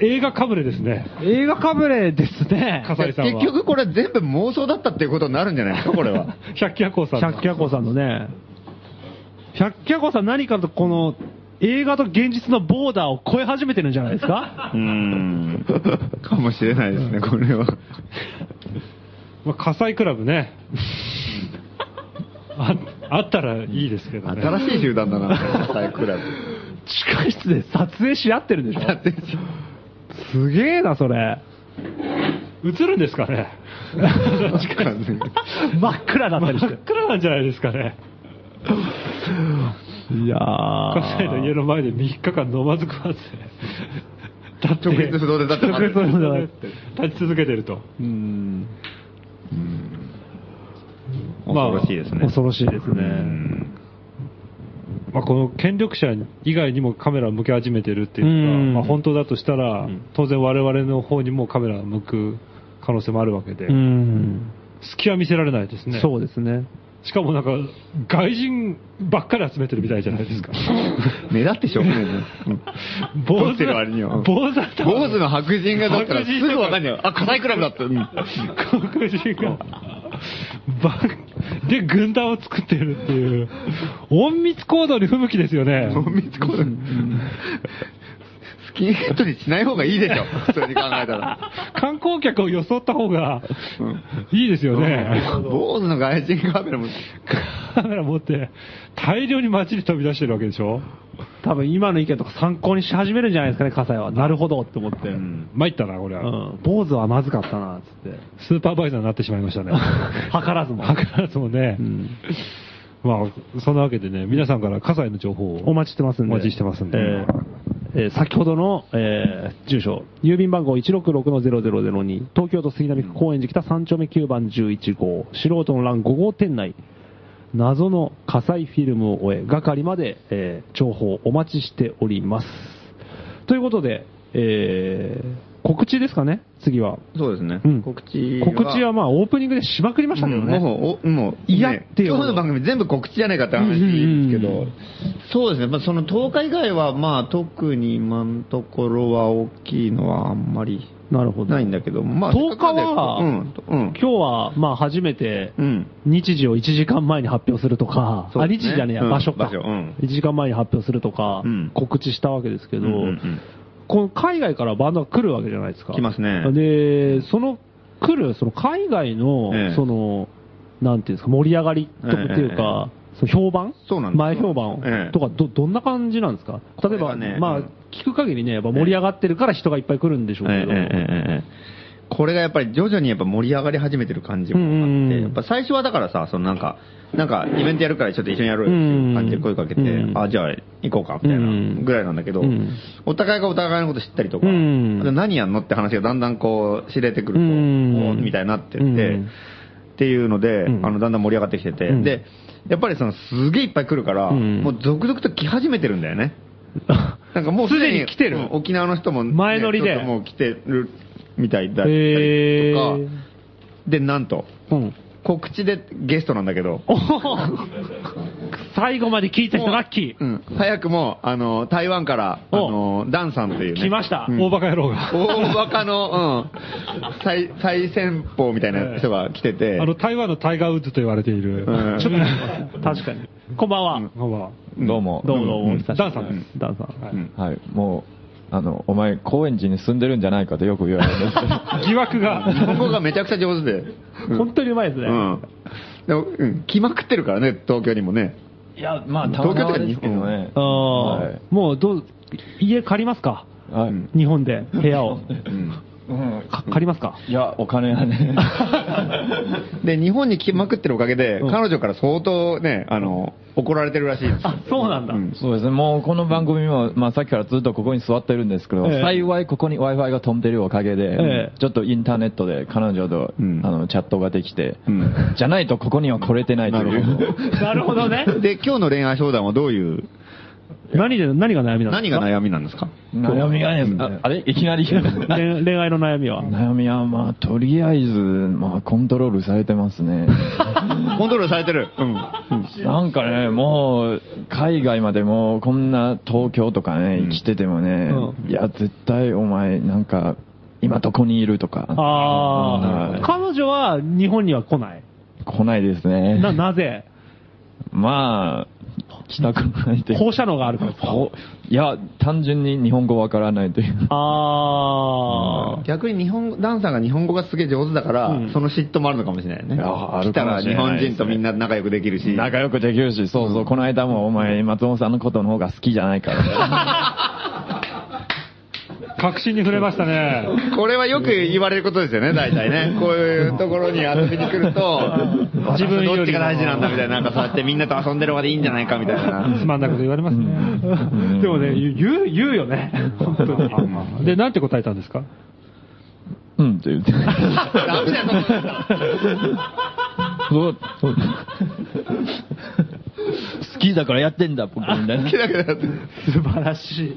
Speaker 3: 映画かぶれですね。
Speaker 1: 映画かぶれですね。
Speaker 3: 笠井さんは。
Speaker 4: 結局これ全部妄想だったっていうことになるんじゃないですか、これは。
Speaker 3: 百鬼夜行さんの。
Speaker 1: 百鬼夜行さんのね。百鬼夜行さん何かとこの映画と現実のボーダーを越え始めてるんじゃないですか
Speaker 4: うん。かもしれないですね、これは。
Speaker 3: まあ、火災クラブ ね。ああったらいいですけどね。
Speaker 4: 新しい集団だな、火災クラブ。
Speaker 1: 地下室で撮影し合ってるんでしょすげえな、それ。
Speaker 3: 映るんですかね。
Speaker 1: 真っ暗だったりし
Speaker 3: 真っ暗なんじゃないですかね。
Speaker 1: て。いや
Speaker 3: 火災の家の前で3日間飲まず食わず。立って
Speaker 4: 直立不動で立ってます
Speaker 3: 直立不動で立ち続けてると。
Speaker 1: うん。
Speaker 3: まあ
Speaker 6: 恐ろしいですね。
Speaker 1: 恐ろしいです
Speaker 6: う
Speaker 1: ね。
Speaker 6: ん
Speaker 3: まあ、この権力者以外にもカメラを向け始めてるっていうの
Speaker 1: うん
Speaker 3: が、まあ、本当だとしたら、当然我々の方にもカメラを向く可能性もあるわけで、
Speaker 1: うん。
Speaker 3: 隙は見せられないですね。
Speaker 1: そうですね。
Speaker 3: しかもなんか、外人ばっかり集めてるみたいじゃないですか。
Speaker 4: 目立ってしょうがないな。
Speaker 3: 坊
Speaker 4: 撮ってる割にはうん
Speaker 3: 坊主だった
Speaker 4: 坊主の白人がだったら
Speaker 3: 白
Speaker 4: す
Speaker 3: 人とか
Speaker 4: ぐわかんないよ。 あ、火災クラブだった。うん
Speaker 3: 黒人が、ばっで、軍団を作ってるっていう、隠密行動に不向きですよね。
Speaker 4: 隠密行動スキンヘッドにしない方がいいでしょ、普通に考えたら。
Speaker 3: 観光客を装った方が
Speaker 4: うん
Speaker 3: いいですよね。
Speaker 4: 坊主の外人カメラも、
Speaker 3: カメラ持って、大量に街に飛び出してるわけでしょ
Speaker 1: 多分今の意見とか参考にし始めるんじゃないですかね、葛西は。なるほどって思って。うん。
Speaker 3: 参ったな、これは。
Speaker 1: 坊主はまずかったな、つ って。
Speaker 3: スーパーバイザーになってしまいましたね。
Speaker 1: 図らずも。
Speaker 3: 図らずもね。まあ、そんなわけでね、皆さんから火災の情報を。
Speaker 1: お待ちしてますんで。
Speaker 3: お待ちしてますんで
Speaker 1: えーえー先ほどの、えー住所、郵便番号166-0002、東京都杉並区高円寺北3丁目9番11号、素人の欄5号店内、謎の火災フィルムを終え、係まで、えー情報お待ちしております。ということで、えー告知ですかね、次は。
Speaker 6: そうですね
Speaker 1: う。ん
Speaker 4: 告知
Speaker 1: 告知はまあオープニングでしまくりましたけどね。
Speaker 4: うんもう、おもう、
Speaker 1: いやってよ
Speaker 4: 今日の番組全部告知じゃないかって話ですけど、
Speaker 1: うんうんうん
Speaker 4: そうですね、まあ、その10日以外は、まあ、特に今のところは大きいのはあんまり
Speaker 1: なるほど。
Speaker 4: ないんだけど、まあ、
Speaker 1: 10日は
Speaker 4: うん、うん
Speaker 1: 今、日はまあ初めて、
Speaker 4: うん、
Speaker 1: 日時を1時間前に発表するとか、
Speaker 4: そう
Speaker 1: あ
Speaker 4: で
Speaker 1: 日
Speaker 4: すね
Speaker 1: 時じゃねえや、
Speaker 4: うん
Speaker 1: 場所か、
Speaker 4: 場所うん
Speaker 1: 1時間前に発表するとか、
Speaker 4: うん
Speaker 1: 告知したわけですけど、
Speaker 4: うんうんうん
Speaker 1: この海外からバンドが来るわけじゃないですか。
Speaker 4: 来ますね
Speaker 1: で、その来る、その海外の、
Speaker 4: ええ
Speaker 1: その、なんていうんですか、盛り上がりとかっていうか、その評判
Speaker 4: そうなんですよ
Speaker 1: 前評判を、
Speaker 4: ええ
Speaker 1: とかど、どんな感じなんですか例え
Speaker 4: これ
Speaker 1: ば、
Speaker 4: がね
Speaker 1: まあ
Speaker 4: うん、
Speaker 1: 聞く限りね、やっぱ盛り上がってるから人がいっぱい来るんでしょうけど、
Speaker 4: これがやっぱり徐々にやっぱ盛り上がり始めてる感じも
Speaker 1: うんうん
Speaker 4: あっ
Speaker 1: う
Speaker 4: て、
Speaker 1: ん
Speaker 4: やっぱ最初はだからさ、そのなんか、なんかイベントやるからちょっと一緒にやろうよっていう感じで声かけて
Speaker 1: うんう、ん
Speaker 4: あ、じゃあ行こうかみたいなぐらいなんだけど
Speaker 1: うん、
Speaker 4: お互いがお互いのこと知ったりとか、
Speaker 1: うん
Speaker 4: で何やんのって話がだんだんこう知れてくる
Speaker 1: う
Speaker 4: と、
Speaker 1: ん
Speaker 4: おーみたいになってっ
Speaker 1: う
Speaker 4: て、
Speaker 1: ん
Speaker 4: っていうので、
Speaker 1: うん
Speaker 4: あのだんだん盛り上がってきてて、
Speaker 1: うん
Speaker 4: で、やっぱりそのすげえいっぱい来るから、
Speaker 1: うん
Speaker 4: もう続々と来始めてるんだ よね。なんかもうすでに来てる、うん沖縄の人もね、
Speaker 1: 前乗りで
Speaker 4: ちょっともう来てるみたいだったり
Speaker 1: え
Speaker 4: とか、
Speaker 1: ー、
Speaker 4: で、なんと、
Speaker 1: うん
Speaker 4: 告知でゲストなんだけど、
Speaker 1: おお最後まで聞いた人ラッキー。
Speaker 4: うん早くも、あの、台湾から、あの、ダンさんというね、
Speaker 1: 来ました
Speaker 4: う。ん
Speaker 3: 大バカ野郎が。
Speaker 4: 大バカの、うん、最、最先鋒みたいな人が来てて、
Speaker 3: あの、台湾のタイガーウッズと言われている。
Speaker 4: うん
Speaker 1: ちょっと、確かに。こんばんは。
Speaker 3: まあ ま
Speaker 7: どうも。
Speaker 1: どうもどうも。久しぶり
Speaker 3: ダンさんです。
Speaker 1: ダンさん。
Speaker 3: あは
Speaker 4: う
Speaker 3: い
Speaker 4: ん
Speaker 7: はい、もう、あの、お前、高円寺に住んでるんじゃないかとよく言われるんですけど
Speaker 3: 疑惑
Speaker 4: 日本
Speaker 3: が。
Speaker 4: 語がめちゃくちゃ上手 で、
Speaker 1: 本当にうまいです
Speaker 4: う
Speaker 1: ね。
Speaker 4: ん。でも、うん、来まくってるからね、東京にもね。
Speaker 7: いや、まあ、たま
Speaker 4: 東京と
Speaker 7: たま
Speaker 4: か
Speaker 7: で
Speaker 4: 日
Speaker 7: すけ
Speaker 4: 本
Speaker 7: どね。
Speaker 1: ああ、
Speaker 7: はい
Speaker 1: もうどう、家借りますか
Speaker 7: はい。
Speaker 1: 日本で、部屋を。
Speaker 6: うん。
Speaker 7: うん
Speaker 1: か借りますか
Speaker 7: いや、お金はね。
Speaker 4: で、日本に来まくってるおかげで、
Speaker 1: ん
Speaker 4: 彼女から相当ね、あの、怒られてるらしいですよ。
Speaker 1: そうなんだ。
Speaker 7: そうですね、もうこの番組も、まあ、さっきからずっとここに座ってるんですけど、
Speaker 1: ええ
Speaker 7: 幸いここに Wi-Fi が飛んでるおかげで、
Speaker 1: ええ
Speaker 7: ちょっとインターネットで彼女と、
Speaker 4: うん
Speaker 7: あのチャットができて、
Speaker 4: うん
Speaker 7: じゃないとここには来れてないとい
Speaker 4: なる
Speaker 7: う。
Speaker 1: なるほどね。
Speaker 4: で、今日の恋愛相談はどういう、
Speaker 1: 何で、何が悩みなんで
Speaker 4: 何
Speaker 1: すか
Speaker 4: が悩みなんですか
Speaker 7: 悩みがです
Speaker 4: うん
Speaker 7: ああれいきなり
Speaker 1: 恋恋愛の悩みは。
Speaker 7: 悩みは、まあ、とりあえず、まあ、コントロールされてますね。
Speaker 4: コントロールされてる。うん。うん
Speaker 7: なんかね、もう、海外までもう、こんな東京とかね、生きててもね、いや、絶対お前、なんか、今どこにいるとか。
Speaker 1: あ
Speaker 7: は
Speaker 1: あ、
Speaker 7: い
Speaker 1: 彼女は日本には来ない。
Speaker 7: 来ないですね。
Speaker 1: な、なぜ
Speaker 7: まあ、来たくないで。
Speaker 1: 放射能があるからですか
Speaker 7: ほいや、単純に日本語わからないという。
Speaker 1: ああ、
Speaker 4: 逆に日本、ダンさんが日本語がすげえ上手だから、
Speaker 1: うん
Speaker 4: その嫉妬もあるのかもしれないね。
Speaker 7: やあ
Speaker 4: 来
Speaker 7: る
Speaker 4: た
Speaker 7: からもし
Speaker 4: 日
Speaker 7: れな
Speaker 4: 本
Speaker 7: いですね
Speaker 4: 人とみんな仲良くできるし。
Speaker 7: 仲良くできるし、そうそう、この間もお前、松本さんのことの方が好きじゃないから。
Speaker 3: 確信に触れましたね。
Speaker 4: これはよく言われることですよね、大体ね。こういうところに遊びに来ると、自
Speaker 3: 自分
Speaker 4: 分
Speaker 3: よりも
Speaker 4: どっちが大事なんだみたいな、なんかそうやってみんなと遊んでる方がいいんじゃないかみたい
Speaker 3: つ
Speaker 4: な。
Speaker 3: まんないこと言われますね。
Speaker 1: でもね、言う、言うよね。本当に。
Speaker 3: で、なんて答えたんですか
Speaker 7: うん、って言って。
Speaker 4: ダメだよ、そんなの
Speaker 7: そうそう好きだからやってんだ、僕みたいな。
Speaker 1: 素晴らしい。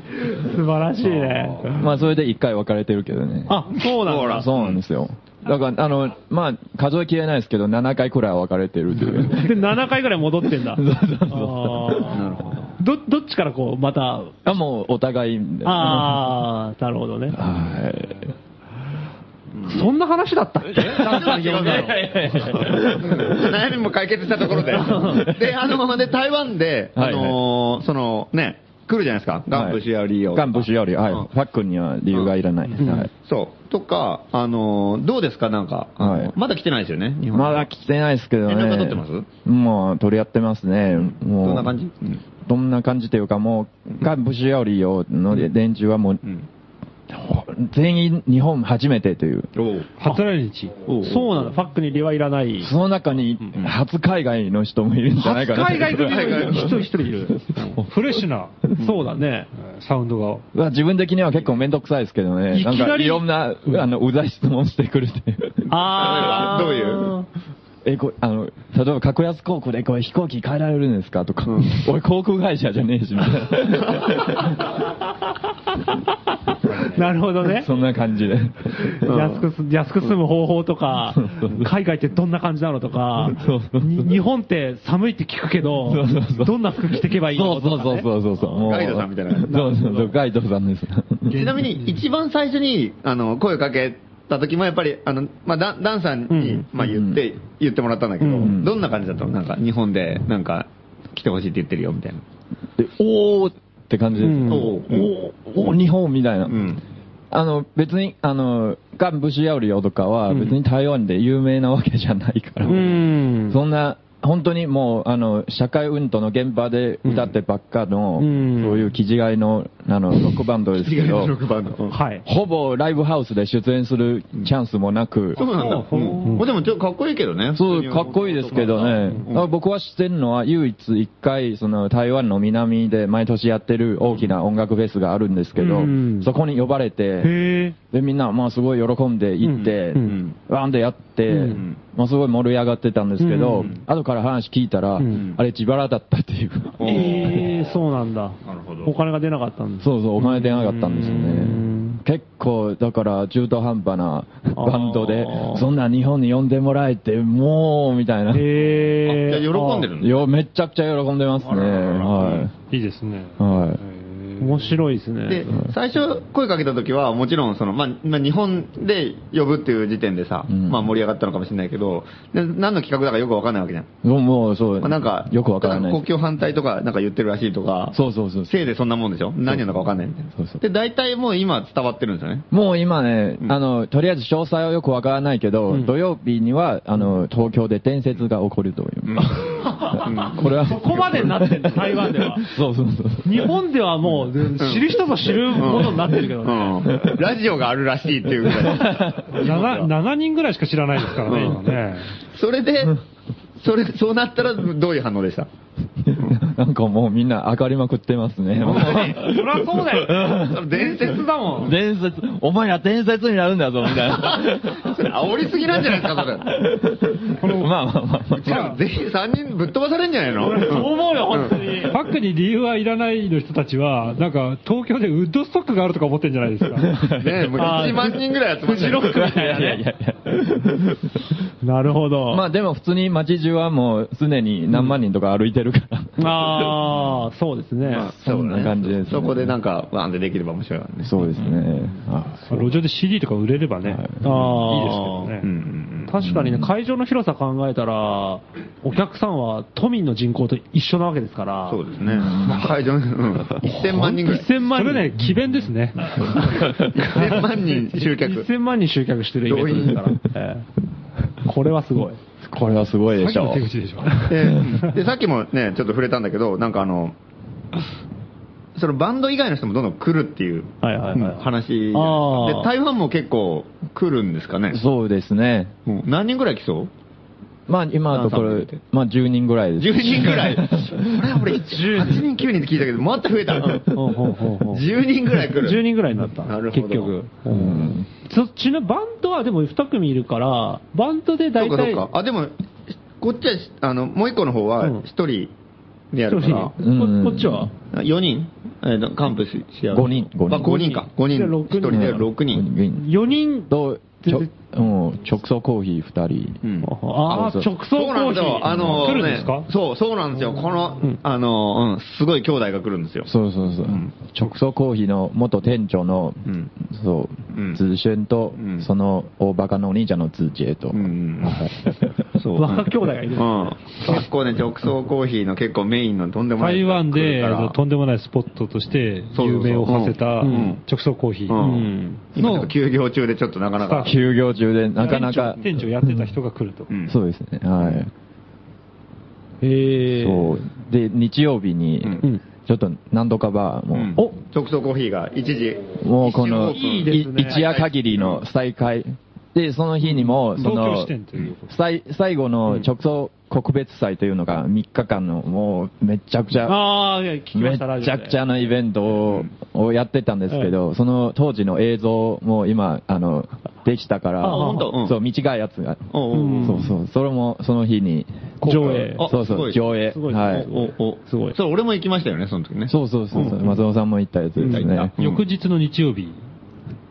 Speaker 1: 素晴らしいね。
Speaker 7: まあ、それで一回別れてるけどね。
Speaker 1: あ、そうなんだ。
Speaker 7: そうなんですよ。だから、あの、まあ、数えきれないですけど、7回くらいは別れてるという。
Speaker 1: で、7回ぐらい戻ってん だ。あー
Speaker 4: なるほ
Speaker 1: ど、
Speaker 4: ど。
Speaker 1: どっちからこう、また、
Speaker 7: あ、もう、お互いみたいな。
Speaker 1: ああ、なるほどね。
Speaker 7: はい。
Speaker 1: そんな話だったっけ
Speaker 4: 悩みも解決したところで。で、あの、で、台湾で、あの、その、ね、来るじゃないですか。ガンプシアリーを。
Speaker 7: ガンプシより、はい。
Speaker 4: う
Speaker 7: フ
Speaker 4: ん
Speaker 7: ァックには理由がいらない。はい。
Speaker 4: そう。とか、あの、どうですか、なんか。あの
Speaker 7: はい
Speaker 4: まだ来てないですよね、日本に
Speaker 7: まだ来てないですけどね。
Speaker 4: 連絡は取ってます
Speaker 7: もう取り合ってますね。も
Speaker 4: どん
Speaker 7: う
Speaker 4: な感じうん
Speaker 7: どんな感じというか、もう、ガンプシよりをの連中はもう、
Speaker 4: ん
Speaker 7: ほ全員日本初めてという。
Speaker 3: 初来日。
Speaker 1: そうなんだ。ファックに理はいらない。
Speaker 7: その中に、初海外の人もいるんじゃないかな。
Speaker 1: 海外組の一人一人いる。
Speaker 3: フレッシュな
Speaker 1: そうだね。
Speaker 3: サウンドが。
Speaker 7: まあ自分的には結構めんどくさいですけどね。
Speaker 1: いきなり
Speaker 7: んかいろんな、あの、うざい質問してくるっていう。
Speaker 1: ああ。
Speaker 4: どういう
Speaker 7: え、これあの、例えば格安航空でこれ飛行機変えられるんですかとか、 俺航空会社じゃねえし、みたい
Speaker 1: なるほど
Speaker 7: な
Speaker 1: ね。
Speaker 7: そんな感じで。
Speaker 1: 安くす、安く済む方法とか、海外ってどんな感じなのとか、に日本って寒いって聞くけど
Speaker 7: そうそうそ、う
Speaker 1: どんな服着てけばいい
Speaker 7: そ
Speaker 1: の
Speaker 7: うそう
Speaker 1: とか
Speaker 7: そう
Speaker 1: ね
Speaker 7: そうそうそう。もう
Speaker 4: ガイドさんみたいな
Speaker 7: そうそうそう、ガイドさんです。
Speaker 4: ちなみに、一番最初に、あの、声をかけた時も、やっぱり、あの、まあ、ダンダンさんに、
Speaker 1: うん
Speaker 4: まあ、言って、言ってもらったんだけど、
Speaker 7: ん
Speaker 4: どんな感じだったのなんか、日本で、なんか、来てほしいって言ってるよ、みたいな。
Speaker 7: で、おーって感じです。
Speaker 1: うん
Speaker 4: おー
Speaker 7: おー日本みたいな。
Speaker 4: うん。
Speaker 7: あの、別に、あの、ガンブシヤオリオとかは、別に台湾で有名なわけじゃないから。
Speaker 1: うん。
Speaker 7: そんな、本当にもう、あの、社会運動の現場で歌ってばっかの、
Speaker 1: うん
Speaker 7: そういう気違いの、あの、ロックバンドですけど、
Speaker 4: 6番の。
Speaker 1: はい。
Speaker 7: ほぼライブハウスで出演するチャンスもなく、
Speaker 4: そうなんだ。うんおでも、ちょっとかっこいいけどね。
Speaker 7: そう、かっこいいですけどね。だから僕は知ってるのは、唯一一回、その、台湾の南で毎年やってる大きな音楽フェスがあるんですけ
Speaker 1: う
Speaker 7: ど、
Speaker 1: ん
Speaker 7: そこに呼ばれ
Speaker 1: へ
Speaker 7: て、
Speaker 1: え。
Speaker 7: で、みんな、まあすごい喜んで行って、
Speaker 1: うん
Speaker 4: うん
Speaker 7: ワンでやって、
Speaker 1: うん
Speaker 7: まあすごい盛り上がってたんですけど、
Speaker 1: うん
Speaker 7: 後から話聞いたら、
Speaker 1: ん
Speaker 7: あれ自腹だったっていう。
Speaker 4: おー
Speaker 1: ええ、そうなんだ。
Speaker 4: なるほど
Speaker 1: お金が出なかったんです。
Speaker 7: そうそう、お金出なかったんですよ
Speaker 1: うん
Speaker 7: ね。結構、だから中途半端な
Speaker 1: あー
Speaker 7: バンドで、そんな日本に呼んでもらえて、もう、みたいな。
Speaker 1: へえ。
Speaker 4: あじゃあ喜んでるんだ
Speaker 7: よ、めちゃくちゃ喜んでますね。はい
Speaker 3: いですね。
Speaker 7: い。はい。
Speaker 1: 面白いですね。、
Speaker 4: で最初声かけた時は、もちろんその、まあ、まあ日本で呼ぶっていう時点でさ、
Speaker 7: うん
Speaker 4: まあ盛り上がったのかもしれないけど、で何の企画だかよくわかんないわけじゃん。
Speaker 7: もう、もうそう、
Speaker 4: まあ、なんか、
Speaker 7: よくわからない
Speaker 4: 国
Speaker 7: です。
Speaker 4: 境反対とか、なんか言ってるらしいとか、
Speaker 7: そうそうそう。
Speaker 4: せいでそんなもんでしょ何なのかわかんないみたいな。
Speaker 7: そうそう
Speaker 4: で、大体もう今伝わってるんですよね。
Speaker 7: もう今ね、
Speaker 4: ん
Speaker 7: あの、とりあえず詳細はよくわからないけど、
Speaker 1: うん
Speaker 7: 土曜日には、あの、東京で伝説が起こるという。これは。
Speaker 1: そこまでになってる、台湾では。
Speaker 7: そうそうそ う。
Speaker 1: 日本ではもう、知る人ぞ知ることになってるけどね。
Speaker 4: うんラジオがあるらしいっていうぐらい。
Speaker 1: 7, 人ぐらいしか知らないですからね、今ね。
Speaker 4: それで、それ、そうなったらどういう反応で した
Speaker 7: なんかもうみんな上がりまくってますね。
Speaker 1: そりゃそうだよ。それ伝説だもん。
Speaker 7: 伝説、お前ら伝説になるんだぞ、みたいな。
Speaker 4: それ煽りすぎなんじゃないですか、それ。
Speaker 7: まあまあまあまあ。
Speaker 4: じゃあ、ぜひ3人ぶっ飛ばされんじゃないの
Speaker 1: そう思うよ、本当に。
Speaker 3: パックに理由はいらないの人たちは、なんか東京でウッドストックがあるとか思ってんじゃないですか。
Speaker 4: ねえ、もう
Speaker 1: あー
Speaker 4: 1万人ぐらい集ま
Speaker 1: フ
Speaker 4: って
Speaker 1: ジロックみたいなね
Speaker 7: いやいやいや。
Speaker 1: なるほど。
Speaker 7: まあでも普通に街中はもう常に何万人とか歩いてるから。
Speaker 1: あー、そうですね。
Speaker 7: そんな感じですね
Speaker 4: そこでなんか、ワンでできれば面白いわね。
Speaker 7: そうですね。あ
Speaker 3: まあ路上で CD とか売れればね、
Speaker 1: あー
Speaker 3: いいですけどね。
Speaker 1: 確かにね、会場の広さ考えたら、お客さんは都民の人口と一緒なわけですから。
Speaker 4: そうですね。会場、うん。1000万人ぐらい。
Speaker 1: 1000万
Speaker 3: そ
Speaker 1: 人。
Speaker 3: れね、奇弁ですね。
Speaker 4: 1000万人集客。
Speaker 1: 1000万人集客してるイベントですから。ええこれはすごい。
Speaker 7: これはすごいでし
Speaker 3: さっき
Speaker 7: ょ
Speaker 3: の手。口でしょ。
Speaker 4: でで、さっきもね、ちょっと触れたんだけど、なんかあの、そのバンド以外の人もどんどん来るっていう
Speaker 1: はいはいはい
Speaker 4: 話じゃないですか
Speaker 1: あー
Speaker 4: で、台湾も結構来るんですかね。
Speaker 7: そうですね。
Speaker 4: うん何人ぐらい来そう
Speaker 7: まあ今のとこ
Speaker 4: あ
Speaker 7: ろ
Speaker 4: そう、
Speaker 7: まあ10人ぐらいです。
Speaker 4: 10人ぐらい。あれ、俺、8人、9人って聞いたけど、もっと増えた。
Speaker 1: ほうほうほうほう
Speaker 4: 10人ぐらい来る。
Speaker 1: 10人ぐらいになった。
Speaker 4: なるほど
Speaker 1: 結局。
Speaker 7: うん
Speaker 1: そちなみにバンドはでも2組いるから、バンドで
Speaker 4: そ
Speaker 1: 大
Speaker 4: うか、そう
Speaker 1: 体、
Speaker 4: か。あ、でも、こっちは、あの、もう一個の方は
Speaker 1: うん
Speaker 4: 1人でや
Speaker 1: そう
Speaker 4: る
Speaker 1: で
Speaker 4: か
Speaker 1: すね
Speaker 4: ら。
Speaker 7: うん
Speaker 1: ここっちは
Speaker 4: 4人えっと、カンプしし合う。
Speaker 7: 五人五人
Speaker 4: あ、5人か。5
Speaker 1: じゃ
Speaker 4: 人
Speaker 1: あ。六人
Speaker 4: 1人で6人。
Speaker 1: 4人、
Speaker 7: と、ちょ
Speaker 1: 全
Speaker 7: うん直送コーヒー2人。
Speaker 4: うん
Speaker 1: ああ、
Speaker 7: そう
Speaker 1: 直
Speaker 7: そ
Speaker 1: 送
Speaker 7: う
Speaker 1: コ
Speaker 4: そうなん
Speaker 1: ー
Speaker 4: です
Speaker 1: ヒ
Speaker 4: よ。あ
Speaker 1: ー。
Speaker 4: の、
Speaker 1: 来るんですか
Speaker 4: ねそう、そうなんですよ。この
Speaker 1: うん、
Speaker 4: あの、うん、すごい兄弟が来るんですよ。
Speaker 7: そうそうそう。直送コーヒーの元店長の、
Speaker 4: うん
Speaker 7: そう
Speaker 4: うん、
Speaker 7: ズーシェンと、
Speaker 4: うん
Speaker 7: その大バカのお兄ちゃんのズージェと。
Speaker 4: うん
Speaker 7: はい
Speaker 4: そう。
Speaker 1: 若兄弟がいる。
Speaker 4: うん。結構ね、直送コーヒーの結構メインのとんでもない
Speaker 3: 台
Speaker 4: 人が
Speaker 3: 湾
Speaker 4: 来る
Speaker 3: で
Speaker 4: から。
Speaker 3: あのとんでもないスポットとして
Speaker 4: そうそう
Speaker 3: 有
Speaker 4: そう
Speaker 3: 名を馳せた
Speaker 4: うん
Speaker 3: 直送コーヒー
Speaker 4: う
Speaker 1: うん
Speaker 3: の
Speaker 1: ん。
Speaker 4: 今ちょっと休業中でちょっとなかなか。
Speaker 7: 休業中でなかなか、
Speaker 3: 店長やってた人が来ると。
Speaker 4: うん
Speaker 7: そうですね、はい。
Speaker 1: ええ。
Speaker 7: そう。で、日曜日に
Speaker 4: うん、
Speaker 1: うん。
Speaker 7: ちょっと何度かバーも、
Speaker 4: うん
Speaker 1: お
Speaker 4: 直送コーヒーが一時。
Speaker 7: もうこの、
Speaker 4: 一時オープン
Speaker 1: いいですね
Speaker 7: い一夜限りの再開。で、その日にも、そ
Speaker 3: 東京
Speaker 7: の
Speaker 3: 支、店ということ。
Speaker 7: 最最後の直送告別祭というのが3日間のもうめちゃくちゃ、
Speaker 1: ああ、いや聞きま
Speaker 7: め
Speaker 1: し
Speaker 7: ち
Speaker 1: た、ラジオ
Speaker 7: ゃ
Speaker 1: で
Speaker 7: くちゃなイベントををやってたんですけど、その当時の映像も今、あの、できたか
Speaker 1: あ
Speaker 7: ら
Speaker 1: ほん
Speaker 4: とうん、
Speaker 7: そう、短いやつが、
Speaker 4: おうおう
Speaker 1: うん
Speaker 7: そうそう、それもその日に、
Speaker 1: 上映
Speaker 4: あ
Speaker 7: そう
Speaker 4: すご
Speaker 7: そう、
Speaker 4: い
Speaker 7: 上映。
Speaker 1: すごい
Speaker 7: はい
Speaker 1: す。
Speaker 4: おお
Speaker 1: すごい
Speaker 4: そう、俺も行きましたよね、その時ね。
Speaker 7: そうそうそうそう、松尾さんも行ったやつです
Speaker 4: うん行っ
Speaker 7: ね
Speaker 4: た。うん
Speaker 3: 翌日の日曜日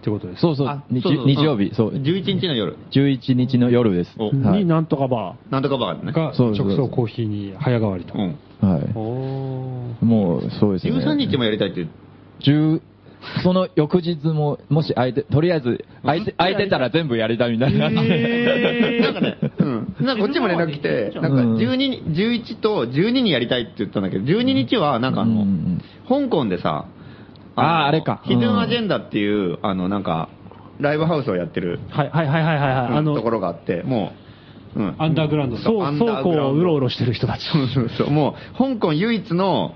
Speaker 3: ってことです。
Speaker 7: そうそ
Speaker 4: あ
Speaker 7: う、日
Speaker 4: そうそう、
Speaker 7: 日曜日、そうん
Speaker 4: 11日の夜。
Speaker 7: 11日の夜です。
Speaker 4: お
Speaker 7: は
Speaker 1: に
Speaker 7: い。
Speaker 1: なんとかバ
Speaker 4: なんとかバーでね。
Speaker 3: が
Speaker 7: そう
Speaker 3: 直
Speaker 7: そう
Speaker 3: 送コーヒーに早変わりと。
Speaker 4: うん。
Speaker 7: は
Speaker 1: ー。
Speaker 7: い。もう、そうですね。
Speaker 4: 13日もやりたいって言って。
Speaker 7: 10その翌日も、もし空いて、とりあえず、空いて、空いてたら全部やりたいみたいな。
Speaker 1: え
Speaker 4: なんかね、うん。なんかこっちも連絡来て、なんか12に、11と12にやりたいって言ったんだけど、12日はなんかあの
Speaker 7: うんうん、
Speaker 4: 香港でさ、
Speaker 7: あー
Speaker 4: の
Speaker 7: あれか
Speaker 4: ヒドゥンアジェンダっていう、あの、なんか、ライブハウスをやってる、
Speaker 1: はいはいはいはいはい。
Speaker 4: うん
Speaker 1: あの
Speaker 4: と、ころがあって、もう、うん。
Speaker 3: アンダーグラウンドの
Speaker 4: そう
Speaker 1: そう
Speaker 4: アン
Speaker 1: 倉
Speaker 4: ダー
Speaker 1: 庫
Speaker 4: グラ
Speaker 1: を
Speaker 4: ウンド
Speaker 1: うろうろしてる 人たち。
Speaker 4: そうそうそう。もう、香港唯一の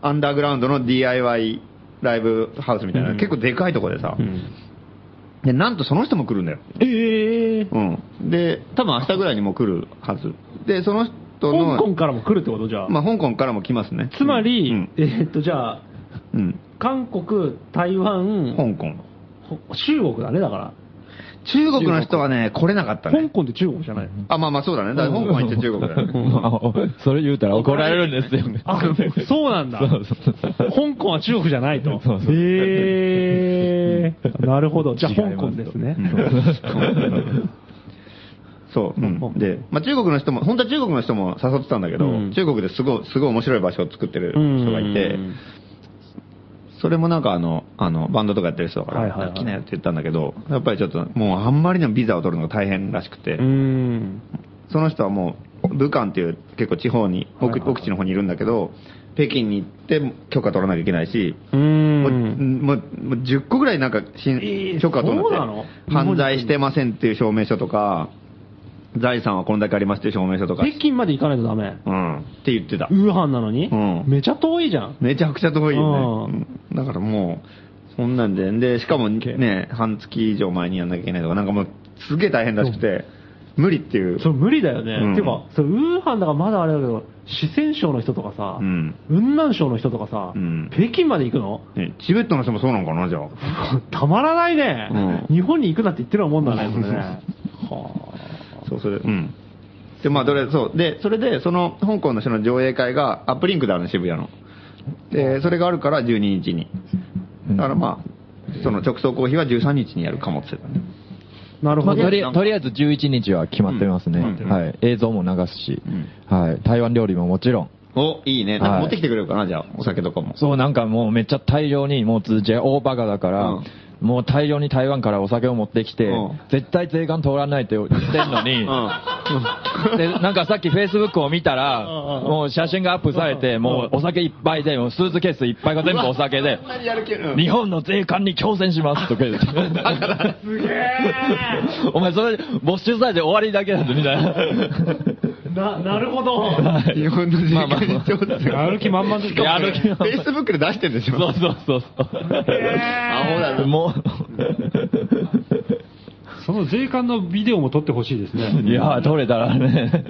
Speaker 4: アンダーグラウンドの DIY ライブハウスみたいな、結構でかいとこでさ、で、なんとその人も来るんだよ。
Speaker 1: ええ。
Speaker 4: うん。で、多分明日ぐらいにもう来るはず。で、その人の、
Speaker 1: 香港からも来るってことじゃあ。
Speaker 4: まあ、香港からも来ますね。
Speaker 1: つまり、
Speaker 4: うん
Speaker 1: えーっと、じゃあ、
Speaker 4: うん。
Speaker 1: 韓国、台湾、
Speaker 4: 香港。
Speaker 1: ほ中国だね、だから。
Speaker 4: 中国の人はね、来れなかった
Speaker 1: 香
Speaker 4: ね。
Speaker 1: 港って中国じゃない
Speaker 4: あ、まあまあそうだね。だから香港行って中国だよね。
Speaker 7: それ言うたら怒られるんですよ。
Speaker 1: あ、 そうなんだ。
Speaker 7: そうそう
Speaker 1: 香港は中国じゃないと。
Speaker 7: そうそう
Speaker 1: へーなるほど。じゃあ、
Speaker 7: 違いま
Speaker 1: 香港
Speaker 7: す
Speaker 1: ですね。
Speaker 4: そう、うんで、まあ、中国の人も、本当は中国の人も誘ってたんだけど、
Speaker 1: うん
Speaker 4: 中国ですごい、すごい面白い場所を作ってる人がいて、
Speaker 1: うん
Speaker 4: それもなんかあの、あの、バンドとかやってる人だから、
Speaker 1: はいはいはい
Speaker 4: 来なよって言ったんだけど、やっぱりちょっと、もうあんまりにもビザを取るのが大変らしくて、
Speaker 1: うん。
Speaker 4: その人はもう、武漢っていう結構地方に、奥奥地の方にいるんだけど、北京に行って許可取らなきゃいけないし、
Speaker 1: うん
Speaker 4: もうもうもう10個ぐらいなんかしん、
Speaker 1: えー
Speaker 4: 許可取ら
Speaker 1: そうな
Speaker 4: な
Speaker 1: の
Speaker 4: きゃ犯罪してませんっていう証明書とか、財産はこんだけありますって証明書とか。
Speaker 1: 北京まで行かないとダメ。
Speaker 4: うん。って言ってた。
Speaker 1: ウーハンなのに、
Speaker 4: うん
Speaker 1: めちゃ遠いじゃん。
Speaker 4: めちゃくちゃ遠いよ
Speaker 1: う
Speaker 4: ね。うんだからもう、そんなんで、で、しかもね、半月以上前にやんなきゃいけないとか、なんかもう、すげえ大変らしくて、無理っていう。
Speaker 1: そう、無理だよね。
Speaker 4: うん
Speaker 1: てか、そうウーハンだからまだあれだけど、四川省の人とかさ、
Speaker 4: うん
Speaker 1: 雲南省の人とかさ、
Speaker 4: うん
Speaker 1: 北京まで行くの
Speaker 4: ねチベットの人もそうなのかな、じゃあ。
Speaker 1: たまらないね、
Speaker 4: うん
Speaker 1: 日本に行くなって言ってるようなもんだね、それね。は
Speaker 4: そう、それ、うん。で、まあ、どれ、そう。で、それで、その、香港の人の上映会が、アップリンクであるの、渋谷の。で、それがあるから、12日に。だからまあ、その直送コーヒーは13日にやるかもって言ってたね。
Speaker 1: あなる
Speaker 7: ま
Speaker 1: ほど。
Speaker 7: あとりとりあえず11日は決まってますね、
Speaker 4: うん
Speaker 7: はい、映像も流すし、はい、台湾料理ももちろん、
Speaker 4: お、いいね。なんか持ってきてくれるかな、じゃあ、お酒とかも。
Speaker 7: そうなんかもうめっちゃ大量に、もう JO バカだから、
Speaker 4: うん
Speaker 7: もう大量に台湾からお酒を持ってきて、
Speaker 4: うん
Speaker 7: 絶対税関通らないって言ってんのに、 でなんかさっきフェイスブックを見たら、もう写真がアップされて、もうお酒いっぱいで、もうスーツケースいっぱいが全部お酒で、
Speaker 4: やる気うん
Speaker 7: 日本の税関に強戦しますとか言って。すげえお前それ、没収されて終わりだけだぞみたいな。
Speaker 1: ななるほど。
Speaker 4: 日本の時間にちょっと。
Speaker 7: 歩き満々ですか歩き満
Speaker 4: フ
Speaker 7: 々
Speaker 4: ェイスブックで出してるでしょ。
Speaker 7: そうそうそうそう。
Speaker 4: アホだな
Speaker 7: も
Speaker 3: その税関のビデオも撮ってほしいです
Speaker 7: う、
Speaker 3: ね。
Speaker 7: いや、取れたらね。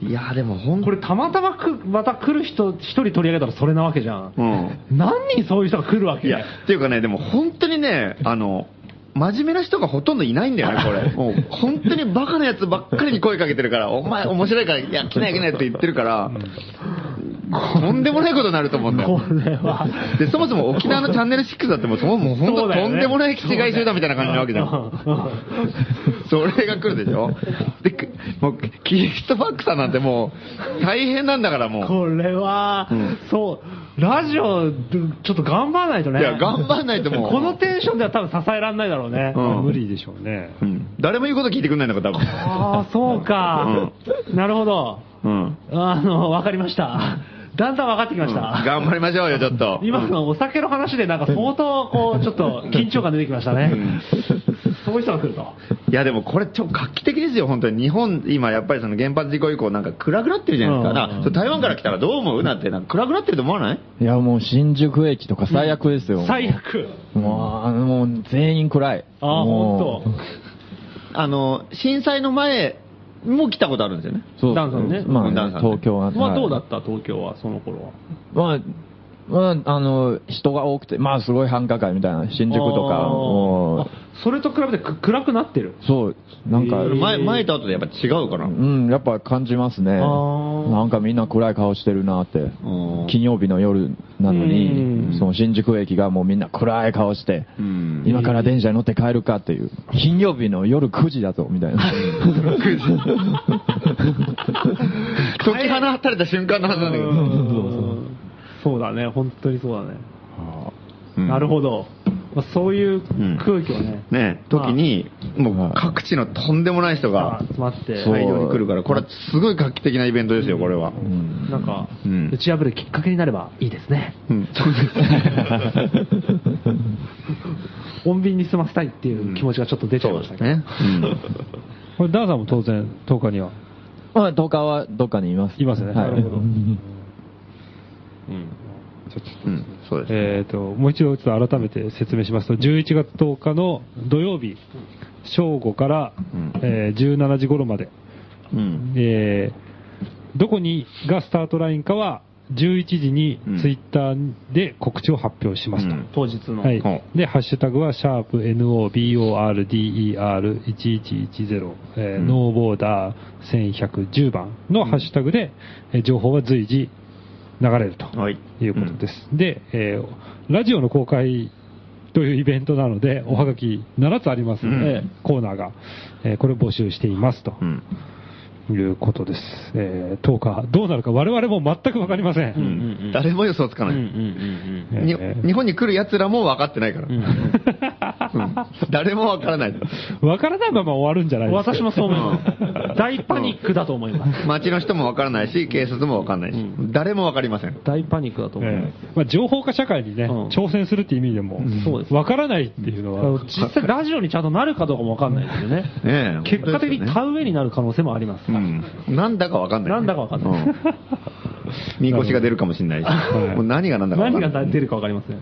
Speaker 4: いやーでも本
Speaker 1: こ
Speaker 4: 当
Speaker 1: れたまたまくまた来る人一人取り上げたらそれなわけじゃん。
Speaker 4: うん。
Speaker 1: 何人そういう人が来るわけ
Speaker 4: いや、っていうかね、でも本当にね、あの、真面目な人がほとんどいないんだよね、これ。もう本当にバカなやつばっかりに声かけてるから、お前面白いから、いや、来ない来ないって言ってるから、とんでもないことになると思うんだよ。
Speaker 1: れは
Speaker 4: で、そもそも沖縄のチャンネル6だってもう、そももう本
Speaker 1: そう
Speaker 4: 当
Speaker 1: だよ
Speaker 4: と
Speaker 1: ね
Speaker 4: んでもない気違い集団みたいな感じなわけじゃ
Speaker 1: うん
Speaker 4: ん。それが来るでしょで、くもう、キリストファックさんなんてもう、大変なんだからもう。
Speaker 1: これは、
Speaker 4: うん
Speaker 1: そう、ラジオ、ちょっと頑張らないとね。
Speaker 4: いや、頑張んないとも う。
Speaker 1: このテンションでは多分支えられないだろうね。
Speaker 4: うん
Speaker 3: 無理でしょうね。
Speaker 4: うん誰も言うこと聞いてくんないのか、多分。
Speaker 1: ああ、そうか。なるほど。
Speaker 4: うん。
Speaker 1: あの、わかりました。だんだんわかってきました。
Speaker 4: 頑張りましょうよ、ちょっと。
Speaker 1: 今のお酒の話でなんか相当こう、ちょっと緊張感出てきましたね。そういう人が来ると。
Speaker 4: いや、でもこれ、ちょっと画期的ですよ、本当に。日本、今、やっぱりその原発事故以降、なんか暗くなってるじゃないです
Speaker 1: う
Speaker 4: か。
Speaker 1: ん
Speaker 4: だからそれ台湾から来たらどう思うなんて、なんか暗くなってると思わない
Speaker 7: いや、もう新宿駅とか最悪ですよ。
Speaker 1: 最悪。
Speaker 7: もう、あの、もう全員暗い。
Speaker 1: ああ、ほ
Speaker 7: もうん
Speaker 4: あの、震災の前も来たことあるんですよね。
Speaker 7: そう
Speaker 1: ダンさんね
Speaker 7: まあ、
Speaker 4: ダンさんね
Speaker 7: 東京は。
Speaker 1: と。まあどうだ
Speaker 7: はい
Speaker 1: った東京は、その頃は。
Speaker 7: まあ、まあ、あの、人が多くて、まあ、すごい繁華街みたいな、新宿とか、
Speaker 1: あー
Speaker 7: も
Speaker 1: あそれと比べてく暗くなってる。
Speaker 7: う、そう、なんか、
Speaker 4: 前、前と後でやっぱ違うかな。
Speaker 7: うん、やっぱ感じますね。
Speaker 1: あー
Speaker 7: なんかみんな暗い顔してるなって。金曜日の夜なの
Speaker 1: うん
Speaker 7: に、その新宿駅がもうみんな暗い顔して、
Speaker 4: うん
Speaker 7: 今から電車に乗って帰るかっていう、金曜日の夜9時だぞ、みたいな。
Speaker 4: 解き放たれた瞬間のはずなんだけど。
Speaker 1: うんそうだね、本当にそうだね。なるほど。まあ、そういう空気をね、
Speaker 4: ね、時に、もう各地のとんでもない人が
Speaker 1: 集まって、
Speaker 7: そう
Speaker 4: 大量に来るから、これはすごい画期的なイベントですよ、これは。
Speaker 7: うん
Speaker 1: なんか
Speaker 4: うん、
Speaker 1: 打ち破るきっかけになればいいですね。
Speaker 4: うん、そう
Speaker 1: 穏便に済ませたいっていう気持ちがちょっと出ちゃいましたけど。
Speaker 4: ね。
Speaker 3: これ、ダンさんも当然、10日には。
Speaker 7: まあ、10日はどっかにいます。
Speaker 3: いますね
Speaker 7: は
Speaker 3: ないるほど
Speaker 4: うん、そうです。
Speaker 3: えー、ともう一度ちょっと改めて説明しますと、11月10日の土曜日、正午から、
Speaker 4: うん
Speaker 3: えー17時頃まで、
Speaker 4: うん。
Speaker 3: えーどこにがスタートラインかは、11時に
Speaker 4: うん
Speaker 3: ツイッターで告知を発表しますと。
Speaker 4: うん
Speaker 1: 当日の。
Speaker 3: はい
Speaker 4: ほ、
Speaker 3: で、ハッシュタグは、シャープ NOBORDER1110、えーノーボーダー1110番のハッシュタグで、えー情報は随時流れると。
Speaker 4: はい。
Speaker 3: ということです。で、えーラジオの公開というイベントなので、おはがき7つありますので、
Speaker 4: うん
Speaker 3: コーナーが、えーこれを募集していますと
Speaker 4: うん。
Speaker 3: いうことです。えー10日、どうなるか我々も全くわかりません。
Speaker 4: うん誰も予想つかない。
Speaker 3: えー
Speaker 4: に日本に来る奴らも分かってないから。誰もわからない。
Speaker 3: わからないまま終わるんじゃないですか。
Speaker 1: 私もそう思います。大パニックだと思います。
Speaker 4: 街の人もわからないし、警察もわからないし、誰もわかりません。
Speaker 1: 大パニックだと思いま
Speaker 3: え
Speaker 1: す。
Speaker 3: えまあ、情報化社会にね、
Speaker 1: うん
Speaker 3: 挑戦するって意味でも
Speaker 1: そうで、す
Speaker 3: わからないっていうの
Speaker 1: あ
Speaker 3: は
Speaker 1: の、実際ラジオにちゃんとなるかどうかもわかんないですよね。
Speaker 4: ねえ
Speaker 1: 結果的に
Speaker 4: 本当ですよね
Speaker 1: 田植えになる可能性もあります。
Speaker 4: うん。なんだかわかんない。
Speaker 1: なんだかわかんない
Speaker 4: うん。みこしが出るかもしれないし、もう何がなんだかわ
Speaker 1: 何
Speaker 4: かんない。
Speaker 1: が出るかわかりません。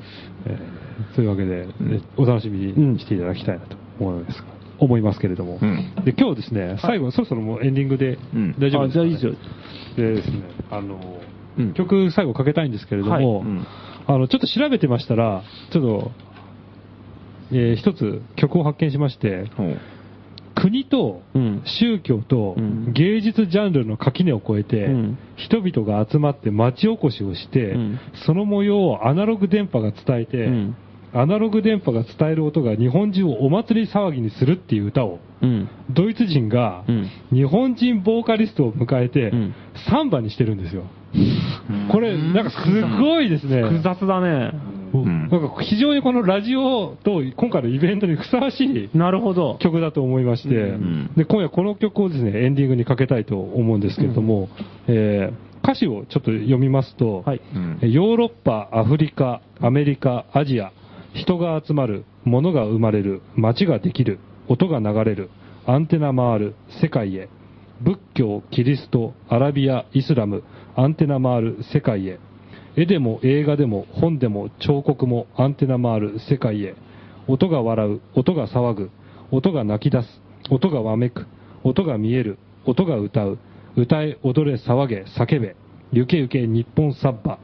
Speaker 3: えーそういうわけで、ねお楽しみにしていただきたいなと思います,、思いますけれども、
Speaker 4: うん
Speaker 3: で今日ですね、最後、そろそろもうエンディングで
Speaker 4: うん
Speaker 3: 大丈夫ですか、ね
Speaker 1: あじゃあ
Speaker 3: でですね、あの、
Speaker 1: うん
Speaker 3: 曲最後かけたいんですけれども、
Speaker 1: はい
Speaker 4: ん
Speaker 3: あの、ちょっと調べてましたら、ちょっと、えー一つ曲を発見しまして、
Speaker 4: うん
Speaker 3: 国と
Speaker 1: うん
Speaker 3: 宗教と
Speaker 1: うん
Speaker 3: 芸術ジャンルの垣根を越えて、
Speaker 1: うん
Speaker 3: 人々が集まって町おこしをして、
Speaker 1: うん
Speaker 3: その模様をアナログ電波が伝えて、
Speaker 1: うん
Speaker 3: アナログ電波が伝える音が日本中をお祭り騒ぎにするっていう歌を、
Speaker 1: うん。
Speaker 3: ドイツ人が
Speaker 1: うん
Speaker 3: 日本人ボーカリストを迎えて、
Speaker 1: うん
Speaker 3: サンバにしてるんですよ。これ、なんかすごいですね。
Speaker 1: 複雑だね。
Speaker 4: ん
Speaker 3: なんか非常にこのラジオと今回のイベントにふさわしい
Speaker 1: なるほど。
Speaker 3: 曲だと思いまして、
Speaker 4: ん
Speaker 3: で今夜この曲をですねエンディングにかけたいと思うんですけれども、えー歌詞をちょっと読みますと、
Speaker 1: はい
Speaker 4: うん
Speaker 3: ヨーロッパ、アフリカ、アメリカ、アジア、人が集まる、物が生まれる、街ができる、音が流れる、アンテナ回る、世界へ、仏教、キリスト、アラビア、イスラム、アンテナ回る、世界へ、絵でも映画でも本でも彫刻もアンテナ回る世界へ音が笑う音が騒ぐ音が泣き出す音がわめく音が見える音が歌う歌え踊れ騒げ叫べゆけゆけ日本サンバ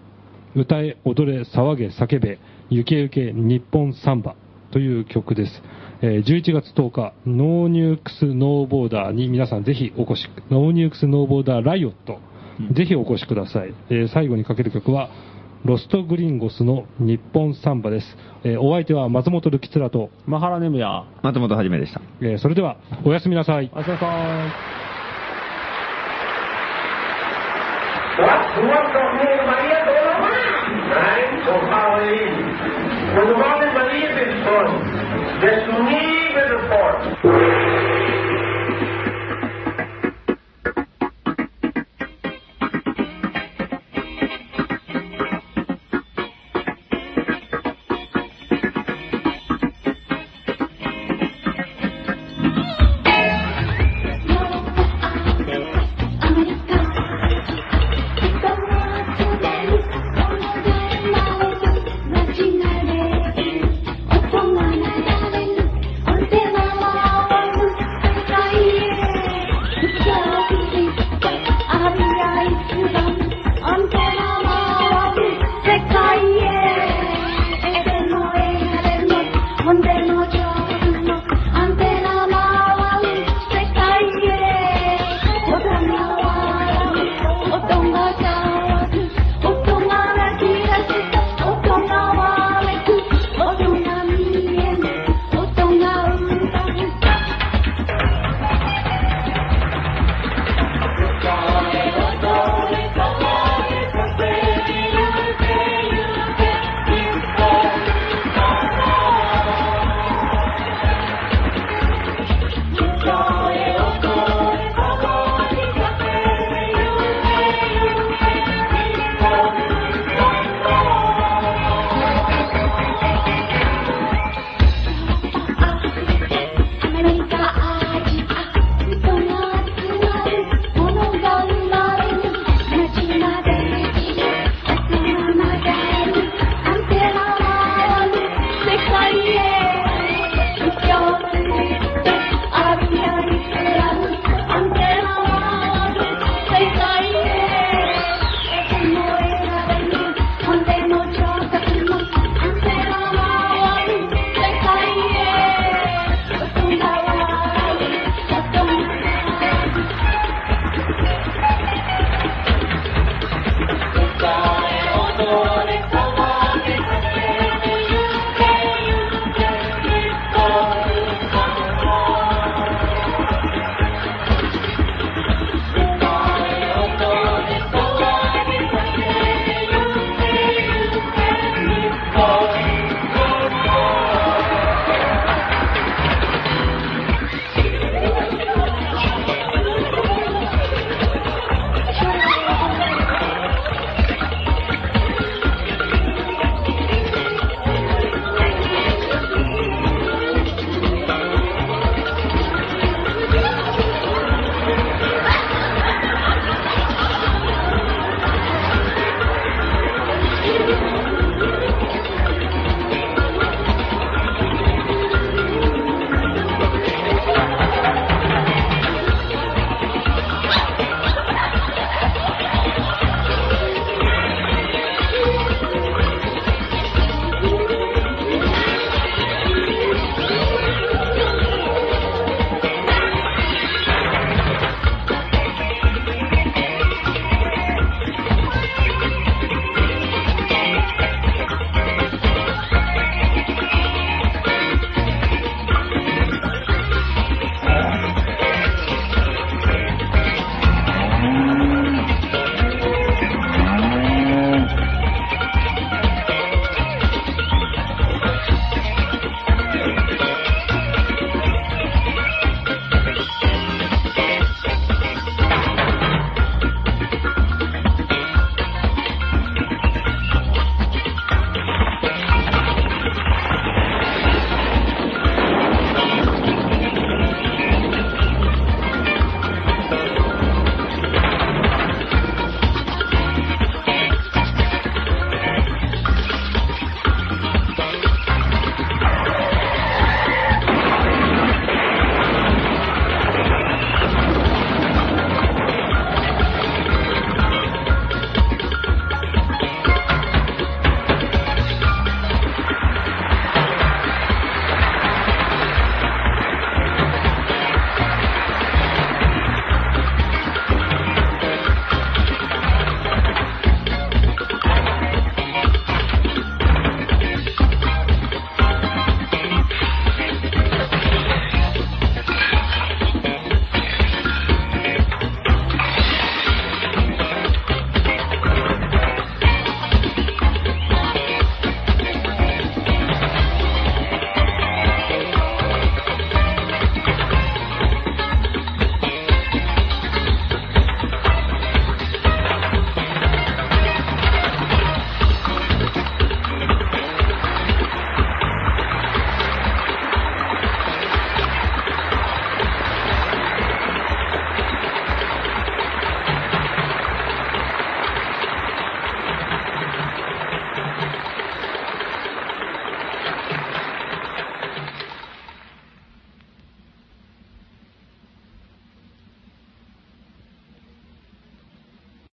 Speaker 3: 歌え踊れ騒げ叫べゆけゆけ日本サンバという曲です、えー11月10日ノーニュークスノーボーダーに皆さんぜひお越しノーニュークスノーボーダーライオット、ぜひお越しください、えー最後にかける曲はロストグリンゴスの日本サンバです、えーお相手は松本ルキツラと、
Speaker 1: マハラネムヤ。
Speaker 4: 松本はじめでした。
Speaker 3: えーそれではおやすみなさい
Speaker 1: あささん。
Speaker 8: What's what's the whole Maria Dora? Right? So how are you? When the Roman Maria is born, the Sunni